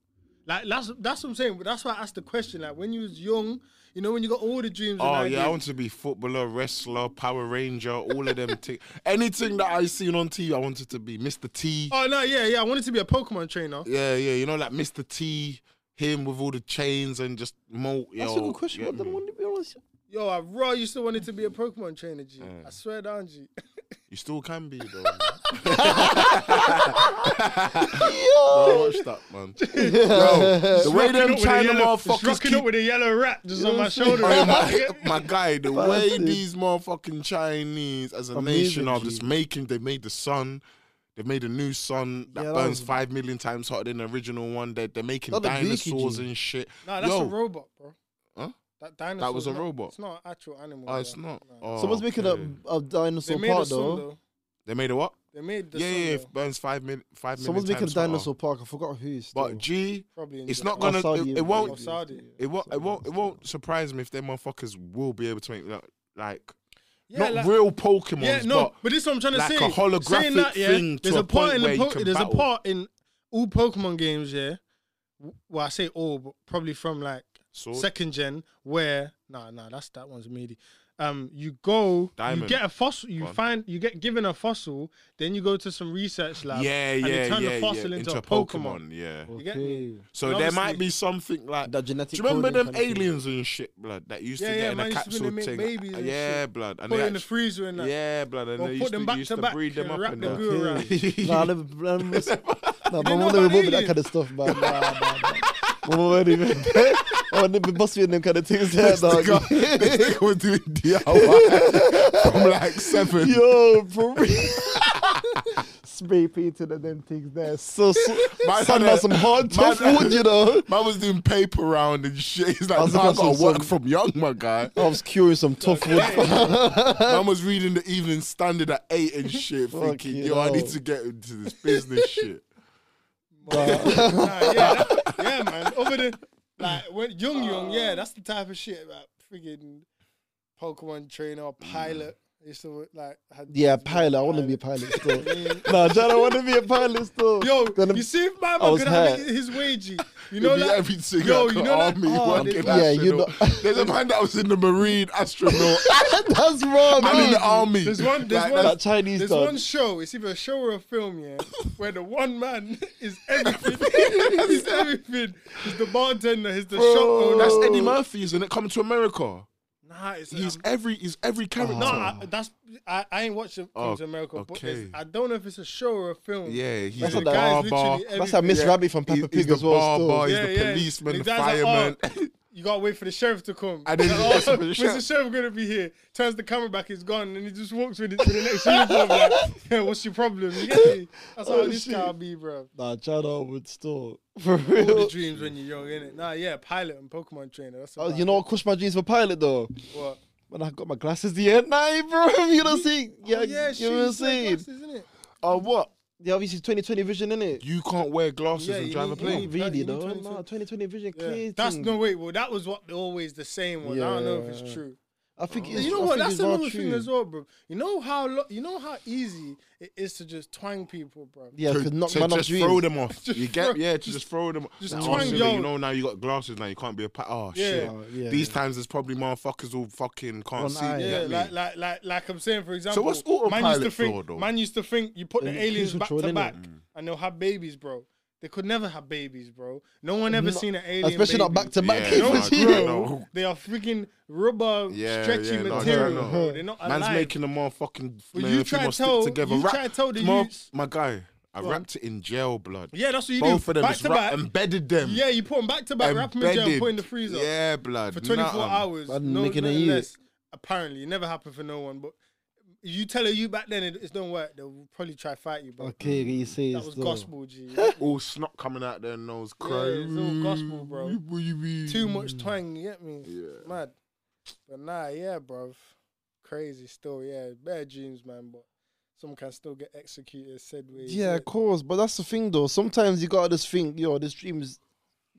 Like that's that's what I'm saying. That's why I asked the question. Like when you was young, you know, when you got all the dreams. Oh and yeah, I ideas, want to be footballer, wrestler, Power Ranger, all of them. T- anything that I seen on TV, I wanted to be Mr. T. Oh no, yeah, yeah. I wanted to be a Pokemon trainer. Yeah, yeah, you know, like Mr. T, him with all the chains and just molt. That's yo, a good question. get What the me? one to be honest? Yo, I raw used to wanted to be a Pokemon trainer, G. I Mm. swear down, G. You still can be though. man. Bro, watch that, man. Yo, the way them China motherfuckers Rocking keep up with a yellow rat just on my shoulder. Hey, my, my guy, the way Bastard. these motherfucking Chinese as a Amazing, nation are just G. making, they made the sun. They made a new sun that Yeah, that burns was- five million times hotter than the original one. They're, they're making Not the Vicky, dinosaurs G. and shit. Nah, that's Yo, a robot, bro. Huh? That dinosaur. was a not, robot? It's not an actual animal. oh, it's bro. not. Nah. Oh, Someone's making okay. a, a They dinosaur made a park sun though. though. They made a what? They made the yeah, sun yeah, though, it burns five mil, five million Someone's making a times hotter. dinosaur park. I forgot who. Still. But G, probably. In it's Japan. not gonna. Saudi It, it Arabia. Or won't. Saudi. It won't. It won't. It won't surprise me if them motherfuckers will be able to make like, like Yeah, not like- real Pokemon. Yeah, no, but this is what I'm trying to like say. a holographic Saying that, yeah, thing to there's a a, part point in where the you po- can there's battle. a part in all Pokemon games, yeah. w- Well, I say all, but probably from like Sword? second gen, where nah, nah, that's that one's meaty. Um, you go, Diamond. you get a fossil, you Go on. find, you get given a fossil, then you go to some research lab, yeah, and yeah, they turn yeah, the fossil yeah, into, a Pokemon. Yeah. okay. get me? So And there obviously- might be something like That genetic Do you remember coding them kind of thing. aliens and shit, blood? That used Yeah, to get yeah, in man, a used to capsule make thing. Uh, babies and yeah, shit. blood. And Put they it in the actually, freezer and that. yeah, blood. And Or they put used them to, back used to to back breed them and up wrap and the that. goo around. Nah, I never. I never nah, my know mum about never bought me that aliens? kind of stuff, man. Nah, nah, nah. My mum won't even. Oh, they must be in them kind of things there, dog. They were doing DIY from like seven. Yo, for real. Spray painted and them things there. So, so Man, son had a- had some hard man tough had- wood, you know. Man was doing paper round and shit. He's I like, was nah, I looking at gotta some- work some- from young, my guy. I was curing some tough wood. Man was reading the Evening Standard at eight and shit, Fuck thinking, you yo, I need know. to get into this business shit. Nah, yeah, that- yeah, man. Over the like when young, young, yeah, Oh. that's the type of shit about friggin' Pokemon trainer or pilot. I used to like had Mm. yeah, dreams of pilot. I want to be a pilot still. nah, John, I want to be a pilot still. Yo, Gonna- you see if my I man was could have hurt. his wagey. You know It'd be that every single yo, you know that army oh, working they- yeah, you know- astronaut. There's a man that was in the Marine astronaut that's wrong. and in man. the army. There's one- there's Like, one- that that's- Chinese There's dog. one show, it's either a show or a film, yeah, where the one man is everything. he's oh, everything. He's the bartender, he's the shop owner. That's Eddie Murphy's, and it come to America. Nah, it's He's um, every he's Oh. every character. no, I, that's I, I ain't watching Coming Oh, to America, but okay. there's, I don't know if it's a show or a film. yeah, he's That's a what that- bar Guys, bar. literally That's how Miss Yeah. Rabbit from He- Peppa he's Pig the as well. barber, still. he's the Yeah, yeah. policeman, The the guy's fireman. like, oh, You gotta wait for the sheriff to come. I didn't oh, listen for the Mr. sheriff. Sheriff gonna be here. Turns the camera back, he's gone, and he just walks with, it, with the next uniform. Like, yeah, what's your problem? You get me? That's Oh, how this guy be, bro. Nah, Chad would still for All the real. dreams when you're young, innit? Nah, yeah, pilot and Pokemon trainer. That's Oh, about you know what crushed my dreams for pilot though? it. what? When I got my glasses the end night, bro. You know what I'm saying? Yeah, Oh, yeah, you know what I'm saying? isn't it? Oh, what? Yeah, obviously 2020 vision, innit? You can't wear glasses Yeah, and you drive a need- plane. Not really, you need though. 2020. Nah, 2020 vision clear. That's thing. no wait. Well, that was what always the same one. I don't know if it's Yeah. true. I think it's. you know I what? think That's it's rather another thing true. as well, bro. You know how lo- you know how easy it is to just twang people, bro. Yeah, To- because knock to man off just throw dreams. them off. you get yeah, to just throw them. just Nah, twang, silly, yo. you know now you got glasses now you can't be a pa- oh Yeah. shit. Oh, yeah. These times there's probably motherfuckers all fucking can't One see. eye. you Yeah, get me? like, like, like, like I'm saying, for example, what's man used to autopilot think, for, though? Mm. man used to think you put the Then aliens cruise back control, to innit? back and they'll have babies, bro. They could never have babies, bro. No one ever seen an alien, Especially not baby. back to back. Yeah, No, nah, Yeah, bro. bro, they are freaking rubber, Yeah, stretchy yeah, no, material. no, no. bro. They're not Man's alive. making the motherfucking Well, man, you if try must to tell- stick together. you Rap- try to tell the my, youths- my guy, I Go on. wrapped it in jail blood. yeah, that's what you Both do. of them back is to rap- back. embedded them. yeah, you put them back to back, wrap them in jail, and Embedded. put in the freezer Yeah, blood. for 24 Nah, um, hours. Bad No, making a nothing year. less. Apparently, it never happened for no one. But you tell a you back then, it, it don't work. They'll probably try fight you, bro. Okay, you say Mm, That it's was though. gospel, G. All snot coming out their nose. Cry. Yeah, it's all gospel, bro. What you mean? Too much twang, you get me? Yeah. Mad. But nah, yeah, bruv. Crazy still, yeah. Bad dreams, man, but some can still get executed, said ways. Yeah, of course. But that's the thing, though. Sometimes you gotta just think, yo, this dream is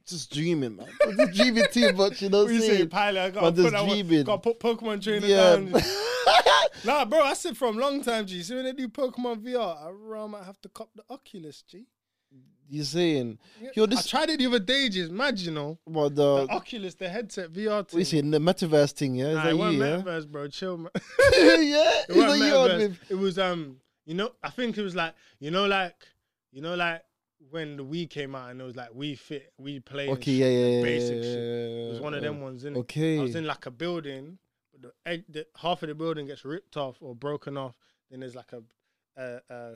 just dreaming, man. just dreaming too much, you know What what you I'm say, saying? pilot? I gotta Man, put just that one, dreaming. gotta put Pokemon trainer Yeah. down. nah, bro, I said from long time, G. See when they do Pokemon VR, I really might have to cop the Oculus, G. You're saying, yo, I this. tried it the other day, G. Imagine, you know, What the the. Oculus, the headset VR. What you thing. saying? The metaverse thing, yeah? Is Nah, that it you, wasn't yeah? metaverse, bro. Chill, man. yeah? It Is wasn't that you on metaverse. with- It was um, you know, I think it was like you know, like you know, like when the Wii came out and it was like we fit, we play. and Okay, shit, yeah, yeah, yeah. basic yeah, yeah, shit. It was yeah, one of yeah. them ones, innit? Okay. I was in like a building, but the, egg, the half of the building gets ripped off or broken off. Then there's like a a, a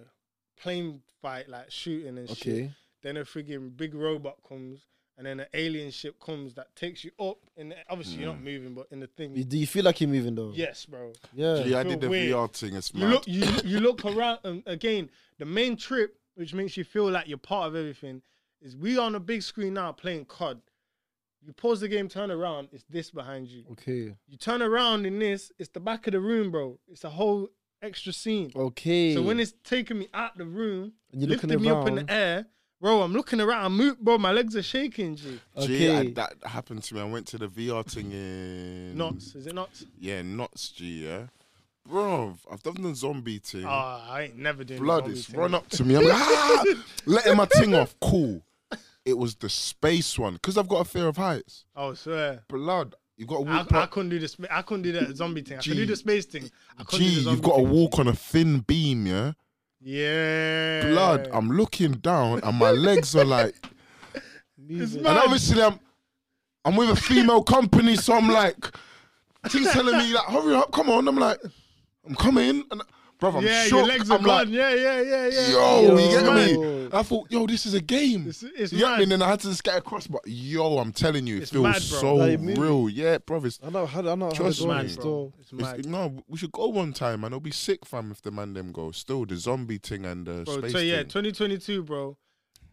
plane fight, like shooting and shit. Okay. Then a freaking big robot comes. And then an alien ship comes that takes you up, and obviously you're not moving, but in the Mm. You- thing, Do you feel like you're moving, though? yes, bro. Yeah. Yeah, I Feel did the weird. VR thing. It's You mad. look, you you look around and again. The main trip, which makes you feel like you're part of everything, is we on a big screen now playing COD. You pause the game, turn around, it's this behind you. Okay. You turn around in this, it's the back of the room, bro. It's a whole extra scene. Okay. So when it's taking me out the room, And you're looking lifting me up in around. the air, bro, I'm looking around. I'm mo- bro, my legs are shaking. G. Gee, I- Okay. that happened to me. I went to the VR thing in Knots, is it knots? Yeah, knots. G. Yeah, bro, I've done the zombie thing. Ah, I ain't never doing Blood zombie is thing. run up to me. I'm like, ah, letting my thing off. Cool. It was the space one because I've got a fear of heights. Oh, swear. Blood, you got to I, walk. I on- couldn't do the spa- I couldn't do the zombie thing. I could Gee. do the space thing. I couldn't do Gee, the zombie you've got to thing. walk on a thin beam. Yeah. Yeah. blood. I'm looking down and my legs are like. and obviously I'm, I'm with a female company, so I'm like, she's telling me like, hurry up, come on. I'm like, I'm coming, and brother, I'm yeah, shook. your legs are I'm gone. like, yeah, yeah, yeah, yeah. yo, you It's get mad. me? I thought, yo, this is a game. It's, it's you get me? mad. And then I had to just get across, but yo, I'm telling you, it It's feels mad, bro. so Like, movie. real. Yeah, brother. It's, I know how I know how Trust to do me. it, though. It's it's- mad. no, we should go one time, man. It'll be sick, fam, if the man them go. Still, the zombie thing and the Bro, space so yeah, thing. 2022, bro.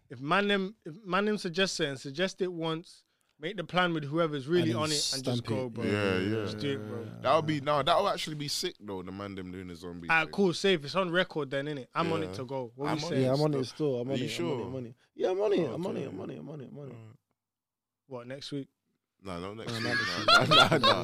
If man them, if man them suggests it and suggest it once, make the plan with whoever's really then on it and just stamp go, it. bro. Yeah, yeah. Just do it, bro. That would be no. That would actually be sick though. The man them doing the zombie. Alright, thing. cool, safe. It's on record then, innit? I'm on Yeah. it to go. What I'm we on saying? Yeah, I'm on it still. I'm Are on you it. I'm on it, I'm sure? on it. Yeah, I'm on it. I'm on Okay. it. I'm on it. I'm on it. I'm on it. What next week? No, no, Oh, next week. Nah, nah, nah, nah. Nah,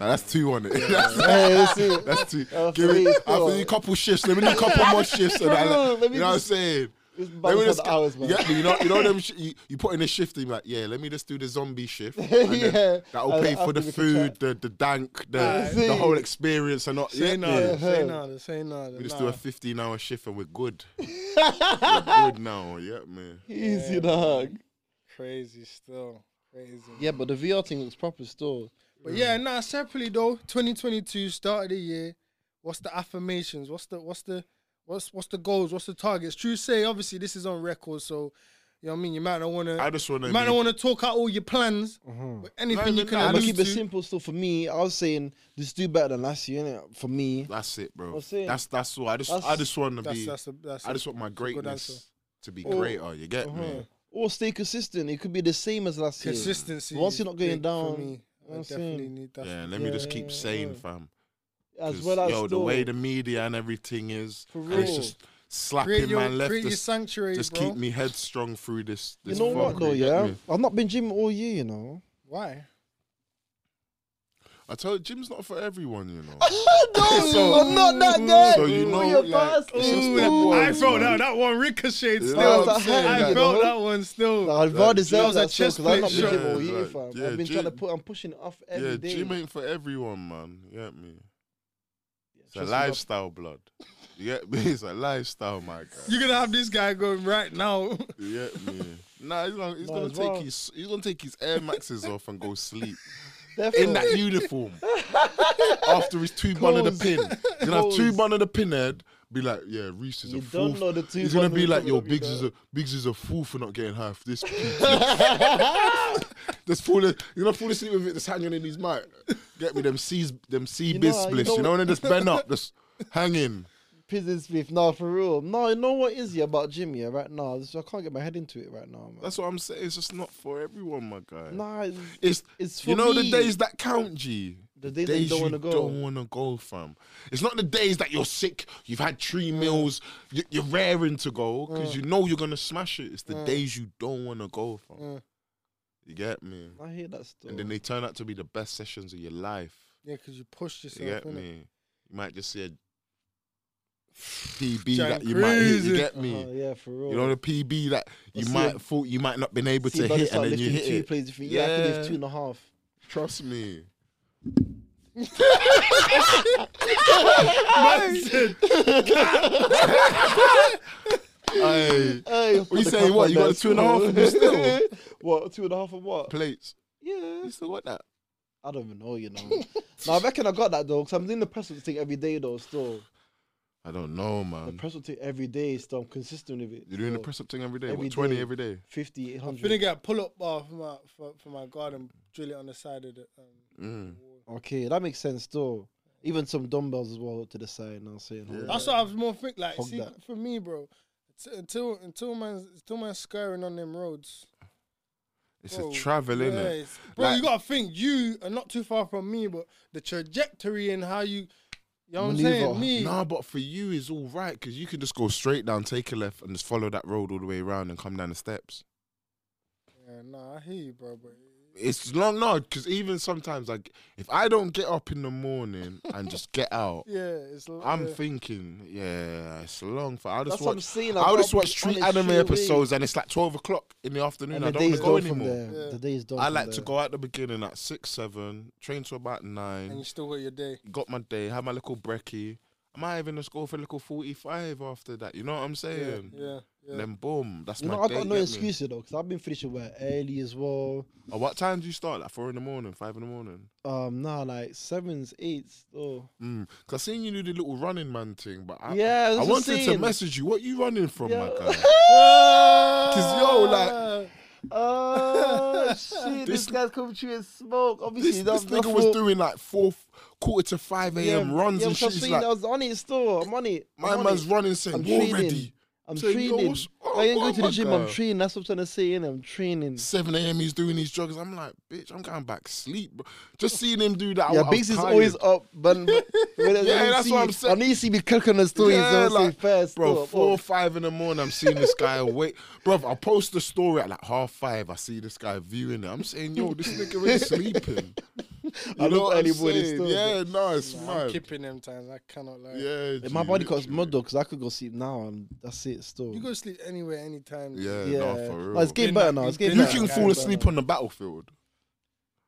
That's two on it. That's, Hey, Oh, that's it. that's two. That's Give me it, after still. a couple shifts. Let me do a couple more shifts. And I, Bro, like, let me you know what I'm just- saying? It's Let me bad for just the hours, man. Yeah, you know, you know them. Sh- you, you put in a shift. And you're like, yeah, let me just do the zombie shift. and then Yeah. That'll And pay for after the we can food, the the dank, the That's the it. whole experience, and not. Say Yeah, nada, yeah. say Yeah. nada, say nada. We just nah. do a 15 hour shift and we're good. we're good now. Yeah, man. Easy, dog. Crazy still. Crazy. Yeah, but the VR thing looks proper still. But yeah, nah. Separately though, 2022 start of the year. What's the affirmations? What's the what's the what's what's the goals? What's the targets? True say, obviously this is on record, so you know what I mean. You might not want to. I just want You might not to. want to talk out all your plans, but anything you no, can no, allude I'm gonna to. keep it simple still for me. I was saying just do better than last year, innit? For me. That's it, bro. That's That's it. that's all. I just I That's- just want to That's, be. that's a, that's I a- just want my that's a good answer. greatness to Oh, be greater. You get me? Or stay consistent. It could be the same as last year. Consistency. Once is you're not going big for down, me. you know what I I'm saying? definitely need that. Yeah. Let me just keep yeah, saying, yeah. fam. As 'cause, well as yo, the still, way the media and everything is, For and it's real. just slapping Create your, my left. create your Just, sanctuary, just bro. keep me headstrong through this. you this know what fuckery, though, you get yeah? me? I've not been gym all year, you know. Why? I told you, gym's not for everyone, you know. no, So- I'm not that guy. so you know, you're like, bastard. it's just Ooh, the I ones, felt man. that that one ricocheted. You Still, know what I'm I saying? had I Like, you felt know? that one still. I'd rather deserve was a that still chest because I've not been plate gym shot. all year, Yeah, fam. yeah, I've been trying to gym- put, I'm pushing it off yeah, every day. gym ain't for everyone, man. You get me? It's a Trust me, lifestyle, blood. You get me? It's a lifestyle, my guy. You're gonna have this guy going right now. You get me? Nah, he's gonna, he's Might gonna as take well. his he's gonna take his Air Maxes off and go sleep in Definitely. that uniform after his two bun of the pin. He's gonna have two Clothes. bun of the pinhead. Be like, yeah, Reese is You a don't fool. know the two He's gonna bun of be the like, pin yo, would be Biggs is there. a Biggs is a fool for not getting half this. Just fall, you're not falling asleep with it. Just hanging in his mouth. Get me them C's, them C You biz know, you splits. know You know, what- and then just bend up, just hanging. Pizzas beef, nah, for real. No, you know what is yeah about gym, yeah, right now. This- I can't get my head into it right now, man. That's what I'm saying. It's just not for everyone, my guy. Nah, it's, It's, it's for you know me. the days that count, G. The days that you don't wanna go. Don't want to go, fam. It's not the days that you're sick. You've had Mm. three meals. You, you're raring to go because you know you're gonna smash it. It's the Mm. days you don't want to go, fam. You get me? I hear that still. And then they turn out to be the best sessions of your life. yeah, because you pushed You get yourself. innit? me? You might just see a PB Giant that you might hit. crazy. You get me? Uh-huh, yeah, for real. You know the PB that you I see might it. thought you might not been able See, to brother, hit, start and then you lifting hit two it. plates. If you, yeah. I can Yeah. lift two and a half. Trust me. Hey, Hey, you saying what? You got two and a half of them still? what? Two and a half of what? plates. Yeah. You still got that? I don't even know, you know. now I reckon I got that though, because I'm doing the press up thing every day though. Still, I don't know, the man. press up thing every day. Still, I'm consistent with it. Mm. You're doing the so. press up thing every day. Every what, 20 day. every day? Fifty, eight I'm finna hundred. get a pull up bar for my for, for my garden, drill it on the side of the. Um, Mm. Okay, that makes sense though. Even some dumbbells as well to the side. Now I'm saying. Yeah. That's what I was more think like. Hog See, that. for me, bro, t- until until man's until man's scurrying on them roads. It's Bro, a travel, innit? yeah, it's- Bro, Like- you gotta think you are not too far from me, but the trajectory and how you, you know what I'm Maneuver. saying? Me, Nah, but for you, it's all right because you can just go straight down, take a left, and just follow that road all the way around and come down the steps. yeah, nah, I hear you, bro, but It's long, no, because even sometimes, like, if I don't get up in the morning and just get out, yeah, it's. l- I'm yeah. thinking, yeah, it's long. For I'll just That's what I'm watch- saying, I I'll just gotta watch be on three it anime straight away. episodes, and it's like twelve o'clock in the afternoon. And I the don't want day's to go done from anymore. there. Yeah. The day's done. I from like to there. go at the beginning at six, seven, train to about and you nine. still got your day. Got my day, had my little brekkie. I might even just go for a little forty-five after that. You know what I'm saying? Yeah, yeah. Then boom, that's You my know, I day. got no get me? excuse though, because I've been finishing work early as well. Oh, what time do you start? Like four in the morning, five in the morning. Um, nah, like sevens, eights. Oh, Mm. Cause I seen you do the little running man thing, but I, Yeah, that's I what I'm wanted to saying. message you. What you running from, my Yeah. guy? Cause yo, like. oh shit! This- This, guy's coming through and smoke. Obviously, This, that, this that's nigga was what- doing like four quarter to five a.m. runs yeah, and because I'm shit. He's saying like, I was on it still. I'm on it. I'm my on man's it. running saying, I'm "We're training. ready." I'm saying, yo, training. what's- oh, I ain't going what to the am I gym. I'm going? training. That's what I'm trying to say. innit? I'm training. Seven a.m. He's doing these drugs. I'm like, bitch, I'm going back sleep. Bro. Just seeing him do that. I- yeah, I was Biggs is tired. always up, but but- but Yeah, I need that's to what see- I'm saying. I need to be clicking the stories. Yeah, like, fast, bro. still. Four or five in the morning, I'm seeing this guy awake, bro. I post the story at like half five. I see this guy viewing it. I'm saying, yo, this nigga is sleeping. I You know love what I'm anybody's saying? story, Yeah, no, it's I'm mad. keeping them times. I cannot lie. Yeah, Yeah, my G, body clock's literally. mud though, because I could go sleep now and that's it. Still, You go sleep anywhere, anytime. Yeah, yeah, Nah, for real. Nah, it's getting You're better not- now. It's you're getting you better. can Yeah, fall yeah, asleep but- on the battlefield.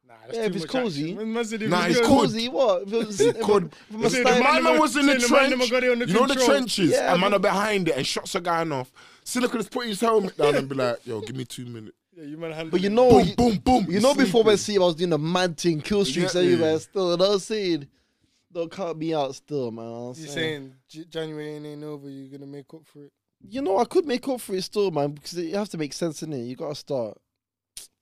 Nah, that's Yeah, too if it's much cozy. action. Man, man said if Nah, it's it's cozy- cozy. What? If it was- if it- Could- if it was Yeah, the time- My man man never- was in the the man never trench. got it under you know the control. trenches. Yeah, a man but- are behind it and shots a guy off. Silica's put his helmet down and be like, "Yo, give me two minutes." Yeah, you man But Oh, you know, Boom, boom, boom. you know, Sleeping. before West City, I was doing a mad thing, kill streaks Exactly. everywhere. Still, and I was saying, don't count me out. Still, man. I was You're saying- saying J- January ain't, ain't over. You're gonna make up for it. you know, I could make up for it still, man, because you have to make sense in it. You gotta start.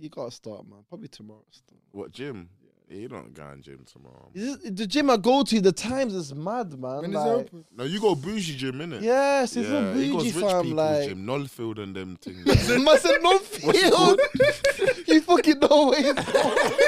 You gotta start, man. Probably tomorrow. Still. What gym? Yeah, you don't go in gym tomorrow. Is it- the gym I go to, the times is mad, man. When is it like, open? No, you go bougie gym, innit? Yes, it's a he bougie goes rich fam. people's Like, gym, Nolfield and them things. I said no What's it called? field. you fucking know what it's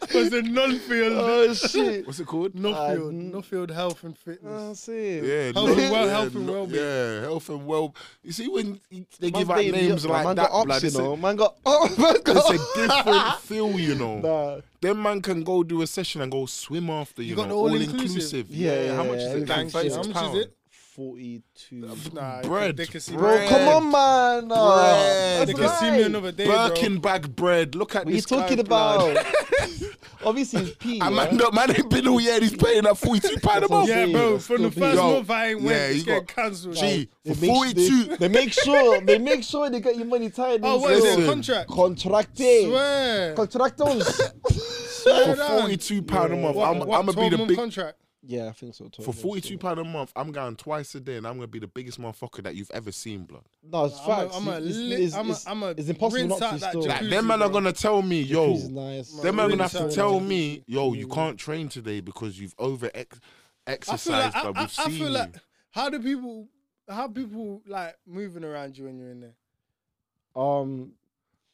Because the non-field, Oh shit. What's it called? Uh, no-field, n- Oh, no-field health and fitness. I see. Yeah, Health no- and well- yeah, health and no- well-being. Yeah, health and well. You see when they Man's give out dating the- names like man that, got ups, blood, you it's, know. a, Man got oh, man it's got a different feel, you know. Nah. Then man can go do a session and go swim after, you, You know, got the all all-inclusive? inclusive. Yeah, yeah, how much yeah, is it? Like everything's thirty shit. six How much pound. is it? Forty-two. Nah, Bread, They can see bro, me. come Come on, man. Oh, Bread. They that's can see me right. another day, Birkin bag bread. Look at What are you this. talking guy, blood. about? Obviously, it's P. And yeah? man, no, man ain't been all year. He's paying that forty-two pound a That's month. what I'm bro. Yeah, Yeah, bro. it's From still the first big. month, I ain't Yo, went. yeah, It's you getting got- cancelled. Gee, They for make su- they- forty-two. They, make sure they make sure they get your money tight. Oh, what is Listen. it? Contract? Contracted. Swear. Contractors. for down. forty-two pound a month, What- I'm, what, I'm gonna be the 12-month big. contract. yeah, I think so. For totally. forty-two pound a month, I'm going twice a day, and I'm gonna be the biggest motherfucker that you've ever seen, blood. No, it's I'm a- facts. I'm a It's- li- it's- I'm a- it's- I'm a It's impossible rinse not to out that still. Like Jacuzzi, them man are bro. gonna tell me, He's yo, nice. them man are gonna have to Inside tell jacuzzi. me, yo, you can't train today because you've over ex- I feel exercised, like I, but we've I- I seen feel you. like how do people how people like moving around you when you're in there? Um,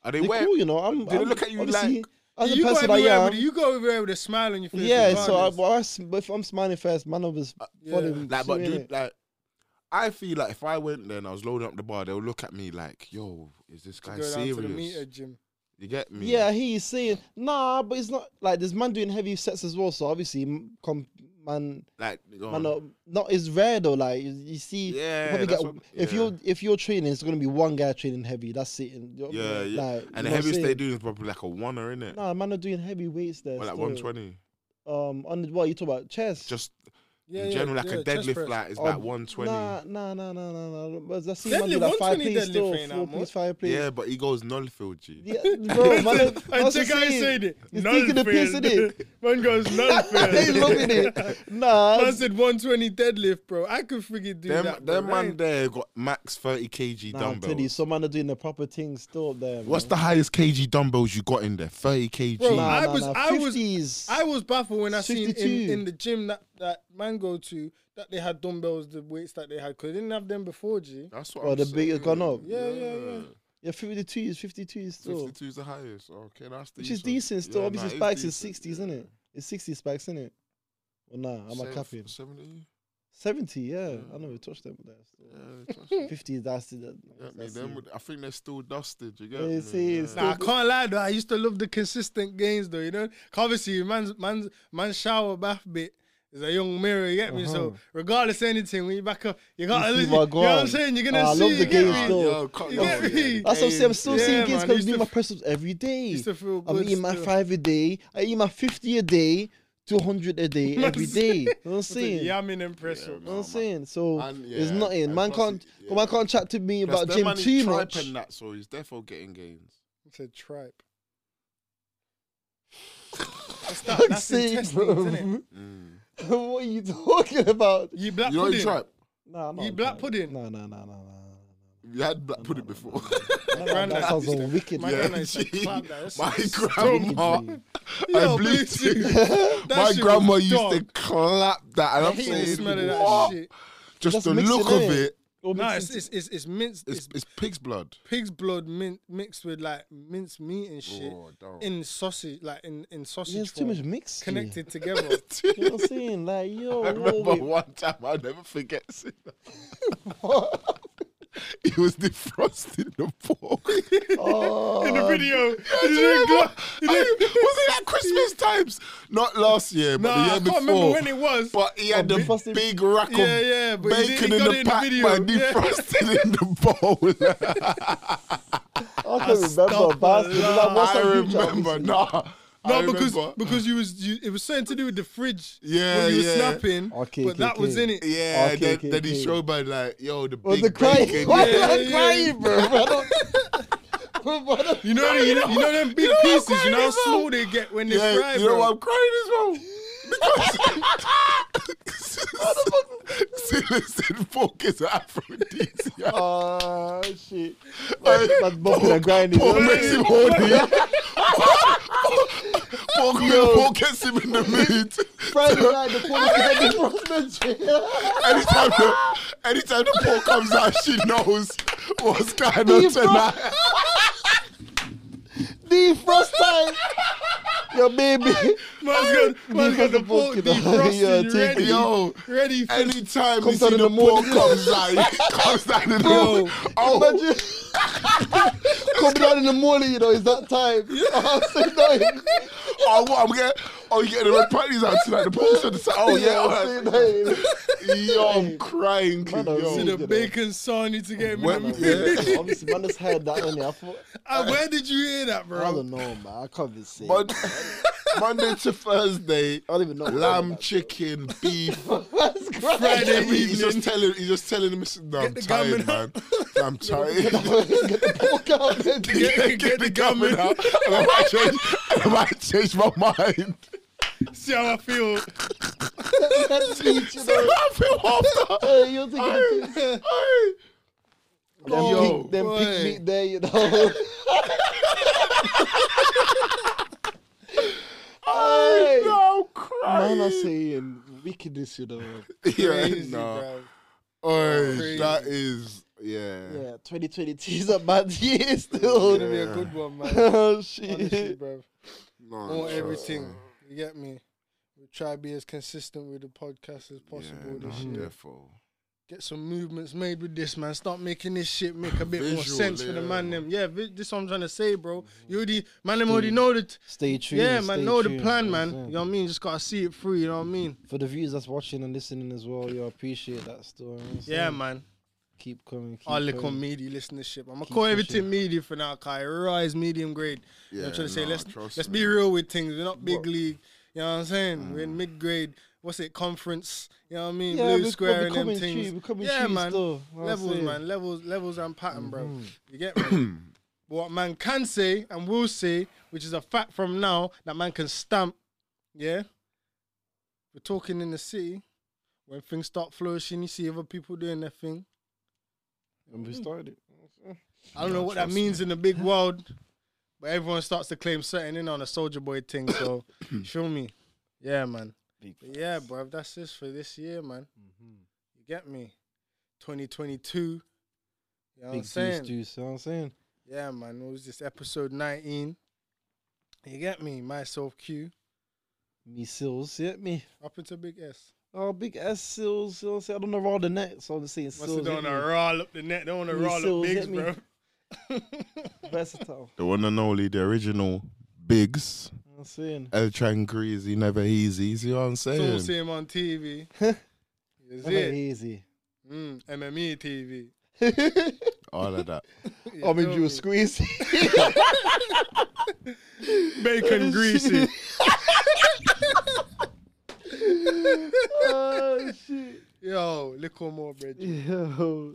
Are they they're wet? cool, you know. I'm. Do they I'm- look at you obviously, like- as a you person got I everywhere with, am? you go everywhere with a smile on your face. Yeah, so I, regardless. well, I s- but if I'm smiling first, man, I was Yeah. following. Like, but suit, dude, innit? like, I feel like if I went there and I was loading up the bar, they'll look at me like, yo, is this guy go down to the meter serious? gym. You get me? yeah, he is saying nah, but it's not like there's man doing heavy sets as well. So obviously, m- com- man, like, go man, on. not, not as rare though. Like you, you see, you Yeah, probably that's get, what- if yeah. you're if you're training, it's gonna be one guy training heavy. That's it. And, you know, yeah, yeah. like, you and know the what I'm heaviest they saying? do is probably like a one or in it, Nah, man, are doing heavy weights there. or like still. one twenty. Um, on the, what you talk about chest? Just Yeah, in yeah, general, like yeah, a chest deadlift, press. like is Oh, like one twenty. Nah, nah, nah, nah, nah, nah. But I see man do Deadlift, like five 120 piece deadlift still, ain't that four much. piece, five piece. Yeah, but he goes null field, G. Yeah, bro, man, that's I what check I'm how you saying. said it. He's taking the piss, Nulfield. innit? Man goes nulfield. He's loving it. Nah, Man said 120 deadlift, bro. I could freaking do Them, that. them bro. I man ain't- there got max 30 kg nah, I'm telling you, dumbbells. some man are doing the proper thing still up there. What's the man. highest kg dumbbells you got in there? 30 kg. Bro, Nah, I nah, was- nah, I was- 50s. I was baffled when I seen in, 62. in the gym that, that man go to that they had dumbbells, the weights that they had, because they didn't have them before, G. That's what Oh, I'm the saying. big has gone up. Yeah, yeah, yeah. Yeah, 52 is 52 is still, 52 is the highest. Okay, that's decent. which is decent still. Yeah, Obviously, nah, spikes is decent, 60s, isn't yeah. it? It's 60 spikes, isn't it? Well, nah, I'm a Sev- capping. 70? 70, yeah, I Yeah. never touched them with that. Still. Yeah, trust me. 50 is that's it. Yeah, me, them would- I think they're still dusted. You get Yeah, me? see, Yeah. it's Nah, I can't lie though. I used to love the consistent gains though. You know, 'Cause obviously, man's man's man's shower bath bit is a young mirror. You get me? So regardless of anything, when you back up, you gotta Uh-huh. see look- what you know go what on. I'm saying. You're gonna Ah, I see. love the you get gains me? though. Yo, cut You yo, get yeah, me? the That's what I'm saying. I'm still Yeah, seeing kids man, because used do to my f- press ups every day. used to feel I'm good eating my still. five a day. I eat my 50 a day, 200 a day every day. You know what I'm saying? Yeah, I'm in impressive. You know what I'm saying? So And, it's yeah, nothing. and Man plus can't, it- man yeah. can't chat to me Plus, about them gym man is too tripping much. That, so he's therefore getting gains. It's a tripe. Fuck's sake, intestines, bro. innit? Mm. what are you talking about? You black You know pudding. you tried. Nah, I'm You not black trying. pudding? No, no, no, no, no, no. You had black pudding before. That- That, granddad that sounds used all wicked. My man. grandma used to Gee, clap that. That's My Wicked, grandma. man. I Yo, blew Bluetooth. too. That My shit grandma was used to dog. clap that, and I I'm hate the saying, smell of that "What?" shit. just Just the mix look it of in. it. All No, mixed it's it's it's, it's minced. It's, It's, it's pig's blood. pig's blood min- mixed with like minced meat and shit Oh, dog. in sausage, like in in sausage. Yeah, it's too much form, mix. G. connected together. You know what I'm saying? Like, yo, I whoa, remember wait, one time I'll never forget. seeing that. He was defrosting the pork. Oh. in the video, Um, Do you remember? I- was it at Christmas times? Not last year, but Nah, the year I can't before. remember when it was. But he had Oh, the defrosted- big rack of Yeah, yeah, but he did- bacon he in got the it in the pack, video, man, yeah. defrosted in the bowl. I can't remember, bastard. Like, what's I that group chat, remember, obviously? nah. No, I because remember. because you was you, it was something to do with the fridge. Yeah, when you yeah. were snapping. Okay, but okay, that was okay. in it. Yeah, Okay, then, okay, then he okay. showed me like, yo, the Oh, big the crying. bacon. Why yeah. am I crying, bro? I don't- You know, you know, you know them big pieces. You know how small they get when they Yeah, fry, you know bro. why I'm crying as well? Because Silas pork is an aphrodisiac. Oh shit! Hey, That's bumping and grinding. Pork makes him horny. pork, pork, pork gets him in the mood. Friday night, the police get the Anytime the, anytime the pork comes out, she knows what's going on tonight. The first time, your baby. Man's got, man's got the Defrosted pork the- defrosted, yeah, take ready, it. Yo, ready for anytime you Comes out see in the the pork morning. comes out, it comes out in the morning. Oh, Imagine coming out in the morning, you know, it's that time. Oh, so nice. oh, what, I'm getting, oh, you getting the red panties out tonight. The pork's on the side. Oh, yeah, all right. so nice. Yo, I'm crying. Man, I yo. really the get it. bacon sarnie to get me. When- Yeah, honestly, man, just heard that only. I thought, Ah, Uh, Where did you hear that, I bro? don't know, man. I can't be sick. Mon- Monday to Thursday, I don't even know. what lamb, I'm chicken, beef. about. Friday Every- he's evening. just telling, he's just telling him, no, I'm the gun tired, man. I'm tired. Get the pork out. baby. Get- get the gun out. And I might change, and I might change my mind. See how I feel. Let's eat, you So know. I feel after. Hey, You're thinking Aye, of aye. them Yo, pig, them boy. pig meat there, you know. aye. Aye. No, I'm crying. Man, I'm saying wickedness, you know. yeah, no. Oi, that is, yeah. Yeah, 2022 is a bad year still. Gonna be a good one, man. oh, Honestly, shit. bro. No, I want sure. everything. You get me? We try to be as consistent with the podcast as possible Yeah, this no, Mm-hmm. year. therefore. Get some movements made with this, man. Start making this shit make a bit more Visual, sense for the yeah. Mm-hmm. man them. Yeah, vi- this what I'm trying to say, bro. You already, man them already know the, Stay tuned. yeah, man, stay know the tuned, plan, you man. what I'm You know what I mean? Just gotta see it through. You know what I mean? saying? For the viewers that's watching and listening as well, you appreciate that still. you know what I'm Yeah, saying? man. Keep coming. Keep All little coming. media listenership. I'm gonna Keep call everything pushing. media for now, Kai. Rise medium grade. Yeah, I'm trying to say, nah, let's trust let's me. be real with things. We're not big league. You know what I'm saying? We're in mid grade. What's it? Conference. You know what I mean? Mm. Yeah, Blue we're square and coming them true, we're things. coming Yeah, true man. still, you know what I'm levels, saying? man. Levels, levels and pattern, bro. You get me? But what man can say and will say, which is a fact from now, that man can stamp. Yeah. We're talking in the city. When things start flourishing, you see other people doing their thing. And we started. I don't know what that means in the big world, but everyone starts to claim certain in on a soldier boy thing. So, show me. Yeah, man. But yeah, bruv, that's this for this year, man. Mm-hmm. You get me? 2022. You know what I'm Big saying? juice, juice. You know what I'm saying? Yeah, man. It was just episode 19. You get me? Myself Q. Me seals, you get me? Up into Big S. Oh, big S seals. You know what I'm saying? I don't know where all the nets. So I'm just saying Must have seals. done hit a me. roll up the net. Don't want to Me roll up still bigs, hit me. bro. Versatile. The one and only, the original Biggs, You know what I'm saying? El Tranqueezy, never easy. You see what I'm It's all saying? see him on TV. Is Never it? easy. Mm, MME TV. All of that. You I mean, feel you me? were squeezing. Bacon greasy. Oh, Yo, little more bread. Yo.